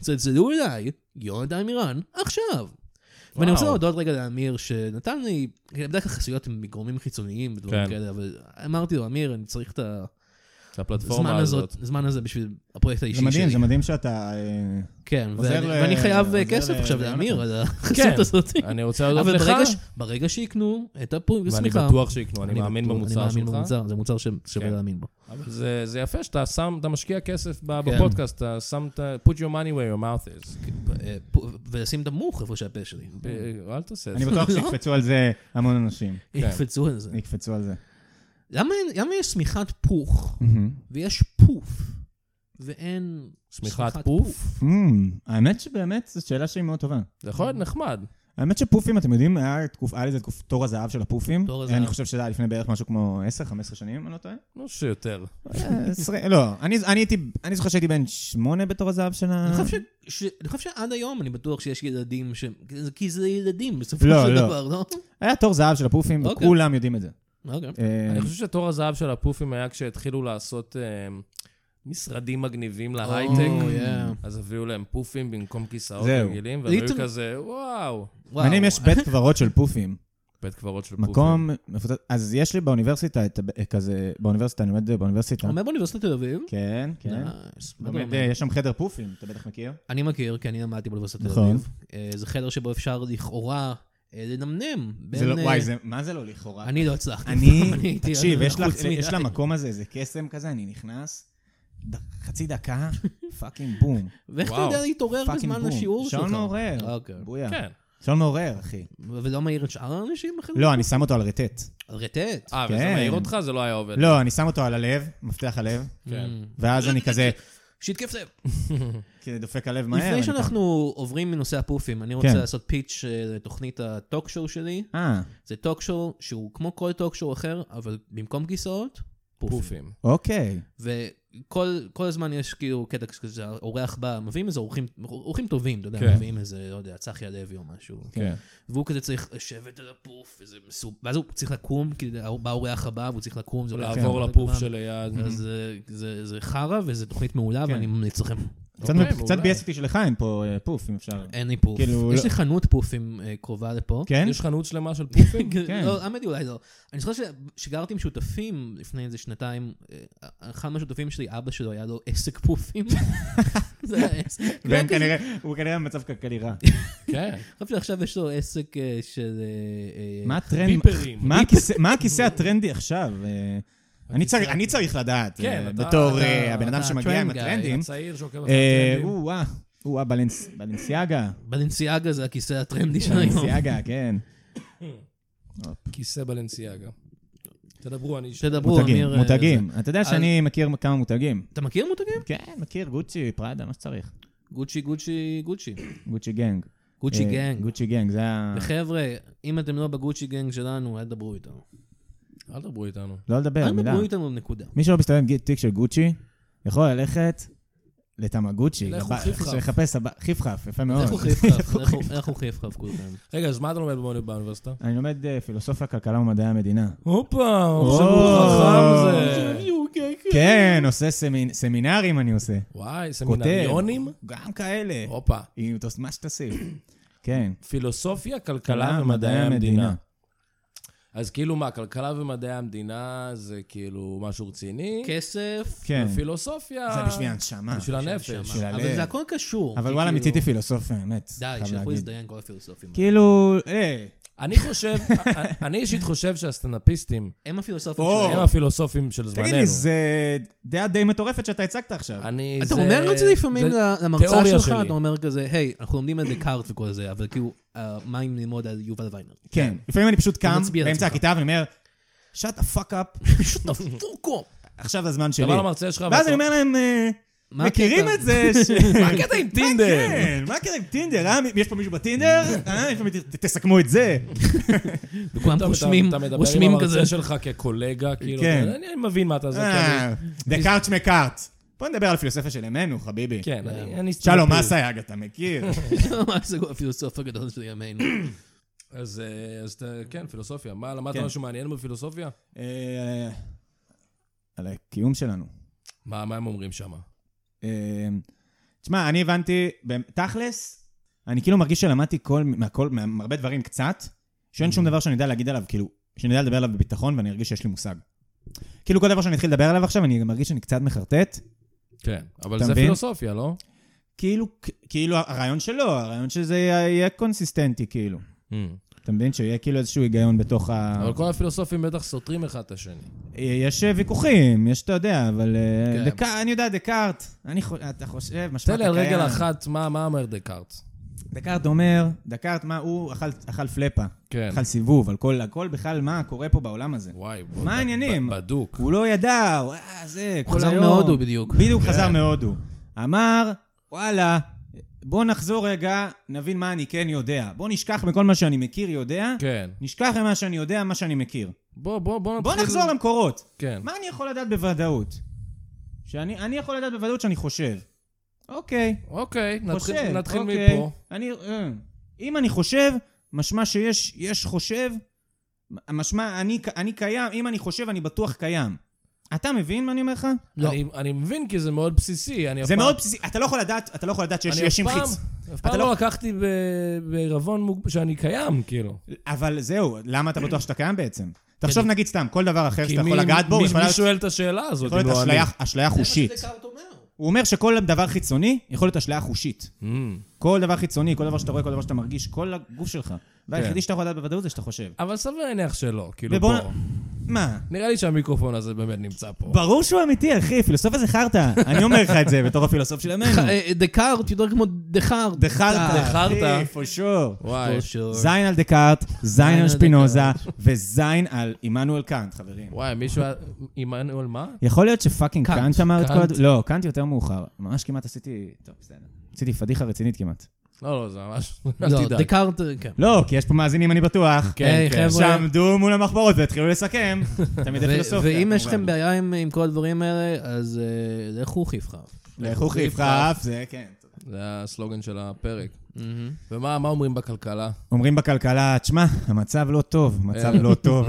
Speaker 3: צלצלו אליי, יונתן מירן, עכשיו. ואני רוצה להודות רגע לאמיר שנתן לי, בדרך כלל חסויות מגורמים חיצוניים ודברים
Speaker 2: כן.
Speaker 3: כאלה, אבל אמרתי לו, אמיר, אני צריך את ה...
Speaker 2: את
Speaker 3: הזמן
Speaker 2: הפלטפורמה
Speaker 3: הזאת,
Speaker 2: אה, הזאת.
Speaker 3: הזמן הזה בשביל הפרויקט האישי
Speaker 4: זה
Speaker 3: שלי.
Speaker 4: מדהים, זה מדהים שאתה... אה,
Speaker 3: כן,
Speaker 4: עוזר
Speaker 3: ואני-
Speaker 4: ל-
Speaker 3: ואני חייב
Speaker 4: עוזר
Speaker 3: כסף
Speaker 4: ל-
Speaker 3: עכשיו
Speaker 4: ליונתן.
Speaker 3: לאמיר על
Speaker 2: כן,
Speaker 3: החסות הזאת.
Speaker 2: אני רוצה להודות
Speaker 3: אבל
Speaker 2: לך,
Speaker 3: ברגע ש- ברגע שיקנו את הפרויקט,
Speaker 2: ואני
Speaker 3: סליחה.
Speaker 2: בטוח שיקנו, אני מאמין
Speaker 3: בטוח-
Speaker 2: במוצר
Speaker 3: אני מאמין
Speaker 2: שלך.
Speaker 3: במוצר, זה מוצר ש- ששווה
Speaker 2: כן.
Speaker 3: להאמין בו.
Speaker 2: אבל זה- זה יפה שאתה שם, אתה משקיע כסף ב-
Speaker 4: כן.
Speaker 2: בפודקאסט, אתה שם את ה... put your money where your mouth is.
Speaker 3: אה, פו- ולשים את המוך איפה שהפה שלי.
Speaker 2: אה, אל תעשה את
Speaker 4: כן. אני
Speaker 2: זה.
Speaker 4: בטוח
Speaker 3: לא?
Speaker 4: שיקפצו על זה המון אנשים.
Speaker 3: יקפצו על זה.
Speaker 4: יקפצו על זה.
Speaker 3: למה אין- למה יש שמיכת פוך
Speaker 4: מהמם.
Speaker 3: ויש פוף ואין
Speaker 2: שמיכת פוף?
Speaker 4: מהמם. Mm, האמת שבאמת זו שאלה שהיא מאוד טובה.
Speaker 2: זה יכול להיות נחמד.
Speaker 4: האמת שפופים, אתם יודעים, היה תקופ- היה לזה תקופ- תור הזהב של הפופים.
Speaker 3: תור הזהב.
Speaker 4: אני חושב שזה היה לפני בערך משהו כמו 10-15 שנים, אני לא טועה.
Speaker 2: נו, שיותר.
Speaker 4: אה, עשרה- לא, אני אני הייתי, אני זוכר שהייתי בן שמונה בתור הזהב של ה...
Speaker 3: אני חושב ש- ש- אני חושב שעד היום אני בטוח שיש ילדים ש... כי זה ילדים בסופו
Speaker 4: לא,
Speaker 3: של
Speaker 4: לא.
Speaker 3: דבר, לא?
Speaker 4: היה תור זהב של הפופים,
Speaker 3: אוקיי.
Speaker 4: וכולם יודעים את זה.
Speaker 3: אוקיי.
Speaker 4: אה,
Speaker 2: אני חושב שתור הזהב של הפופים היה כשהתחילו לעשות אה, משרדים מגניבים להייטק.
Speaker 3: Oh, yeah.
Speaker 2: אז הביאו להם פופים במקום כיסאות
Speaker 4: זהו.
Speaker 2: רגילים, והם היו
Speaker 3: ליטל-
Speaker 2: כזה, וואו.
Speaker 3: וואו.
Speaker 4: מעניין אם יש בית קברות של פופים.
Speaker 2: בית קברות של פופים.
Speaker 4: מקום מפוצץ... אז יש לי באוניברסיטה את ה- כזה, באוניברסיטה, אני לומד באוניברסיטה.
Speaker 3: לומד באוניברסיטת תל אביב.
Speaker 4: כן, כן.
Speaker 3: נייס. מה אתה
Speaker 4: לומד,
Speaker 3: אומר?
Speaker 4: אה, יש שם חדר פופים, אתה בטח מכיר.
Speaker 3: אני מכיר, כי אני למדתי באוניברסיטת תל
Speaker 4: נכון.
Speaker 3: אביב. אה, זה חדר שבו אפשר לכאורה אה, לנמנם.
Speaker 4: זה
Speaker 3: בין,
Speaker 4: לא-
Speaker 3: אה,
Speaker 4: וואי, זה- מה זה לא לכאורה?
Speaker 3: אני לא הצלחתי.
Speaker 4: אני,
Speaker 3: הייתי לא-
Speaker 4: תקשיב, יש לה-
Speaker 3: לחוץ מדי.
Speaker 4: יש למקום הזה איזה קסם כזה, אני נכנס, ד- חצי דקה, פאקינג בום.
Speaker 3: ואיך אתה
Speaker 2: וואו.
Speaker 3: יודע להתעורר
Speaker 4: פאקינג
Speaker 3: בזמן
Speaker 4: בום.
Speaker 3: השיעור שלך?
Speaker 4: שעון מעורר.
Speaker 3: אוקיי.
Speaker 4: בויה.
Speaker 2: כן.
Speaker 4: שעון מעורר, אחי.
Speaker 3: ולא מעיר את שאר האנשים בחדר?
Speaker 4: לא, אני שם אותו על רטט.
Speaker 3: רטט.
Speaker 2: אה, וזה
Speaker 4: כן.
Speaker 2: מעיר אותך? זה לא היה עובד.
Speaker 4: לא, אני שם אותו על הלב, מפתח הלב,
Speaker 2: כן.
Speaker 4: ואז אני כזה,
Speaker 3: שהתקף Mm. לב.
Speaker 4: כזה דופק הלב מהר.
Speaker 3: לפני
Speaker 4: אני
Speaker 3: שאנחנו עוברים מנושא הפופים, אני רוצה
Speaker 4: כן.
Speaker 3: לעשות פיץ' אה, לתוכנית הטוק שואו שלי.
Speaker 4: כזה, אה,
Speaker 3: זה טוק שואו שהוא כמו כל טוק שואו אחר, אבל במקום כיסאות, פופים.
Speaker 2: פופים.
Speaker 4: אוקיי.
Speaker 3: וכל כל הזמן יש כאילו קטע כזה, האורח בא, מביאים איזה אורחים, אורחים טובים, אתה יודע,
Speaker 2: כן.
Speaker 3: מביאים איזה, לא יודע, צחי הלוי או משהו.
Speaker 4: כן.
Speaker 3: והוא כזה צריך לשבת על הפוף, איזה מסוב... ואז הוא צריך לקום, כי בא האורח הבא והוא צריך לקום, זה
Speaker 4: כן.
Speaker 3: עולה
Speaker 2: לעבור
Speaker 3: כמה
Speaker 2: לפוף
Speaker 3: זמן.
Speaker 2: שליד.
Speaker 3: אז זה- זה- זה חרא וזו תוכנית מעולה,
Speaker 4: כן.
Speaker 3: ואני ממליץ לכם.
Speaker 4: קצת-
Speaker 2: אוקיי, מעולה.
Speaker 4: קצת ביאס אותי שלך אין פה אה, פוף, אם אפשר.
Speaker 3: אין לי פוף.
Speaker 4: כאילו,
Speaker 3: יש
Speaker 4: לא-
Speaker 3: לי חנות פופים אה, קרובה לפה.
Speaker 4: כן?
Speaker 2: יש חנות שלמה של פופים?
Speaker 4: כן.
Speaker 3: לא, האמת היא אולי לא. אני זוכר שגרתי עם שותפים לפני איזה שנתיים, אה, אחד מהשותפים שלי, אבא שלו, היה לו עסק פופים. זה היה עסק. כן,
Speaker 4: והם כנראה, הוא כנראה במצב כלכלי רע.
Speaker 2: כן.
Speaker 3: אני חושב שעכשיו יש לו עסק אה, של... אה, אה,
Speaker 4: מה
Speaker 2: כן.
Speaker 4: הטרנד?
Speaker 2: ביפרים.
Speaker 4: מה הכיסא- מה הכיסא הטרנדי עכשיו? אה, אני צריך- אני צריך לדעת,
Speaker 2: כן,
Speaker 4: אה,
Speaker 2: אתה-
Speaker 4: בתור
Speaker 2: אתה-
Speaker 4: אה, הבן אדם
Speaker 3: אתה
Speaker 4: שמגיע עם
Speaker 3: הטרנד guy,
Speaker 4: הטרנדים.
Speaker 2: הצעיר שעוקב אחרי
Speaker 4: אה,
Speaker 2: הטרנדים.
Speaker 4: או-אה, או-אה, בלנס- בלנסיאגה.
Speaker 3: בלנסיאגה זה הכיסא הטרנדי של היום.
Speaker 4: בלנסיאגה, כן.
Speaker 3: אה,
Speaker 2: כיסא בלנסיאגה. תדברו, אני...
Speaker 3: שתדברו,
Speaker 4: מותגים,
Speaker 3: אמיר. אה,
Speaker 4: מותגים. אתה יודע
Speaker 3: אז-
Speaker 4: שאני מכיר כמה מותגים.
Speaker 3: זה. אתה מכיר מותגים?
Speaker 4: כן, מכיר, גוצ'י, פראדה, מה שצריך.
Speaker 3: גוצ'י, גוצ'י, גוצ'י.
Speaker 4: גוצ'י גנג.
Speaker 3: גוצ'י אה.
Speaker 4: אה,
Speaker 3: גנג.
Speaker 4: גוצ'י גנג, זה ה...
Speaker 3: וחבר'ה, אם אתם לא בגוצ'י גנג שלנו, אל תדברו איתנו.
Speaker 2: אל תדברו איתנו.
Speaker 4: לא לדבר,
Speaker 3: אל
Speaker 4: מילה.
Speaker 3: תדברו איתנו, נקודה.
Speaker 4: מי שלא מסתובב עם תיק של גוצ'י, יכול ללכת לתמגוצ'י.
Speaker 2: לכו
Speaker 4: לבא-
Speaker 2: חיפחף.
Speaker 4: שיחפש הבא- חיפחף, יפה מאוד.
Speaker 3: לכו חיפחף, לכו- לכו חיפחף כולכם.
Speaker 2: רגע, אז מה אתה לומד באוני- באוניברסיטה?
Speaker 4: אני לומד אה, פילוסופיה, כלכלה ומדעי המדינה.
Speaker 2: הופה,
Speaker 4: עכשיו הוא חכם זה.
Speaker 3: אוקיי,
Speaker 4: כן, עושה סמינ- סמינרים אני עושה.
Speaker 2: וואי,
Speaker 4: כותב.
Speaker 2: סמינריונים?
Speaker 4: גם כאלה.
Speaker 2: הופה.
Speaker 4: עם תוס- מה שתשים. כן.
Speaker 2: פילוסופיה, כלכלה ומדעי המדינה. אז כאילו מה, כלכלה ומדעי המדינה זה כאילו משהו רציני?
Speaker 3: כסף,
Speaker 4: כן.
Speaker 2: פילוסופיה...
Speaker 4: זה בשביל הנשמה.
Speaker 2: בשביל הנפש.
Speaker 3: נשמה.
Speaker 4: בשביל
Speaker 3: אבל
Speaker 4: הלב.
Speaker 3: זה הכל קשור.
Speaker 4: אבל
Speaker 3: כי
Speaker 4: וואלה,
Speaker 3: כאילו-
Speaker 4: מיציתי פילוסופיה, באמת.
Speaker 3: די,
Speaker 4: חייב
Speaker 3: שילכו
Speaker 4: להגיד.
Speaker 3: להזדיין כל הפילוסופים.
Speaker 4: כאילו, אה,
Speaker 2: אני חושב, אני אישית חושב שהסטנאפיסטים
Speaker 3: הם הפילוסופים
Speaker 4: או.
Speaker 2: הם
Speaker 3: שלהם.
Speaker 2: הפילוסופים של זמננו.
Speaker 4: תגיד לי, זה דעה די מטורפת שאתה הצגת עכשיו.
Speaker 2: אני...
Speaker 3: אתה
Speaker 2: זה-
Speaker 3: אומר את זה לפעמים
Speaker 2: זה-
Speaker 3: ל- למרצה
Speaker 2: תיאוריה
Speaker 3: שלך,
Speaker 2: שלי.
Speaker 3: אתה אומר כזה, היי, אנחנו לומדים על דקארט וכל זה, אבל כאילו, אה, מה אם נלמוד על יובל ויינר?
Speaker 4: כן. לפעמים אני פשוט קם
Speaker 3: מצביע על
Speaker 4: באמצע
Speaker 3: עצמך.
Speaker 4: הכיתה ואני אומר, shut the fuck up,
Speaker 3: טורקו.
Speaker 4: עכשיו הזמן
Speaker 2: אתה
Speaker 4: שלי.
Speaker 2: בא למרצה שלך
Speaker 4: ואז
Speaker 2: ואתה-
Speaker 4: אני אומר להם, אה,
Speaker 3: מה
Speaker 4: מכירים
Speaker 3: הקטע?
Speaker 4: את זה? ש-
Speaker 2: מה הקטע עם טינדר?
Speaker 4: מה כן? מה הקטע עם טינדר? אה? יש פה מישהו בטינדר? אה, יש פה מישהו- ת- תסכמו את זה.
Speaker 3: וכולם
Speaker 2: אתה-
Speaker 3: רושמים,
Speaker 2: אתה מדבר עם
Speaker 3: רושמים כזה.
Speaker 2: המרצה שלך כקולגה, כאילו,
Speaker 4: כן.
Speaker 2: אתה- אני אני מבין מה אתה זה,
Speaker 4: אה,
Speaker 2: כן.
Speaker 4: דקארט מקארט. בוא נדבר על הפילוסופיה של ימינו, חביבי.
Speaker 2: כן, אני- אני...
Speaker 4: אה. שלום
Speaker 2: סטנאפיסט.
Speaker 4: אסייג, אתה מכיר?
Speaker 3: זה הפילוסוף הגדול של ימינו.
Speaker 2: אז אה, אז אתה- כן, פילוסופיה. מה, למדת
Speaker 4: כן.
Speaker 2: משהו מעניין בפילוסופיה?
Speaker 4: אה, על הקיום שלנו.
Speaker 2: מה מה הם אומרים שם?
Speaker 4: אה, תשמע, אני הבנתי, במ- תכלס, אני כאילו מרגיש שלמדתי כל, מהכל, מהרבה דברים קצת, שאין שום דבר שאני יודע להגיד עליו, כאילו, שאני יודע לדבר עליו בביטחון ואני ארגיש שיש לי מושג. כאילו כל דבר שאני אתחיל לדבר עליו עכשיו, אני מרגיש שאני קצת מחרטט.
Speaker 2: כן, אבל
Speaker 4: אתה
Speaker 2: זה
Speaker 4: מבין?
Speaker 2: פילוסופיה, לא?
Speaker 4: כאילו, כאילו הרעיון שלו, הרעיון שזה יהיה יהיה קונסיסטנטי, כאילו. אתה מבין? שיהיה כאילו איזשהו היגיון בתוך ה...
Speaker 2: Hmm. אבל כל הפילוסופים בטח סותרים אחד את השני.
Speaker 4: יש אה, ויכוחים, יש, אתה יודע, אבל... אה,
Speaker 3: כן.
Speaker 4: דק... אני יודע, דקארט, אני חו... אתה חושב, משמע
Speaker 2: תן לי
Speaker 4: אתה
Speaker 2: על רגל
Speaker 4: קיים.
Speaker 2: אחת, מה מה אומר דקארט?
Speaker 4: דקארט אומר, דקארט, מה, הוא אכל, אכל פלפה.
Speaker 2: כן.
Speaker 4: אכל סיבוב על כל, הכל בכלל, מה קורה פה בעולם הזה.
Speaker 2: וואי,
Speaker 4: מה
Speaker 2: ב-
Speaker 4: העניינים?
Speaker 2: ב- בדוק.
Speaker 4: הוא לא ידע, הוא אה, זה, כל
Speaker 3: חזר
Speaker 4: היום.
Speaker 3: מהודו בדיוק.
Speaker 4: בדיוק
Speaker 2: כן.
Speaker 4: חזר מהודו. אמר, וואלה, בוא נחזור רגע, נבין מה אני כן יודע. בוא נשכח מכל מה שאני מכיר יודע,
Speaker 2: כן.
Speaker 4: נשכח ממה שאני יודע, מה שאני מכיר.
Speaker 2: בוא, בוא, בוא נתחיל...
Speaker 4: בוא נחזור למקורות.
Speaker 2: כן.
Speaker 4: מה אני יכול לדעת בוודאות? שאני אני יכול לדעת בוודאות שאני חושב. אוקיי,
Speaker 2: אוקיי,
Speaker 4: חושב.
Speaker 2: נתחיל- נתחיל
Speaker 4: אוקיי.
Speaker 2: מפה.
Speaker 4: אני, אה, אם אני חושב, משמע שיש יש חושב, משמע אני, אני קיים, אם אני חושב אני בטוח קיים. אתה מבין מה אני אומר לך?
Speaker 2: אני- אני מבין כי זה מאוד בסיסי. לא. אני אף
Speaker 4: זה
Speaker 2: פעם-
Speaker 4: מאוד בסיסי, אתה לא יכול לדעת, אתה לא יכול לדעת שיש
Speaker 2: אני אף
Speaker 4: יש עם
Speaker 2: פעם-
Speaker 4: חיץ.
Speaker 2: אף פעם
Speaker 4: אתה
Speaker 2: לא
Speaker 4: לא-
Speaker 2: לקחתי ב- בעירבון מוג- שאני קיים, כאילו.
Speaker 4: אבל זהו, למה
Speaker 2: כן.
Speaker 4: אתה בטוח שאתה קיים בעצם? תחשוב נגיד סתם, כל דבר אחר שאתה יכול
Speaker 2: מי-
Speaker 4: לגעת בו,
Speaker 2: מי-
Speaker 4: יכול
Speaker 2: מי
Speaker 4: להיות-
Speaker 2: שואל את השאלה הזאת,
Speaker 4: יכול
Speaker 2: אם
Speaker 4: להיות
Speaker 2: לא אני?
Speaker 4: אשליה- אשליה חושית. הוא אומר שכל דבר חיצוני יכול להיות אשליה חושית.
Speaker 2: אמ.
Speaker 4: כל דבר חיצוני, כל דבר שאתה רואה, כל דבר שאתה מרגיש, כל הגוף שלך. והיחידי שאתה יכול לדעת בוודאות זה שאתה חושב.
Speaker 2: אבל סביר להניח שלא, כן. כאילו
Speaker 4: ובוא-
Speaker 2: פה.
Speaker 4: מה?
Speaker 2: נראה לי שהמיקרופון הזה באמת נמצא פה.
Speaker 4: ברור שהוא אמיתי, אחי, פילוסופיה זה חרטא. אני אומר לך את זה בתור הפילוסוף של ימינו.
Speaker 3: אה, דקארט יותר כמו דחארט.
Speaker 4: דחרטא,
Speaker 2: דחרטא.
Speaker 4: אחי, for sure.
Speaker 2: וואי,
Speaker 4: זיין על דקארט, זיין
Speaker 3: זין
Speaker 4: על
Speaker 3: על
Speaker 4: שפינוזה, וזיין על עמנואל קאנט, חברים.
Speaker 2: וואי, מישהו... היה- עמנואל מה?
Speaker 4: יכול להיות שפאקינג
Speaker 3: קאנט,
Speaker 4: קאנט אמר את כל
Speaker 2: קאנט.
Speaker 4: הד... לא, קאנט יותר מאוחר. ממש כמעט עשיתי... טוב, בסדר. עשיתי פדיחה רצינית כמעט.
Speaker 2: לא, לא, זה ממש... אל
Speaker 3: לא,
Speaker 2: תדאג.
Speaker 3: דקארט, אה, כן.
Speaker 4: לא, כי יש פה מאזינים, אני בטוח.
Speaker 2: כן,
Speaker 3: היי,
Speaker 2: כן.
Speaker 3: חבר'ה.
Speaker 4: שעמדו מול המחברות והתחילו לסכם. תמיד זה
Speaker 3: ו-
Speaker 4: פילוסופיה.
Speaker 3: ואם יש
Speaker 4: כמובן.
Speaker 3: לכם בעיה עם עם כל הדברים האלה, אז אה, לכו חיפך.
Speaker 4: לכו חיפחף, זה כן.
Speaker 2: זה הסלוגן של הפרק. ומה מה אומרים בכלכלה?
Speaker 4: אומרים בכלכלה, תשמע, המצב לא טוב, המצב לא טוב.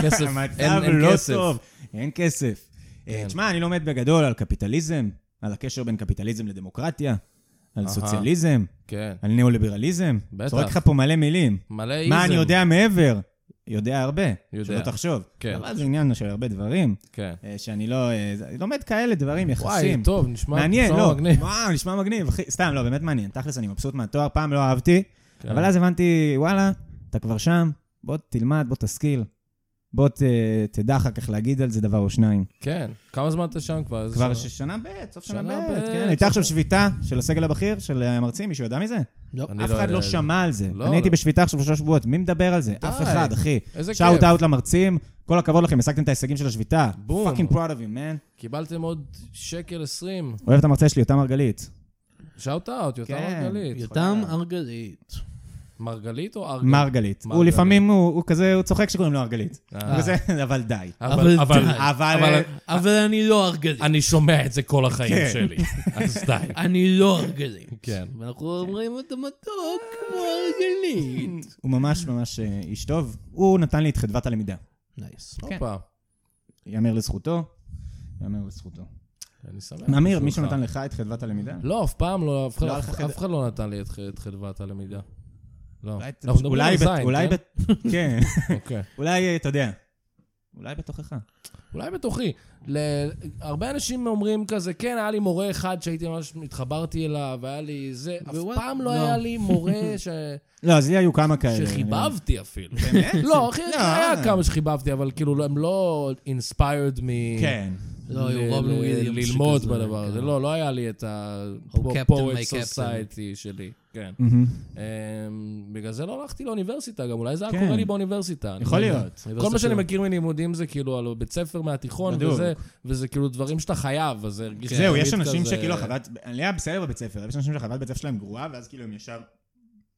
Speaker 2: כסף, אין
Speaker 4: המצב
Speaker 2: אין
Speaker 4: לא
Speaker 2: כסף.
Speaker 4: טוב, אין כסף. אה,
Speaker 2: כן.
Speaker 4: תשמע, אני לומד בגדול על קפיטליזם, על הקשר בין קפיטליזם לדמוקרטיה, על
Speaker 2: אהה.
Speaker 4: סוציאליזם,
Speaker 2: כן,
Speaker 4: על ניאו-ליברליזם.
Speaker 2: בטח.
Speaker 4: זורק לך פה מלא מילים.
Speaker 2: מלא איזם.
Speaker 4: מה אני יודע מעבר? יודע הרבה,
Speaker 2: יודע.
Speaker 4: שלא תחשוב.
Speaker 2: כן.
Speaker 4: אבל זה עניין של הרבה דברים,
Speaker 2: כן.
Speaker 4: אה, שאני לא... אה, זה- אני לומד כאלה דברים, יחסים.
Speaker 2: וואי, טוב, נשמע
Speaker 4: מעניין,
Speaker 2: נשמע
Speaker 4: לא.
Speaker 2: מגניב.
Speaker 4: וואו, נשמע מגניב, אחי. סתם, לא, באמת מעניין. תכלס, אני מבסוט מהתואר, פעם לא אהבתי,
Speaker 2: כן.
Speaker 4: אבל אז הבנתי, וואלה, אתה כבר שם, בוא תלמד, בוא תשכיל. בוא ת, תדע אחר כך להגיד על זה דבר או שניים.
Speaker 2: כן. כמה זמן אתה שם כבר? איזה
Speaker 4: כבר
Speaker 2: שנה?
Speaker 4: ש... שנה ב', סוף שנה,
Speaker 2: שנה
Speaker 4: ב',
Speaker 2: ב',
Speaker 4: כן. הייתה עכשיו
Speaker 2: סוף-
Speaker 4: שביתה של הסגל הבכיר, של אה, המרצים, מישהו ידע מזה?
Speaker 3: לא.
Speaker 2: אני
Speaker 4: אף אחד
Speaker 2: יודע
Speaker 4: לא
Speaker 2: את זה.
Speaker 4: שמע על זה.
Speaker 2: לא,
Speaker 4: אני הייתי
Speaker 2: לא.
Speaker 4: בשביתה עכשיו שלושה שבועות, מי מדבר על זה?
Speaker 2: די.
Speaker 4: אף אחד, אחי.
Speaker 2: איזה כיף.
Speaker 4: שאוט אאוט למרצים, כל הכבוד לכם, השגתם את ההישגים של השביתה.
Speaker 2: בום.
Speaker 4: פאקינג פראוד אוף יום, מן.
Speaker 2: קיבלתם עוד שקל עשרים.
Speaker 4: אוהב את המרצה שלי, אותה מרגלית.
Speaker 2: שאוט אאוט, יותם
Speaker 4: כן.
Speaker 2: מרגלית.
Speaker 3: יותם ארגלית.
Speaker 2: מרגלית או ארגלית?
Speaker 4: מרגלית. הוא
Speaker 2: מרגלית.
Speaker 4: לפעמים, הוא הוא כזה, הוא צוחק שקוראים לו הרגלית.
Speaker 2: אה.
Speaker 4: הוא כזה, אבל די.
Speaker 2: אבל,
Speaker 3: אבל
Speaker 2: אבל,
Speaker 3: די.
Speaker 4: אבל-
Speaker 2: אבל
Speaker 3: אבל אני לא ארגלית.
Speaker 2: אני שומע את זה כל החיים
Speaker 4: כן.
Speaker 2: שלי. אז די.
Speaker 3: אני לא ארגלית.
Speaker 2: כן.
Speaker 3: ואנחנו אומרים את המתוק כמו ארגלית.
Speaker 4: הוא ממש ממש אה, איש טוב. הוא נתן לי את חדוות הלמידה.
Speaker 3: נייס.
Speaker 2: הופה.
Speaker 4: יאמר לזכותו. יאמר לזכותו.
Speaker 2: אני שמח.
Speaker 4: אמיר,
Speaker 2: בשבילך.
Speaker 4: מישהו נתן לך את חדוות הלמידה?
Speaker 2: לא, אף פעם לא, אף אחד-
Speaker 4: לא, אף אחד-
Speaker 2: אף אחד לא נתן לי את ח- את חדוות הלמידה. לא.
Speaker 4: אולי-
Speaker 2: אנחנו מדברים
Speaker 4: אולי
Speaker 2: על
Speaker 4: ב-
Speaker 2: זין,
Speaker 4: אולי
Speaker 2: כן?
Speaker 4: ב... כן.
Speaker 2: אוקיי.
Speaker 4: אולי, אה, אתה יודע. אולי בתוכך.
Speaker 2: אולי בתוכי. ל- הרבה אנשים אומרים כזה, כן, היה לי מורה אחד שהייתי ממש התחברתי אליו, היה לי זה, אף
Speaker 3: ווואט-
Speaker 2: פעם לא
Speaker 3: לא.
Speaker 2: היה לי מורה ש-
Speaker 4: לא, אז לי היו כמה כאלה.
Speaker 2: שחיבבתי אפילו.
Speaker 4: באמת?
Speaker 2: לא, אחי,
Speaker 4: לא.
Speaker 2: היה כמה שחיבבתי, אבל כאילו, לא- הם לא inspired מ...
Speaker 4: כן.
Speaker 2: ל-
Speaker 3: לא, היו רובלו
Speaker 2: ל-
Speaker 3: וויליאמס
Speaker 2: ללמוד
Speaker 3: שכזה,
Speaker 2: בדבר הזה.
Speaker 3: כן.
Speaker 2: לא, לא היה לי את
Speaker 3: Oh, captain,
Speaker 2: ה-poet
Speaker 3: my captain.
Speaker 2: society שלי. כן.
Speaker 4: מהמם.
Speaker 2: אמ, בגלל זה לא הלכתי לאוניברסיטה גם, אולי זה היה
Speaker 4: כן.
Speaker 2: קורה לי באוניברסיטה. אני
Speaker 4: יכול
Speaker 2: לא יודע.
Speaker 4: להיות.
Speaker 2: כל מה שאני מכיר מלימודים זה כאילו על בית ספר מהתיכון
Speaker 4: בדיוק.
Speaker 2: וזה, וזה כאילו דברים שאתה חייב, אז זה הרגיש לי
Speaker 4: זהו,
Speaker 2: כן, תמיד
Speaker 4: יש אנשים
Speaker 2: כזה- כן.
Speaker 4: שכאילו החוות... אני היה בסדר בבית ספר, אבל יש אנשים שהחוות בית ספר שלהם גרועה, ואז כאילו הם ישר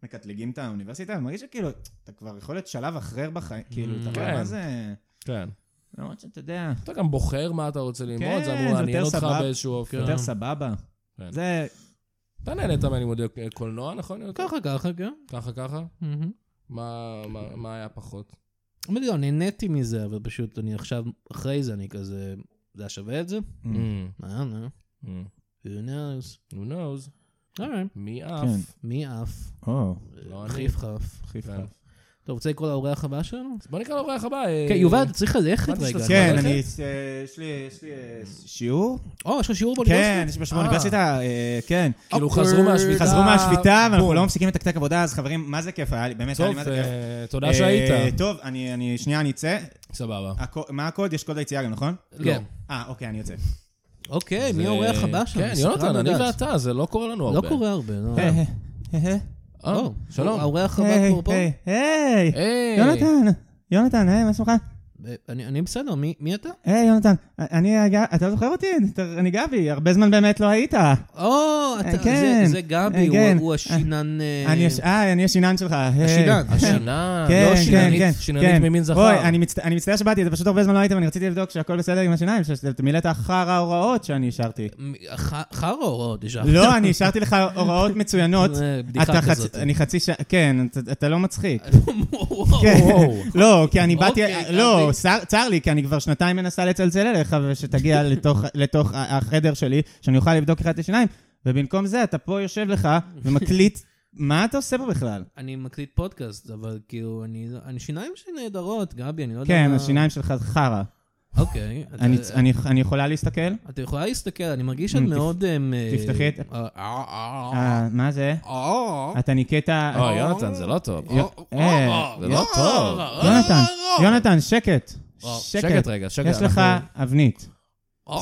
Speaker 4: מקטלגים את האוניברסיטה, אני מרגיש שכאילו, אתה כבר יכול להיות שלב אחר בחיים, כאילו, אתה
Speaker 2: כן.
Speaker 4: רואה מה זה...
Speaker 2: כן.
Speaker 4: למרות שאתה יודע,
Speaker 2: אתה גם בוחר מה אתה רוצה ללמוד, זה
Speaker 4: כן,
Speaker 2: אמור
Speaker 4: זה
Speaker 2: לעניין
Speaker 4: יותר
Speaker 2: אותך
Speaker 4: סבב.
Speaker 2: באיזשהו אופן.
Speaker 4: יותר סבבה.
Speaker 2: כן.
Speaker 4: זה...
Speaker 2: אתה נהנית מהלימודי קולנוע, נכון? יותר?
Speaker 3: ככה, ככה, כן.
Speaker 2: ככה, ככה?
Speaker 3: מהמם.
Speaker 2: מה- מה- מה היה פחות?
Speaker 3: אמרתי, לא, נהניתי מזה, אבל פשוט אני עכשיו, אחרי זה אני כזה, זה היה שווה את זה?
Speaker 4: Mm,
Speaker 3: מה, מה?
Speaker 2: Mm,
Speaker 3: Who knows?
Speaker 2: Who knows?
Speaker 3: אולי.
Speaker 2: מי
Speaker 4: כן.
Speaker 2: עף?
Speaker 3: מי עף? "אה,
Speaker 4: או,
Speaker 2: לא אני.
Speaker 3: חיף חף.
Speaker 2: כן.
Speaker 3: אתה רוצה לקרוא לאורח הבא שלנו?
Speaker 2: בוא נקרא לאורח הבא. אה,
Speaker 3: כן, יובל, אתה צריך ללכת
Speaker 2: באתי
Speaker 3: רגע.
Speaker 2: שתעשה-
Speaker 4: כן,
Speaker 2: מערכת?
Speaker 4: אני... אה, יש לי- יש לי אה, שיעור?
Speaker 3: או, יש לך שיעור באוניברסיטה?
Speaker 4: כן, יש בשיעור
Speaker 2: אה.
Speaker 4: באוניברסיטה, אה, כן.
Speaker 2: כאילו
Speaker 4: אוקיי.
Speaker 2: חזרו מהשביתה.
Speaker 4: חזרו מהשביתה, ואנחנו
Speaker 2: בום.
Speaker 4: לא מפסיקים לתקתק עבודה, אז חברים, מה זה כיף היה לי? באמת היה לי
Speaker 2: טוב,
Speaker 4: מה זה כיף.
Speaker 2: אה, תודה
Speaker 4: אה,
Speaker 2: שהיית.
Speaker 4: טוב, אני, אני, שנייה, אני אצא.
Speaker 2: סבבה.
Speaker 4: הקו- מה הקוד? יש קוד היציאה גם, נכון?
Speaker 2: לא.
Speaker 3: כן.
Speaker 4: אה, אוקיי, אני יוצא.
Speaker 3: אוקיי,
Speaker 2: זה-
Speaker 3: מי האורח הבא שלנו?
Speaker 2: כן,
Speaker 3: סקרן
Speaker 2: יונתן, אני
Speaker 3: לדעת.
Speaker 2: ואתה, זה לא קורה לנו הרבה.
Speaker 3: לא קורה לא. הרבה, לא.
Speaker 4: אה,
Speaker 2: אה,
Speaker 3: או,
Speaker 2: שלום.
Speaker 3: האורח הבא כבר פה?
Speaker 4: אה. היי,
Speaker 2: היי.
Speaker 4: אוקיי. יונתן, יונתן, היי, מה שלומך?
Speaker 3: אני אני בסדר, מי מי אתה?
Speaker 4: היי, יונתן, אני, גב- אתה לא זוכר אותי? אתה- אני גבי, הרבה זמן באמת לא היית.
Speaker 3: או, אתה-
Speaker 4: אה,
Speaker 3: זה-
Speaker 4: כן.
Speaker 3: זה גבי,
Speaker 4: אה,
Speaker 3: הוא-
Speaker 4: כן.
Speaker 3: הוא השינן... אה,
Speaker 4: אני הש- אה, אני השינן שלך. היי.
Speaker 3: השינן.
Speaker 2: השינן.
Speaker 4: כן,
Speaker 2: לא
Speaker 4: כן,
Speaker 2: שיננית,
Speaker 4: כן.
Speaker 2: שיננית
Speaker 4: כן.
Speaker 2: ממין זכר.
Speaker 4: אוי, אני מצט- אני מצטער שבאתי, זה פשוט הרבה זמן לא הייתם, אני רציתי לבדוק שהכל בסדר עם השיניים, שאתה מילאת אחר ההוראות שאני השארתי.
Speaker 3: מ- ח- חרא או עוד? יש לך?
Speaker 4: לא, אני השארתי לך הוראות מצוינות.
Speaker 3: זה בדיחה
Speaker 4: אתה חצ-
Speaker 3: כזאת. אה,
Speaker 4: אני חצי שעה, כן, אתה- אתה לא מצחיק.
Speaker 3: וואו.
Speaker 4: כן.
Speaker 2: וואו.
Speaker 4: לא, כי אני באתי,
Speaker 3: אוקיי,
Speaker 4: לא,
Speaker 3: אבי.
Speaker 4: צר- צר לי, כי אני כבר שנתיים מנסה לצלצל אליך, ושתגיע לתוך- לתוך ה- החדר שלי, שאני אוכל לבדוק לך את השיניים, ובמקום זה אתה פה יושב לך ומקליט, מה אתה עושה פה בכלל?
Speaker 3: אני מקליט פודקאסט, אבל כאילו, אני... השיניים שלי נהדרות, גבי, אני לא יודע...
Speaker 4: כן,
Speaker 3: מה-
Speaker 4: השיניים שלך חרא.
Speaker 3: אוקיי. אתה-
Speaker 4: אני- אני- אני יכולה להסתכל?
Speaker 3: אתה יכולה להסתכל, אני מרגיש שאת
Speaker 4: תפ-
Speaker 3: מאוד... אמ, אה,
Speaker 4: תפתחי את-
Speaker 3: אה, אה, אה, אה,
Speaker 4: אה, מה זה?
Speaker 3: אה.
Speaker 4: אתה ניקית...
Speaker 2: אוי, יונתן, זה לא טוב.
Speaker 4: אה,
Speaker 2: זה לא טוב.
Speaker 4: יונתן, יונתן, שקט.
Speaker 3: אה,
Speaker 2: אה, שקט רגע, שקט.
Speaker 4: יש לך
Speaker 2: אנחנו-
Speaker 4: אבנית,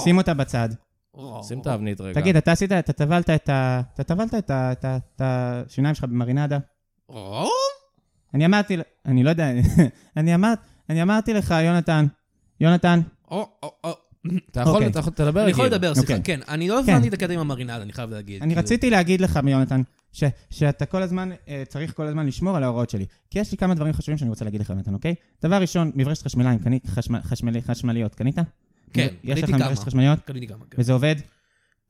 Speaker 4: שים אותה בצד.
Speaker 2: שים את האבנית רגע.
Speaker 4: תגיד, אתה עשית, אתה טבלת את ה... אתה טבלת את ה- את ה- את השיניים שלך במרינדה? אני אמרתי, ל- אני לא יודע, אני אמרת, אני אמרתי לך, יונתן, יונתן,
Speaker 2: אתה יכול,
Speaker 4: אוקיי.
Speaker 2: אתה יכול, תדבר.
Speaker 3: אני יכול
Speaker 2: גיל.
Speaker 3: לדבר, סליחה.
Speaker 4: אוקיי.
Speaker 3: כן, אני לא
Speaker 4: כן.
Speaker 3: הבנתי את הקטע עם המרינדה, אני חייב להגיד.
Speaker 4: אני
Speaker 2: כן.
Speaker 3: כאילו.
Speaker 4: רציתי להגיד לך, יונתן, ש- שאתה כל הזמן, אה, צריך כל הזמן לשמור על ההוראות שלי. כי יש לי כמה דברים חשובים שאני רוצה להגיד לך, יונתן, אוקיי? דבר ראשון, מברשת חשמליים, קנית חשמל- חשמלי- חשמליות, קנית?
Speaker 3: כן,
Speaker 4: יש לך
Speaker 3: קניתי כמה.
Speaker 4: מברשת חשמליות?
Speaker 3: קניתי כמה, כן.
Speaker 4: וזה עובד?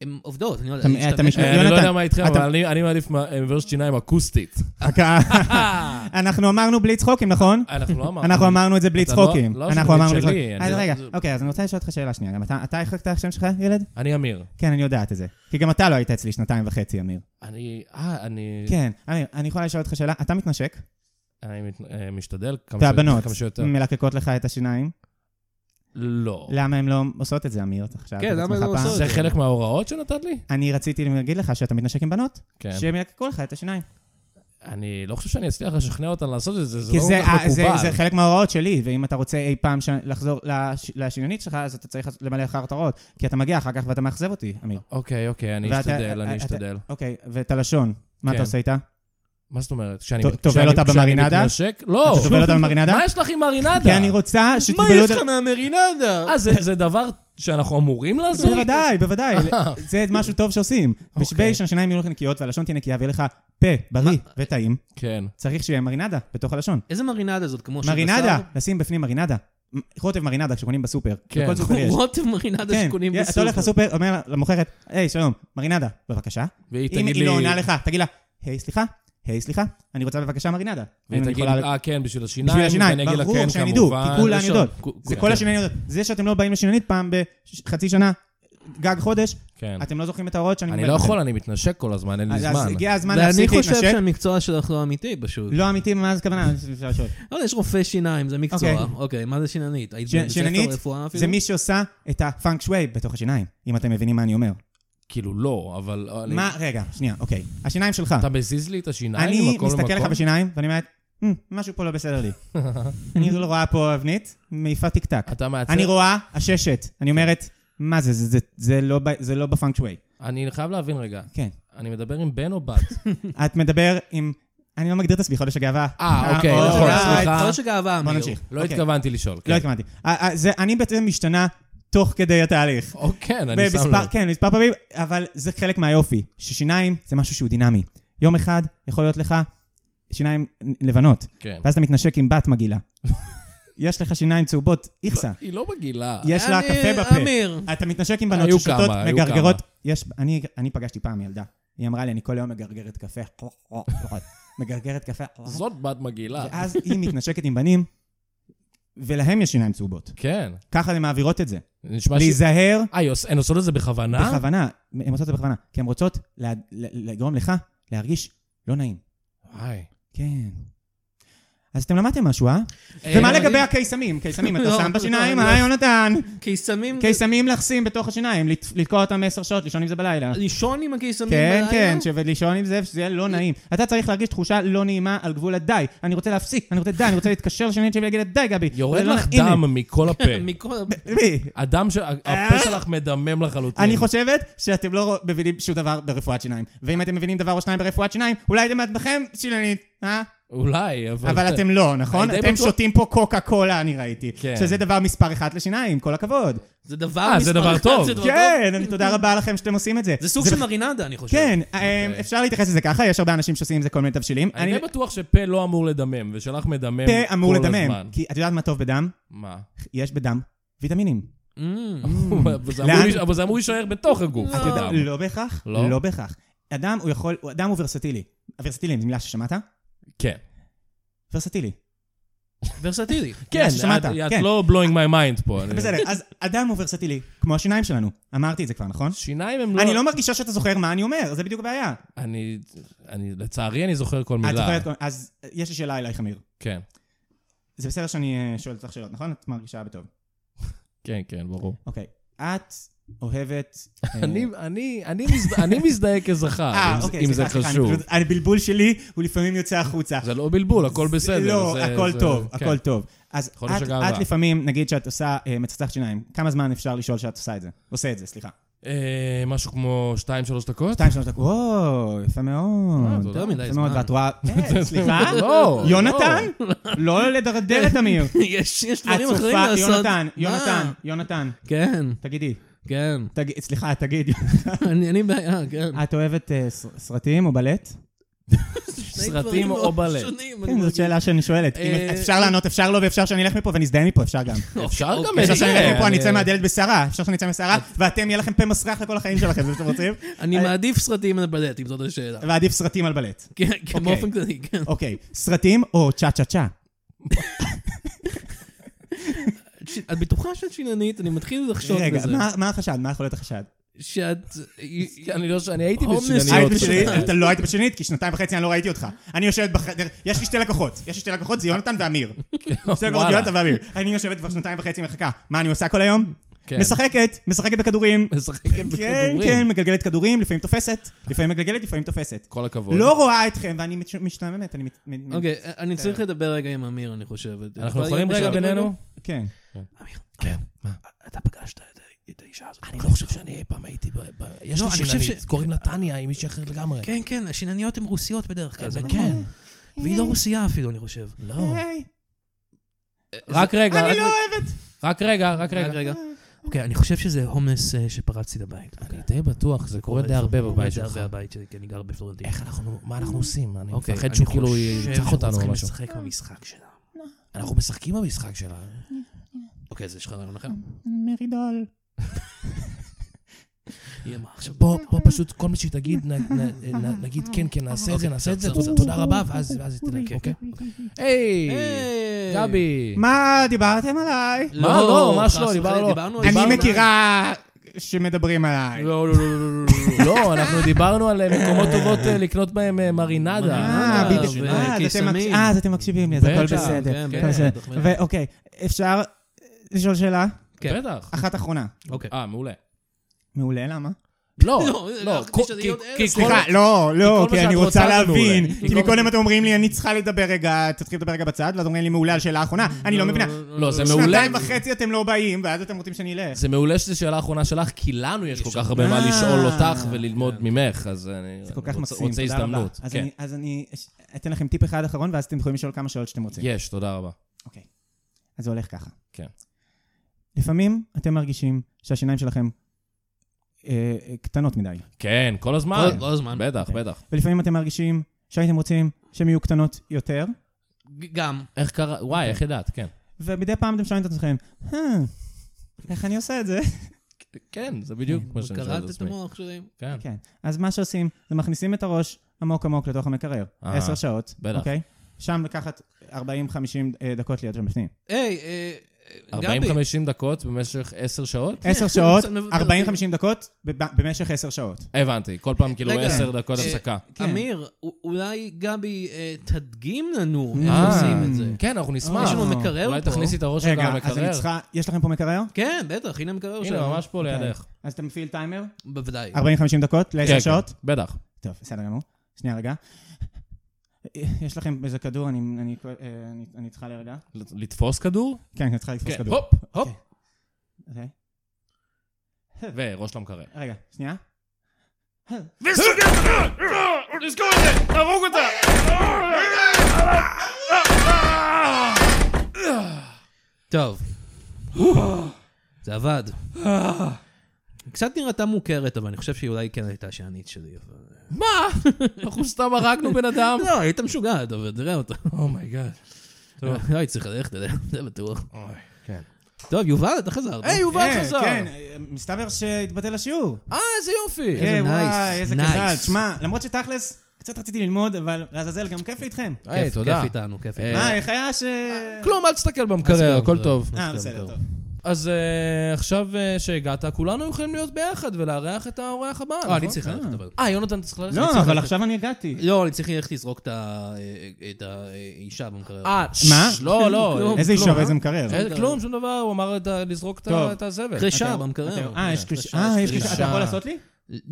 Speaker 3: הן עובדות, אני לא יודע.
Speaker 4: אתה-
Speaker 3: אני
Speaker 4: אתה
Speaker 3: משתמש-
Speaker 4: משתמש-
Speaker 2: אה, אני לא יודע
Speaker 4: יונתן,
Speaker 2: מה איתכם,
Speaker 4: אתה-
Speaker 2: אבל אני- אני מעדיף מה- ורשת שיניים אקוסטית.
Speaker 4: אוקיי. אנחנו אמרנו בלי צחוקים, נכון?
Speaker 2: אנחנו לא אמרנו.
Speaker 4: אנחנו אמרנו את זה בלי
Speaker 2: אתה לא-
Speaker 4: צחוקים.
Speaker 2: לא
Speaker 4: אנחנו
Speaker 2: שלי,
Speaker 4: אמרנו את זה.
Speaker 2: שלי, אני-
Speaker 4: אז רגע, אוקיי, אז אני רוצה לשאול אותך שאלה שנייה. גם אתה- אתה החלקת את השם שלך, ילד?
Speaker 2: אני אמיר.
Speaker 4: כן, אני יודעת את זה. כי גם אתה לא היית אצלי שנתיים וחצי, אמיר.
Speaker 2: אני, אה, אני...
Speaker 4: כן, אמיר, אני יכולה לשאול אותך שאלה? אתה מתנשק,
Speaker 2: אני מת- אה, משתדל כמה שיותר-
Speaker 4: והבנות
Speaker 2: כמה שיותר.
Speaker 4: מלקקות לך את השיניים.
Speaker 2: לא.
Speaker 4: למה הן לא עושות את זה, אמיר? אתה חשבת
Speaker 3: כן,
Speaker 4: את
Speaker 3: למה הן
Speaker 4: עצמך
Speaker 3: לא
Speaker 4: פעם?
Speaker 3: עושות?
Speaker 2: זה חלק מההוראות שנתת לי?
Speaker 4: אני רציתי להגיד לך שאתה מתנשק עם בנות,
Speaker 2: כן.
Speaker 4: שהן ילקקו לך את השיניים.
Speaker 2: אני לא חושב שאני אצליח לשכנע אותן לעשות את זה, זה
Speaker 4: כי
Speaker 2: לא
Speaker 4: זה-
Speaker 2: כל כך
Speaker 4: אה, זה-
Speaker 2: מקובל.
Speaker 4: זה חלק מההוראות שלי, ואם אתה רוצה אי פעם ש- לחזור לש- לשינונית שלך, אז אתה צריך למלא אחר את ההוראות. כי אתה מגיע אחר כך ואתה מאכזב אותי, אמיר.
Speaker 2: אוקיי, אוקיי, אני
Speaker 4: ואתה- אה,
Speaker 2: אשתדל,
Speaker 4: אתה-
Speaker 2: אני אשתדל.
Speaker 4: אוקיי, ואת הלשון, מה
Speaker 2: כן.
Speaker 4: אתה עושה איתה?
Speaker 2: מה זאת אומרת? כשאני
Speaker 4: ט- טובל
Speaker 2: כשאני-
Speaker 4: אותה
Speaker 2: כשאני
Speaker 4: במרינדה?
Speaker 2: מתנשק? לא.
Speaker 4: אתה טובל אותה במרינדה?
Speaker 2: מה יש לך עם מרינדה?
Speaker 4: כי אני רוצה
Speaker 3: מה
Speaker 4: שתטבלו...
Speaker 3: יש
Speaker 4: את-
Speaker 3: לך מהמרינדה?
Speaker 2: אה, זה- זה דבר שאנחנו אמורים לעשות?
Speaker 4: בוודאי, בוודאי. זה משהו טוב שעושים.
Speaker 2: אוקיי.
Speaker 4: בשביל שהשיניים יהיו לך נקיות והלשון תהיה נקייה ויהיה לך פה בריא וטעים,
Speaker 2: כן.
Speaker 4: צריך שיהיה מרינדה בתוך הלשון.
Speaker 3: איזה מרינדה זאת? כמו של
Speaker 4: מרינדה,
Speaker 3: בשר?
Speaker 4: לשים בפנים מרינדה. מ- חוטב מרינדה שקונים בסופר.
Speaker 2: כן.
Speaker 4: בכל סופר יש.
Speaker 3: רוטב מרינדה
Speaker 4: כן,
Speaker 3: שקונים
Speaker 4: אתה הולך
Speaker 3: בסופר.
Speaker 4: לסופר, אומר למוכרת, היי, שלום, מרינדה, בבקשה.
Speaker 2: והיא
Speaker 4: אם
Speaker 2: תגיד לי...
Speaker 4: היא לא עונה לך, תגיד לה, היי, סליחה, היי, סליחה, אני רוצה בבקשה מרינדה. האם אני
Speaker 2: ותגיד,
Speaker 4: יכולה
Speaker 2: אה, כן, בשביל השיניים.
Speaker 4: בשביל השיניים,
Speaker 2: ואני אגיד לה,
Speaker 4: ברור
Speaker 2: כן,
Speaker 4: שהן ידעו, כי
Speaker 2: כמובן.
Speaker 4: כולן
Speaker 3: ראשון.
Speaker 4: יודעות.
Speaker 3: כו-
Speaker 4: זה
Speaker 3: כו-
Speaker 4: כל
Speaker 3: כן.
Speaker 4: השיניים יודעות. זה שאתם לא באים לשיננית פעם בחצי שנה, גג חודש,
Speaker 2: כן.
Speaker 4: אתם לא זוכרים את ההוראות שאני
Speaker 2: אני
Speaker 4: מקבל
Speaker 2: לא
Speaker 4: לכם.
Speaker 2: יכול, אני מתנשק כל הזמן, אין לי
Speaker 4: אז- אז
Speaker 2: זמן.
Speaker 4: הגיע הזמן
Speaker 3: ואני
Speaker 4: להפסיק
Speaker 3: חושב
Speaker 4: להתנשק.
Speaker 3: שהמקצוע שלך לא אמיתי פשוט.
Speaker 4: לא אמיתי, מה זה הכוונה? אפשר לשאול.
Speaker 3: אבל יש רופא שיניים, זה מקצוע.
Speaker 4: אוקיי.
Speaker 3: אוקיי, מה זה שיננית? היית
Speaker 4: ש-
Speaker 3: בבית
Speaker 4: שיננית
Speaker 3: ספר רפואה אפילו?
Speaker 4: זה מי שעושה את הפאנק שווי בתוך השיניים, אם אתם מבינים מה אני אומר.
Speaker 2: כאילו, לא, אבל... אני-
Speaker 4: מה, רגע, שנייה, אוקיי. השיניים שלך.
Speaker 2: אתה מזיז לי את השיניים
Speaker 4: אני
Speaker 2: ממקום
Speaker 4: מסתכל לך
Speaker 2: למקום?
Speaker 4: בשיניים, ואני אומר, "Hmm, משהו פה לא בסדר לי. אני לא רואה פה אבנית, מעיפה טיקטק.
Speaker 2: אתה מעצב...
Speaker 4: אני רואה עששת. אני אומרת, מה זה, זה- זה- זה לא ב- זה לא בפאנק שווי.
Speaker 2: אני חייב להבין רגע.
Speaker 4: כן.
Speaker 2: אני מדבר עם בן או בת?
Speaker 4: את מדבר עם... אני לא מגדיר את עצמי, חודש הגאווה.
Speaker 2: אה, אוקיי,
Speaker 3: לא,
Speaker 4: אולי.
Speaker 2: נכון, סליחה.
Speaker 3: חודש הגאווה, אמיר.
Speaker 4: לא, בוא נמשיך.
Speaker 2: לא
Speaker 4: אוקיי.
Speaker 2: התכוונתי לשאול. כן.
Speaker 4: לא התכוונתי. אה, אה, זה- אני בעצם משתנה תוך כדי התהליך.
Speaker 2: או, כן, אני שם
Speaker 4: במספר-
Speaker 2: לב.
Speaker 4: כן, מספר פעמים, אבל זה חלק מהיופי. ששיניים זה משהו שהוא דינמי. יום אחד יכול להיות לך שיניים לבנות,
Speaker 2: כן.
Speaker 4: ואז אתה מתנשק עם בת מגעילה. יש לך שיניים צהובות, איכסה.
Speaker 2: היא לא מגעילה.
Speaker 4: יש לה
Speaker 3: אני-
Speaker 4: קפה בפה.
Speaker 3: אמיר.
Speaker 4: אתה מתנשק עם בנות
Speaker 2: היו
Speaker 4: ששותות,
Speaker 2: כמה, היו
Speaker 4: מגרגרות. יש, אני, אני פגשתי פעם ילדה, היא אמרה לי, אני כל יום מגרגרת קפה, מגרגרת קפה,
Speaker 2: זאת בת מגעילה.
Speaker 4: ואז היא מתנשקת עם בנים, ולהם יש שיניים צהובות.
Speaker 2: כן.
Speaker 4: ככה הן מעבירות את זה.
Speaker 2: זה נשמע ש...
Speaker 4: להיזהר
Speaker 2: אה, היא עוש- הן עושות את זה בכוונה?
Speaker 4: בכוונה, הן עושות את זה בכוונה, כי הן רוצות לה- ל- לגרום לך להרגיש לא נעים.
Speaker 2: וואי.
Speaker 4: כן. אז אתם למדתם משהו, אה? ומה
Speaker 3: אה,
Speaker 4: לגבי
Speaker 3: אה,
Speaker 4: הקיסמים? קיסמים אתה
Speaker 3: לא,
Speaker 4: שם בשיניים,
Speaker 3: לא,
Speaker 4: אה,
Speaker 3: לא.
Speaker 4: יונתן?
Speaker 3: קיסמים...
Speaker 4: קיסמים לחסים בתוך השיניים, לת- לתקוע אותם עשר שעות, לישון עם זה בלילה.
Speaker 3: לישון עם הקיסמים
Speaker 4: כן,
Speaker 3: בלילה?
Speaker 4: כן, ש- ולישון עם זה, שזה יהיה לא נעים. אתה צריך להרגיש תחושה לא נעימה על גבול הדי. אני רוצה להפסיק, אני רוצה די, אני רוצה להתקשר לשנית שלי ולהגיד לה די, גבי.
Speaker 2: יורד
Speaker 4: זה לא
Speaker 2: לך
Speaker 4: נעים לי."
Speaker 2: דם מכל הפה.
Speaker 3: מכל...
Speaker 4: מי?
Speaker 2: הדם של... הפה שלך מדמם לחלוטין.
Speaker 4: אה? אני חושבת שאתם לא מבינים שום דבר ברפואת שיניים. ואם אתם מבינים דבר או שניים ברפואת שיניים, אולי אתם בעצמכם שיננית, אה?
Speaker 2: אולי, אבל...
Speaker 4: אבל אתם לא, נכון?
Speaker 2: אני די
Speaker 4: אתם
Speaker 2: בטוח-
Speaker 4: שותים פה קוקה קולה, אני ראיתי.
Speaker 2: כן.
Speaker 4: שזה דבר מספר אחת לשיניים, כל הכבוד.
Speaker 3: זה דבר
Speaker 2: אה, זה
Speaker 3: מספר
Speaker 2: דבר
Speaker 3: אחד,
Speaker 2: טוב.
Speaker 3: זה דבר טוב.
Speaker 4: כן, אני- תודה רבה לכם שאתם עושים את זה.
Speaker 3: זה סוג של מרינדה, אני חושב.
Speaker 4: כן, אה, אפשר להתייחס לזה ככה, יש הרבה אנשים שעושים עם זה כל מיני תבשילים.
Speaker 2: אוקיי. אני די בטוח שפה לא אמור לדמם, ושלך מדמם כל הזמן.
Speaker 4: פה אמור לדמם, כי את יודעת מה טוב בדם?
Speaker 2: מה?
Speaker 4: יש בדם ויטמינים.
Speaker 3: Mm.
Speaker 2: אבל זה אמור
Speaker 4: לאן-
Speaker 2: להיש- אבל זה אמור להישאר בתוך הגוף,
Speaker 3: לא.
Speaker 2: זה דם.
Speaker 4: לא בהכרח,
Speaker 2: לא?
Speaker 4: לא בהכרח. אדם הוא יכול, הוא- אדם הוא ורסטילי. ורסטילי, זו מילה ששמעת?
Speaker 2: כן.
Speaker 4: ורסטילי.
Speaker 3: ורסטילי.
Speaker 2: כן,
Speaker 4: ששמעת,
Speaker 2: את- את
Speaker 4: כן.
Speaker 2: לא blowing my mind פה. אני-
Speaker 4: בסדר, אז אדם הוא ורסטילי, כמו השיניים שלנו. אמרתי את זה כבר, נכון?
Speaker 2: שיניים הם לא...
Speaker 4: אני לא מרגישה שאתה זוכר מה אני אומר, זה בדיוק הבעיה.
Speaker 2: אני... אני... לצערי אני זוכר כל
Speaker 4: את
Speaker 2: מילה.
Speaker 4: זוכרת, כל- אז אה, יש לי שאלה אלייך, אמיר.
Speaker 2: כן.
Speaker 4: זה בסדר שאני אה, שואל אותך שאלות, נכון? את מרגישה בטוב.
Speaker 2: כן, כן, ברור.
Speaker 4: אוקיי. את אוהבת... אה,
Speaker 2: אני, אני, אני, מזד... אני מזדהה כזכר,
Speaker 4: אה,
Speaker 2: אם, זה-
Speaker 4: אוקיי,
Speaker 2: אם
Speaker 4: סליחה,
Speaker 2: זה
Speaker 4: סליחה, אני
Speaker 2: חשוב.
Speaker 4: פשוט- הבלבול שלי הוא לפעמים יוצא החוצה.
Speaker 2: זה לא בלבול, הכל בסדר.
Speaker 4: לא,
Speaker 2: זה,
Speaker 4: הכל
Speaker 2: זה...
Speaker 4: טוב,
Speaker 2: כן.
Speaker 4: הכל טוב. אז
Speaker 2: חודש
Speaker 4: את-
Speaker 2: הגאווה.
Speaker 4: את לפעמים, נגיד שאת עושה אה, מצחצח שיניים, כמה זמן אפשר לשאול שאת עושה את זה? עושה את זה, סליחה.
Speaker 2: אה, משהו כמו 2-3 דקות?
Speaker 4: שתיים, שלוש דקות. וואו, יפה
Speaker 2: אה,
Speaker 4: מאוד.
Speaker 2: תודה.
Speaker 3: יותר מדי
Speaker 4: יפה מאוד,
Speaker 3: זמן.
Speaker 4: ואת רואה...
Speaker 3: כן,
Speaker 4: אה, סליחה?
Speaker 2: לא,
Speaker 4: יונתן? לא לדרדר את אמיר.
Speaker 3: יש יש
Speaker 4: את
Speaker 3: דברים אחרים
Speaker 4: צופה,
Speaker 3: לעשות.
Speaker 4: יונתן,
Speaker 3: מה?
Speaker 4: יונתן, יונתן,
Speaker 3: כן,
Speaker 4: תגידי.
Speaker 3: כן.
Speaker 4: תגיד- סליחה, תגיד.
Speaker 3: אני אני בעיה, כן.
Speaker 4: את אוהבת אה, ס- סרטים או בלט?
Speaker 3: שני
Speaker 2: סרטים
Speaker 3: דברים
Speaker 2: או
Speaker 3: מאוד
Speaker 2: בלט?
Speaker 3: שונים, אני
Speaker 4: כן, זאת
Speaker 3: מרגיש.
Speaker 4: שאלה שאני שואלת.
Speaker 2: אה,
Speaker 4: אם אפשר לענות, אפשר לא, ואפשר שאני אלך מפה ונזדהה מפה, אפשר גם.
Speaker 2: אפשר
Speaker 3: אוקיי.
Speaker 2: גם את
Speaker 4: אפשר שאני אלך
Speaker 2: זה.
Speaker 4: מפה, אני אצא מהדלת בסערה, אפשר שאני אצא מסערה, ואתם, יהיה לכם פה מסריח לכל החיים שלכם, זה מה שאתם רוצים?
Speaker 3: אני מעדיף סרטים על בלט, אם זאת השאלה.
Speaker 4: ועדיף סרטים על בלט.
Speaker 3: כן, כן,
Speaker 4: אוקיי.
Speaker 3: באופן כללי, כן.
Speaker 4: אוקיי, סרטים או צ'ה צ'ה צ'ה?
Speaker 3: ש- את בטוחה שאת שיננית, אני מתחיל לחשוד
Speaker 4: רגע,
Speaker 3: בזה.
Speaker 4: מה- מה החשד? מה יכול להיות החשד?
Speaker 3: שאת...
Speaker 2: אני לא... ש- אני הייתי
Speaker 3: הומלס.
Speaker 2: בשינניות.
Speaker 4: היית בשנית?
Speaker 2: פשוט.
Speaker 4: אתה לא היית בשנית, כי שנתיים וחצי אני לא ראיתי אותך. אני יושבת בחדר, יש לי שתי לקוחות, יש לי שתי לקוחות, זה יונתן ואמיר. שתי לקוחות,
Speaker 2: וואלה.
Speaker 4: יונתן ואמיר. אני יושבת כבר שנתיים וחצי מחכה. מה אני עושה כל היום?
Speaker 2: כן.
Speaker 4: משחקת, משחקת בכדורים.
Speaker 2: משחקת
Speaker 4: כן,
Speaker 2: בכדורים.
Speaker 4: כן, מגלגלת כדורים, לפעמים תופסת, לפעמים מגלגלת, לפעמים תופסת.
Speaker 2: כל הכבוד.
Speaker 4: לא רואה אתכם, ואני מש- משתעממת, אני... מת- מ- מ-
Speaker 3: אוקיי, אני צריך לדבר רגע עם אמיר, אני חושב.
Speaker 2: אנחנו יכולים רגע בינינו?
Speaker 4: כן.
Speaker 3: אמיר,
Speaker 2: כן.
Speaker 3: אתה פגשת את ה- את האישה הזאת.
Speaker 2: אני לא חושב שאני אי פעם הייתי ב... ב- יש
Speaker 3: לא,
Speaker 2: לי
Speaker 3: אני חושב
Speaker 2: שיננית,
Speaker 3: ש-
Speaker 2: קוראים לה טניה, היא מישהי אחרת לגמרי.
Speaker 3: כן, כן, השינניות הן רוסיות בדרך כלל, זה
Speaker 2: כן.
Speaker 3: נכון. והיא לא רוסייה אפילו, אני חושב.
Speaker 2: לא.
Speaker 4: היי,
Speaker 2: רק רגע, רק-
Speaker 4: אני לא אוהבת.
Speaker 2: רק רגע, רק
Speaker 3: רגע,
Speaker 2: רגע.
Speaker 3: רגע. אוקיי, אני חושב שזה הומלס אה, שפרצתי לבית.
Speaker 2: אני די בטוח, זה קורה די
Speaker 3: זה
Speaker 2: הרבה
Speaker 3: קורה
Speaker 2: בבית
Speaker 3: די
Speaker 2: שלך.
Speaker 3: הרבה בבית שלי, כי אני גר בפלורנטין.
Speaker 2: איך אנחנו, מה אנחנו עושים? אני
Speaker 3: אוקיי,
Speaker 2: מפחד
Speaker 3: אני
Speaker 2: שהוא כאילו
Speaker 3: חושב
Speaker 2: ינצח אותנו או
Speaker 3: שאנחנו
Speaker 2: משהו.
Speaker 3: צריכים לשחק במשחק שלה.
Speaker 2: אנחנו משחקים במשחק שלה.
Speaker 3: אוקיי, אז יש לך רעיון אחר?
Speaker 4: מרידול.
Speaker 3: יהיה מה עכשיו.
Speaker 2: בוא, בוא פשוט, כל מה שהיא תגיד, נ- נ- נ- נגיד כן, כן, נעשה את זה, נעשה את זה,
Speaker 3: אוקיי, בסדר,
Speaker 2: תודה רבה, ואז ואז תלך, אוקיי? היי,
Speaker 3: אוקיי. היי.
Speaker 2: גבי.
Speaker 4: מה דיברתם עליי?
Speaker 2: מה? לא, ממש לא,
Speaker 3: חס
Speaker 2: דיברנו-
Speaker 3: וחלילה, דיברנו על
Speaker 2: דיברנו-
Speaker 4: אני
Speaker 3: זה.
Speaker 4: מכירה שמדברים עליי.
Speaker 3: לא, לא, לא, לא, לא, לא, לא.
Speaker 2: לא, אנחנו דיברנו על אה, מקומות טובות אה, לקנות בהם אה, מרינדה.
Speaker 3: מרינדה.
Speaker 2: לא,
Speaker 4: אה,
Speaker 3: אה,
Speaker 4: בדיוק.
Speaker 3: ו-
Speaker 4: אה, אז אתם
Speaker 3: קיסמים.
Speaker 4: מקש- אה, אז אתם מקשיבים לי, אז הכל
Speaker 2: בטח,
Speaker 4: בסדר.
Speaker 3: כן,
Speaker 4: הכל
Speaker 3: כן,
Speaker 4: בסדר.
Speaker 3: בטח, בטח.
Speaker 4: ואוקיי, אפשר לשאול שאלה?
Speaker 3: כן.
Speaker 2: בטח.
Speaker 4: אחת אחרונה.
Speaker 3: אוקיי.
Speaker 2: אה, מעולה.
Speaker 4: מעולה, למה?
Speaker 2: לא,
Speaker 3: לא,
Speaker 2: לא,
Speaker 3: אנחנו
Speaker 2: כל-
Speaker 3: נשאר
Speaker 2: כי-
Speaker 3: עוד
Speaker 2: כי
Speaker 3: אלף.
Speaker 2: כל-
Speaker 4: סליחה, לא, לא,
Speaker 2: כל מה
Speaker 4: כי אני
Speaker 2: שאת
Speaker 4: רוצה
Speaker 2: רוצה זה
Speaker 4: להבין.
Speaker 2: מעולה.
Speaker 4: כי מקודם אתם אומרים לי, אני צריכה לדבר רגע, תתחיל לדבר רגע בצד, ואז אומרים לי, מעולה על שאלה האחרונה. אני לא מבינה.
Speaker 2: לא, זה מעולה.
Speaker 4: שנתיים וחצי אתם לא באים, ואז אתם רוצים שאני אלך.
Speaker 2: זה מעולה שזו שאלה האחרונה שלך, כי לנו יש כל כך הרבה מה
Speaker 4: אה.
Speaker 2: לשאול אותך וללמוד ממך, אז אני
Speaker 4: זה כל
Speaker 2: אני
Speaker 4: כך
Speaker 2: רוצה-
Speaker 4: מקסים,
Speaker 2: רוצה
Speaker 4: תודה רבה.
Speaker 2: הזדמנות.
Speaker 4: אז
Speaker 2: כן.
Speaker 4: אני- אז אני אש- אתן לכם טיפ אחד אחרון, ואז אתם יכולים לשאול כמה שאלות שאתם רוצים.
Speaker 2: יש, תודה רבה.
Speaker 4: אוקיי. אז זה הולך ככה.
Speaker 2: כן.
Speaker 4: לפעמים אתם מרגישים שהשיניים שלכם אה, אה, קטנות מדי,
Speaker 2: כן, כל הזמן.
Speaker 3: כל- כל הזמן.
Speaker 2: בטח, בטח.
Speaker 4: ולפעמים אתם מרגישים שהייתם רוצים שהן יהיו קטנות יותר,
Speaker 3: ג- גם.
Speaker 2: איך קרה, וואי, איך ידעת, כן.
Speaker 4: ומדי פעם אתם שואלים את עצמכם, "אה, איך אני עושה את זה?
Speaker 2: כן, זה בדיוק מה שאני שואל את
Speaker 3: קראת את
Speaker 2: עצמי.
Speaker 3: המוח שלי.
Speaker 2: כן,
Speaker 4: כן. אז מה שעושים, זה מכניסים את הראש עמוק עמוק לתוך המקרר.
Speaker 2: אה,
Speaker 4: עשר שעות,
Speaker 2: בטח.
Speaker 4: אוקיי? שם לקחת 40-50 אה, דקות להיות שם בפנים.
Speaker 3: היי, אה, אה, גבי.
Speaker 2: 40-50 דקות במשך 10 שעות?
Speaker 4: עשר שעות,
Speaker 3: קצת מב-
Speaker 4: 40-50 דקות בב- במשך עשר שעות.
Speaker 2: הבנתי, כל פעם כאילו
Speaker 3: רגע.
Speaker 2: 10 דקות
Speaker 3: אה,
Speaker 2: הפסקה.
Speaker 4: כן.
Speaker 3: אמיר, א- אולי גבי אה, תדגים לנו איך
Speaker 2: אה,
Speaker 3: עושים את זה.
Speaker 2: כן, אנחנו נשמח.
Speaker 3: יש לנו
Speaker 4: אה,
Speaker 3: מקרר פה.
Speaker 2: אולי תכניסי את הראש שלך
Speaker 4: רגע, אז אני
Speaker 2: למקרר.
Speaker 4: צריכה, יש לכם פה מקרר?
Speaker 3: כן, בטח, הנה המקרר שלנו.
Speaker 2: הנה, ממש פה
Speaker 4: אוקיי.
Speaker 2: לידך.
Speaker 4: אז אתה מפעיל טיימר?
Speaker 3: בוודאי.
Speaker 4: 40-50 דקות
Speaker 2: כן,
Speaker 4: ל-10
Speaker 2: כן,
Speaker 4: שעות?
Speaker 2: בטח.
Speaker 4: טוב, בסדר גמור. שנייה רגע. יש לכם איזה כדור, אני- אני- אה, אני- אני צריכה להירגע?
Speaker 2: לתפוס כדור?
Speaker 4: כן, אני צריכה לתפוס
Speaker 2: כן,
Speaker 4: כדור.
Speaker 2: הופ, הופ.
Speaker 4: אוקיי.
Speaker 2: וראש למקרר.
Speaker 4: רגע, שנייה.
Speaker 2: נסגור את זה! תהרוג אותה!
Speaker 3: טוב. זה עבד. קצת נראתה מוכרת, אבל אני חושב שהיא אולי כן הייתה השענית שלי. אבל-
Speaker 2: מה? אנחנו סתם הרגנו בן אדם?
Speaker 3: לא, הייתה משוגעת, אבל תראה אותה.
Speaker 4: Oh
Speaker 2: אומייגאד. טוב.
Speaker 3: לא, היא צריכה ללכת אליה, זה בטוח.
Speaker 2: אוי, כן.
Speaker 3: טוב, יובל, אתה חזרת. לא?
Speaker 2: היי, יובל
Speaker 4: אה,
Speaker 2: חזר!
Speaker 4: כן, אה, מסתבר שהתבטל השיעור.
Speaker 2: אה, איזה יופי!
Speaker 3: איזה
Speaker 4: אה, וואי,
Speaker 3: nice,
Speaker 4: איזה
Speaker 3: nice.
Speaker 4: כזל. תשמע, למרות שתכלס, קצת רציתי ללמוד, אבל לעזאזל, גם כיף לי איתכם.
Speaker 2: היי,
Speaker 3: כיף,
Speaker 2: תודה.
Speaker 3: כיף איתנו, כיף
Speaker 2: אה,
Speaker 3: איתנו.
Speaker 4: מה, איך היה ש...
Speaker 2: כלום, אל תסתכל במקרר, הכל טוב.
Speaker 4: אה, בסדר, טוב.
Speaker 2: אז אה, עכשיו אה, שהגעת, כולנו יכולים להיות ביחד ולארח את האורח הבא,
Speaker 3: אה, אני
Speaker 2: נכון?
Speaker 3: צריך ללכת, אבל.
Speaker 2: אה, יונתן צריך ללכת?
Speaker 4: לא,
Speaker 2: צריך
Speaker 4: אבל
Speaker 2: ללכת.
Speaker 4: עכשיו אני הגעתי.
Speaker 3: לא, אני צריך ללכת לזרוק את ה- אה, את האישה במקרר.
Speaker 2: אה,
Speaker 4: מה?
Speaker 2: ש- לא, לא.
Speaker 3: כלום.
Speaker 4: איזה אישה
Speaker 3: כלום,
Speaker 4: ואיזה
Speaker 3: אה?
Speaker 4: מקרר.
Speaker 2: אה, כלום, שום דבר, הוא אמר את ה- לזרוק את ה-
Speaker 4: טוב.
Speaker 2: את הזבל.
Speaker 3: קרישה
Speaker 4: אתם-
Speaker 3: במקרר.
Speaker 4: אה, יש קלישה.
Speaker 3: קרישה,
Speaker 4: אה, יש
Speaker 3: יש
Speaker 4: קלישה. אתה
Speaker 2: קלישה.
Speaker 4: יכול לעשות לי?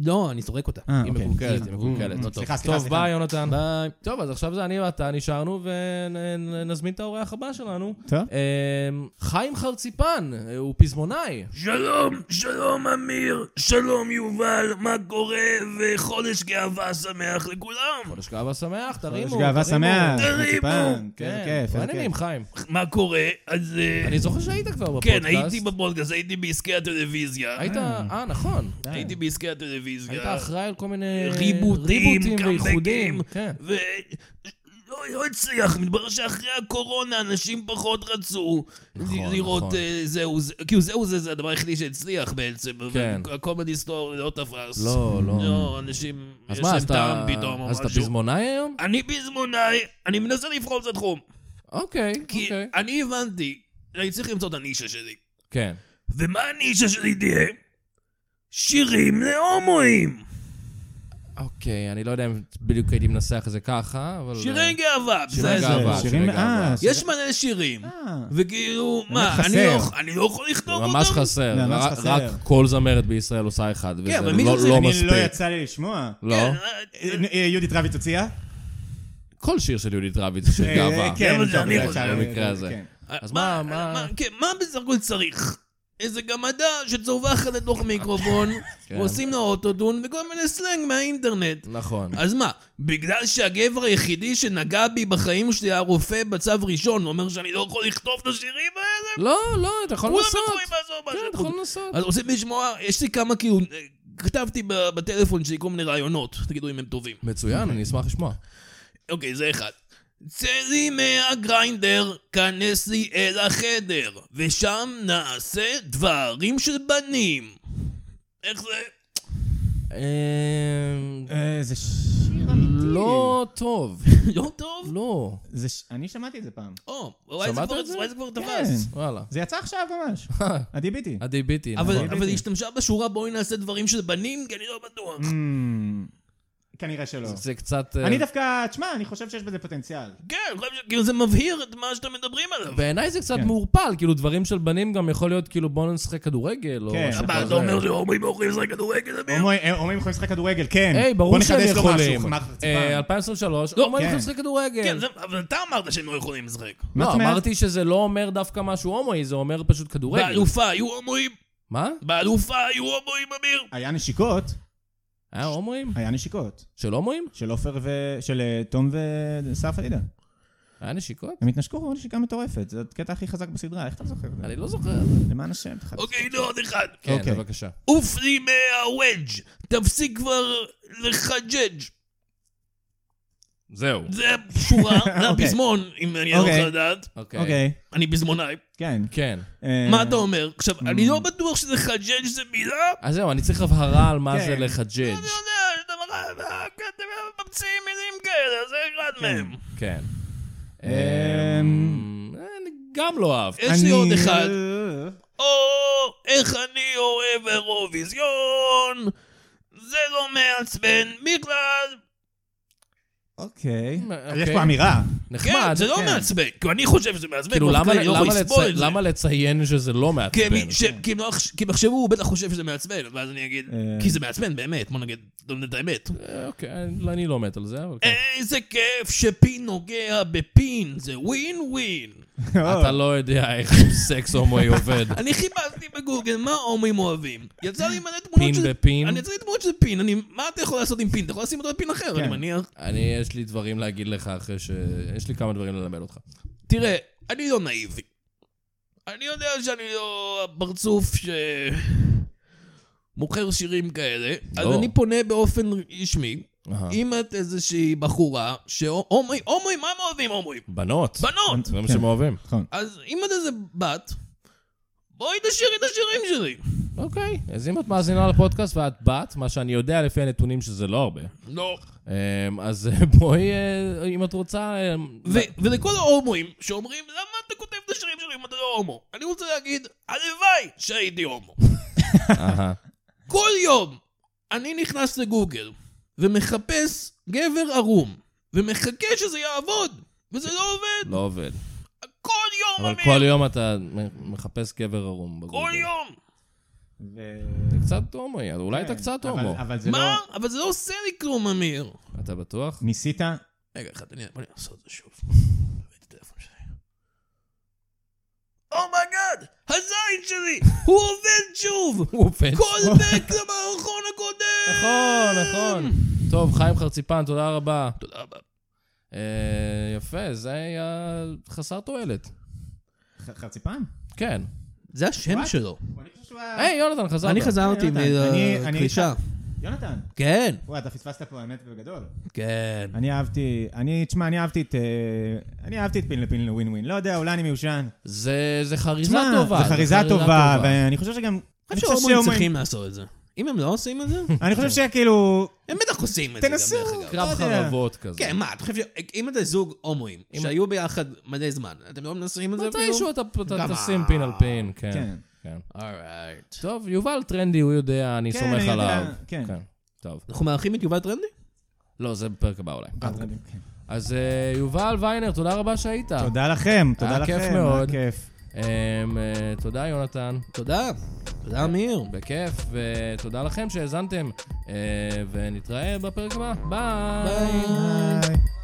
Speaker 3: לא, אני זורק אותה.
Speaker 4: אה,
Speaker 2: היא
Speaker 4: אוקיי.
Speaker 2: מקולקלת, היא מקולקלת. לא טוב.
Speaker 4: סליחה, סליחה,
Speaker 2: טוב,
Speaker 4: סליחה.
Speaker 2: ביי, יונתן.
Speaker 3: ביי.
Speaker 2: טוב, אז עכשיו זה אני ואתה נשארנו, ונזמין את האורח הבא שלנו.
Speaker 4: טוב.
Speaker 2: אמ, חיים חרציפן, אה, הוא פזמונאי.
Speaker 5: שלום, שלום אמיר, שלום יובל, מה קורה? וחודש גאווה שמח לכולם.
Speaker 2: חודש גאווה שמח, תרימו.
Speaker 4: יש גאווה
Speaker 2: תרימו.
Speaker 4: שמח.
Speaker 5: תרימו.
Speaker 4: חטיפן. איזה
Speaker 2: כן,
Speaker 4: כיף,
Speaker 2: מה
Speaker 4: איזה כיף.
Speaker 2: העניינים, חיים?
Speaker 5: מה קורה? אז... אה,
Speaker 2: אני זוכר שהיית כבר בפודקאסט.
Speaker 5: כן, הייתי בפודקאסט, הייתי בעסקי הטלוויזיה.
Speaker 2: היית, אה, נכון.
Speaker 4: כן.
Speaker 5: הייתי בעסקי
Speaker 2: היית
Speaker 5: הטלוויזיה.
Speaker 2: אחראי על כל מיני...
Speaker 5: ריבוטים,
Speaker 2: ואיחודים.
Speaker 5: קאמבקים.
Speaker 2: כן.
Speaker 5: ו... לא, לא הצליח, מתברר שאחרי הקורונה אנשים פחות רצו
Speaker 2: נכון,
Speaker 5: לראות
Speaker 2: נכון.
Speaker 5: אה, זהו זה, כאילו זהו זה, זה הדבר היחידי שהצליח בעצם, אבל
Speaker 2: כן.
Speaker 5: הקומדי סטור לא תפס.
Speaker 2: לא, לא.
Speaker 5: לא, אנשים,
Speaker 2: אז
Speaker 5: יש
Speaker 2: מה,
Speaker 5: להם
Speaker 2: אז אתה...
Speaker 5: טעם פתאום או
Speaker 2: אז אתה
Speaker 5: משהו.
Speaker 2: פזמונאי היום?
Speaker 5: אני פזמונאי, אני מנסה לבחור את התחום.
Speaker 2: אוקיי,
Speaker 5: כי
Speaker 2: אוקיי.
Speaker 5: אני הבנתי, אני צריך למצוא את הנישה שלי.
Speaker 2: כן.
Speaker 5: ומה הנישה שלי תהיה? שירים להומואים.
Speaker 2: אוקיי, אני לא יודע אם בדיוק הייתי מנסח את זה ככה, אבל...
Speaker 5: שירי גאווה,
Speaker 2: שירי
Speaker 5: בסדר.
Speaker 2: גאווה,
Speaker 4: שירים-
Speaker 2: שירי גאווה.
Speaker 4: אה,
Speaker 5: יש מלא שירים.
Speaker 4: אה.
Speaker 5: וכאילו, מה,
Speaker 4: חסר.
Speaker 5: אני לא- אני לא יכול לכתוב אותם?
Speaker 2: ממש חסר,
Speaker 4: ממש
Speaker 2: רק-
Speaker 4: חסר.
Speaker 2: רק כל זמרת בישראל עושה אחד, וזה
Speaker 5: כן, אבל מי
Speaker 2: לא-
Speaker 5: זה?
Speaker 2: לא
Speaker 4: אני לא
Speaker 2: מספיק.
Speaker 4: יצא לי לשמוע.
Speaker 2: לא?
Speaker 5: כן,
Speaker 4: אה, אה, יהודית רביץ הוציאה?
Speaker 2: כל שיר של יהודית רביץ זה שיר
Speaker 4: אה,
Speaker 2: גאווה.
Speaker 4: כן,
Speaker 5: אבל זה
Speaker 4: טוב,
Speaker 5: אני
Speaker 4: זה
Speaker 5: חושב.
Speaker 4: יצא לי-
Speaker 2: במקרה הזה.
Speaker 4: כן.
Speaker 5: אה,
Speaker 2: אז מה, מה...
Speaker 5: כן, מה בסך הכל צריך? איזה גמדה שצווחת לתוך המיקרופון,
Speaker 2: כן.
Speaker 5: ועושים לה אוטודון וכל מיני סלנג מהאינטרנט.
Speaker 2: נכון.
Speaker 5: אז מה, בגלל שהגבר היחידי שנגע בי בחיים שלי היה רופא בצו ראשון, הוא אומר שאני לא יכול לכתוב את השירים האלה?
Speaker 2: לא, לא, אתה יכול
Speaker 5: כולם
Speaker 2: לנסות.
Speaker 5: יכולים לעזור
Speaker 2: כן, אתה
Speaker 5: משהו.
Speaker 2: יכול לנסות.
Speaker 5: אז רוצים לשמוע, יש לי כמה כאילו, אה, כתבתי ב- בטלפון שלי כל מיני רעיונות, תגידו אם הם טובים.
Speaker 2: מצוין, אני אשמח לשמוע.
Speaker 5: אוקיי, זה אחד. צא לי מהגריינדר, כנס לי אל החדר, ושם נעשה דברים של בנים. איך זה?
Speaker 2: אמ,
Speaker 4: אה, זה שיר אמיתי.
Speaker 2: לא טוב.
Speaker 5: לא טוב?
Speaker 2: לא.
Speaker 4: זה ש- אני שמעתי את זה פעם.
Speaker 5: או, וואי, זה
Speaker 2: שמעת
Speaker 5: כבר-
Speaker 2: את זה?
Speaker 5: וואי, זה כבר
Speaker 4: כן.
Speaker 5: תפס.
Speaker 2: וואלה.
Speaker 4: זה יצא עכשיו ממש. עדי ביטי.
Speaker 2: עדי ביטי,
Speaker 5: אבל-
Speaker 2: נכון.
Speaker 5: אבל היא השתמשה בשורה בואי נעשה דברים של בנים, כי אני לא בטוח.
Speaker 4: אמ, כנראה שלא.
Speaker 2: זה קצת... אה,
Speaker 4: אני דווקא, תשמע, אני חושב שיש בזה פוטנציאל.
Speaker 5: כן, אני חושב ש- כאילו זה מבהיר את מה שאתם מדברים עליו.
Speaker 2: בעיניי זה קצת
Speaker 4: כן.
Speaker 2: מעורפל, כאילו דברים של בנים גם יכול להיות כאילו בוא נשחק כדורגל, או...
Speaker 4: כן.
Speaker 2: משהו
Speaker 5: מה,
Speaker 2: כזה.
Speaker 5: אתה אומר שהומואים לא יכולים לשחק כדורגל, אמיר?
Speaker 4: הומואים יכולים לשחק כדורגל, כן.
Speaker 2: היי, ברור שהם
Speaker 4: בוא נחדש
Speaker 2: יכולים.
Speaker 4: לו משהו, חמח רציפה.
Speaker 2: אה, 2023, לא, אומרים
Speaker 4: כן.
Speaker 2: לכם לשחק
Speaker 5: כן,
Speaker 2: כדורגל.
Speaker 5: זה- אבל אתה אמרת שהם לא יכולים לשחק.
Speaker 4: מה
Speaker 2: לא,
Speaker 4: זאת אומרת?
Speaker 2: אמרתי שזה לא אומר דווקא משהו הומואי, זה אומר פשוט כדורגל.
Speaker 5: באלופה היו הומואים?
Speaker 2: מה?
Speaker 5: באלופה היו הומואים, אמיר?
Speaker 4: היה נשיקות,
Speaker 2: היה הומואים?
Speaker 4: היה נשיקות.
Speaker 2: של הומואים?
Speaker 4: של עופר ו... של אה, תום וסער פדידה.
Speaker 2: היה נשיקות?
Speaker 4: הם התנשקו אבל נשיקה מטורפת. זה הקטע הכי חזק בסדרה, איך אתה זוכר את זה?
Speaker 2: אני לא זוכר.
Speaker 4: למען השם. אתה חייב-
Speaker 5: אוקיי, הנה עוד אחד.
Speaker 2: כן,
Speaker 4: אוקיי.
Speaker 2: בבקשה.
Speaker 5: עוף לי מהוודג', תפסיק כבר לחג'ג'.
Speaker 2: זהו.
Speaker 5: זה שורה, זה
Speaker 4: אוקיי.
Speaker 5: הפזמון, אם אני רוצה
Speaker 4: אוקיי.
Speaker 5: לדעת.
Speaker 2: אוקיי.
Speaker 4: אוקיי,
Speaker 5: אני פזמונאי.
Speaker 4: כן.
Speaker 2: כן.
Speaker 4: אה,
Speaker 5: מה אתה אומר? עכשיו, אני לא בטוח שזה חג'ג' זה מילה.
Speaker 2: אז זהו, אני צריך הבהרה על מה
Speaker 4: כן.
Speaker 2: זה לחג'ג'.
Speaker 5: אני לא יודע, שאתה מראה- אתם ממציאים מילים כאלה, זה אחד מהם.
Speaker 2: כן.
Speaker 4: אה,
Speaker 2: אמ, אני גם לא אהב.
Speaker 5: יש לי עוד
Speaker 4: אני-
Speaker 5: אחד. או, איך אני אוהב אירוויזיון. זה לא מעצבן בכלל.
Speaker 4: אוקיי.
Speaker 5: אה,
Speaker 2: אוקיי.
Speaker 4: יש פה אמירה.
Speaker 5: כן,
Speaker 2: נחמד.
Speaker 5: זה לא
Speaker 4: כן.
Speaker 5: מעצבן. כי אני חושב שזה מעצבן.
Speaker 2: כאילו,
Speaker 5: אבל
Speaker 2: למה-
Speaker 5: אני לא יכול
Speaker 2: למה
Speaker 5: לסבול
Speaker 2: לצי-
Speaker 5: את זה.
Speaker 2: למה לציין שזה לא
Speaker 5: כי
Speaker 2: מעצבן?
Speaker 5: הם- ש- כי הם לא חש- כי הם יחשבו, הוא בטח חושב שזה מעצבן, ואז אני אגיד,
Speaker 4: אה.
Speaker 5: כי זה מעצבן באמת, בוא נגיד, לא נדע את האמת.
Speaker 2: אה, אוקיי, אני- אני לא מת על זה, אבל כן.
Speaker 5: אה, איזה כיף שפין נוגע בפין, זה ווין ווין. אה.
Speaker 2: אתה לא יודע איך סקס הומואי עובד.
Speaker 5: אני חיפשתי בגוגל מה הומואים אוהבים. יצא לי מלא
Speaker 2: פין
Speaker 5: תמונות של...
Speaker 2: בפין.
Speaker 5: אני יצא לי תמונות של פין, אני... מה אתה יכול לעשות עם פין? אתה יכול לשים אותו בפין אחר,
Speaker 4: כן.
Speaker 5: אני מניח.
Speaker 2: אני, יש לי דברים להגיד לך אחרי ש... יש לי כמה דברים ללמד אותך.
Speaker 5: תראה, אני לא נאיבי. אני יודע שאני לא הפרצוף ש... מוכר שירים כאלה, אז
Speaker 2: לא.
Speaker 5: אני פונה באופן רשמי,
Speaker 2: אהה.
Speaker 5: אם את איזושהי בחורה, שהומואים, הומואים, מה הם אוהבים הומואים?
Speaker 2: בנות.
Speaker 5: בנות!
Speaker 2: זה מה
Speaker 4: כן.
Speaker 2: שהם אוהבים.
Speaker 4: נכון.
Speaker 5: אז אם את איזה בת, בואי תשאירי את השירים שלי.
Speaker 2: אוקיי, אז אם את מאזינה לפודקאסט ואת בת, מה שאני יודע לפי הנתונים שזה לא הרבה,
Speaker 5: לא.
Speaker 2: אמ, אז אה, בואי, אה, אם את רוצה... אמ,
Speaker 5: ו- ולכל ההומואים שאומרים, למה אתה כותב את השירים שלי אם אתה לא הומו? אני רוצה להגיד, הלוואי שהייתי הומו.
Speaker 2: אהה.
Speaker 5: כל יום אני נכנס לגוגל ומחפש גבר ערום, ומחכה שזה יעבוד, וזה לא עובד.
Speaker 2: לא עובד.
Speaker 5: כל יום,
Speaker 2: אבל
Speaker 5: אמיר.
Speaker 2: כל יום אתה מ- מחפש גבר ערום.
Speaker 5: כל
Speaker 2: בגוגל.
Speaker 5: יום.
Speaker 2: אתה קצת הומואי, אז אולי אתה קצת
Speaker 4: כן, אבל-
Speaker 2: הומו.
Speaker 4: אבל זה
Speaker 5: מה?
Speaker 4: לא...
Speaker 5: אבל זה לא עושה לי כלום, אמיר.
Speaker 2: אתה בטוח?
Speaker 4: ניסית?
Speaker 5: רגע אחד, אני- בוא נעשה את זה שוב. הבאתי את הטלפון שלי. אומייגאד! הזין שלי! הוא עובד שוב!
Speaker 2: הוא עובד.
Speaker 5: קולבק למערכון הקודם!
Speaker 2: נכון, נכון. טוב, חיים חרציפן, תודה רבה.
Speaker 5: תודה רבה.
Speaker 2: אה, יפה, זה היה חסר תועלת.
Speaker 4: ח- חרציפן?
Speaker 2: כן.
Speaker 5: זה השם
Speaker 4: What?
Speaker 5: שלו.
Speaker 4: אני חושב שהוא היה-
Speaker 2: היי, יונתן, חזרת.
Speaker 5: אני חזרתי
Speaker 4: יונתן, אני- אני
Speaker 5: מהקלישה.
Speaker 4: יונתן.
Speaker 5: כן,
Speaker 4: וואי, אתה פספסת פה האמת בגדול.
Speaker 5: כן.
Speaker 4: אני אהבתי, אני, תשמע, אני אהבתי את... אה, אני אהבתי את פין לפין לווין ווין. לא יודע, אולי אני מיושן.
Speaker 2: זה זה חריזה
Speaker 4: תשמע,
Speaker 2: טובה.
Speaker 4: זה חריזה טובה, ואני חושב שגם...
Speaker 5: אני
Speaker 4: אני
Speaker 5: חושב
Speaker 4: חושב
Speaker 5: שהומואים
Speaker 4: שהומואים-
Speaker 5: צריכים לעשות את זה. אם הם לא עושים את זה,
Speaker 4: אני חושב שכאילו...
Speaker 5: הם בטח עושים את זה גם,
Speaker 4: תנסו.
Speaker 5: דרך אגב.
Speaker 2: קרב
Speaker 4: לא יודע.
Speaker 2: חרבות כזה.
Speaker 5: כן, מה, אתה חושב שאם אתם זוג הומואים, שהיו ביחד מלא זמן, אתם לא מנסים את זה אפילו?
Speaker 2: מתישהו אתה אתה
Speaker 5: גם
Speaker 2: תשים
Speaker 5: ה-
Speaker 2: פין על פין, כן.
Speaker 4: כן.
Speaker 2: כן.
Speaker 5: אורייט.
Speaker 2: טוב, יובל טרנדי, הוא יודע, אני
Speaker 4: כן,
Speaker 2: סומך
Speaker 4: אני יודע,
Speaker 2: עליו.
Speaker 4: כן.
Speaker 2: טוב.
Speaker 5: אנחנו מארחים את יובל טרנדי?
Speaker 2: לא, זה בפרק הבא אולי.
Speaker 4: כן.
Speaker 2: אז אה, יובל ויינר, תודה רבה שהיית.
Speaker 4: תודה לכם, תודה
Speaker 2: היה
Speaker 4: לכם.
Speaker 2: כיף מאוד.
Speaker 4: היה כיף.
Speaker 2: אמ, אה, תודה, יונתן.
Speaker 5: תודה. תודה, אמיר.
Speaker 2: בכיף, ותודה לכם שהאזנתם, אה, ונתראה בפרק הבא. ביי.
Speaker 5: ביי.
Speaker 4: ביי.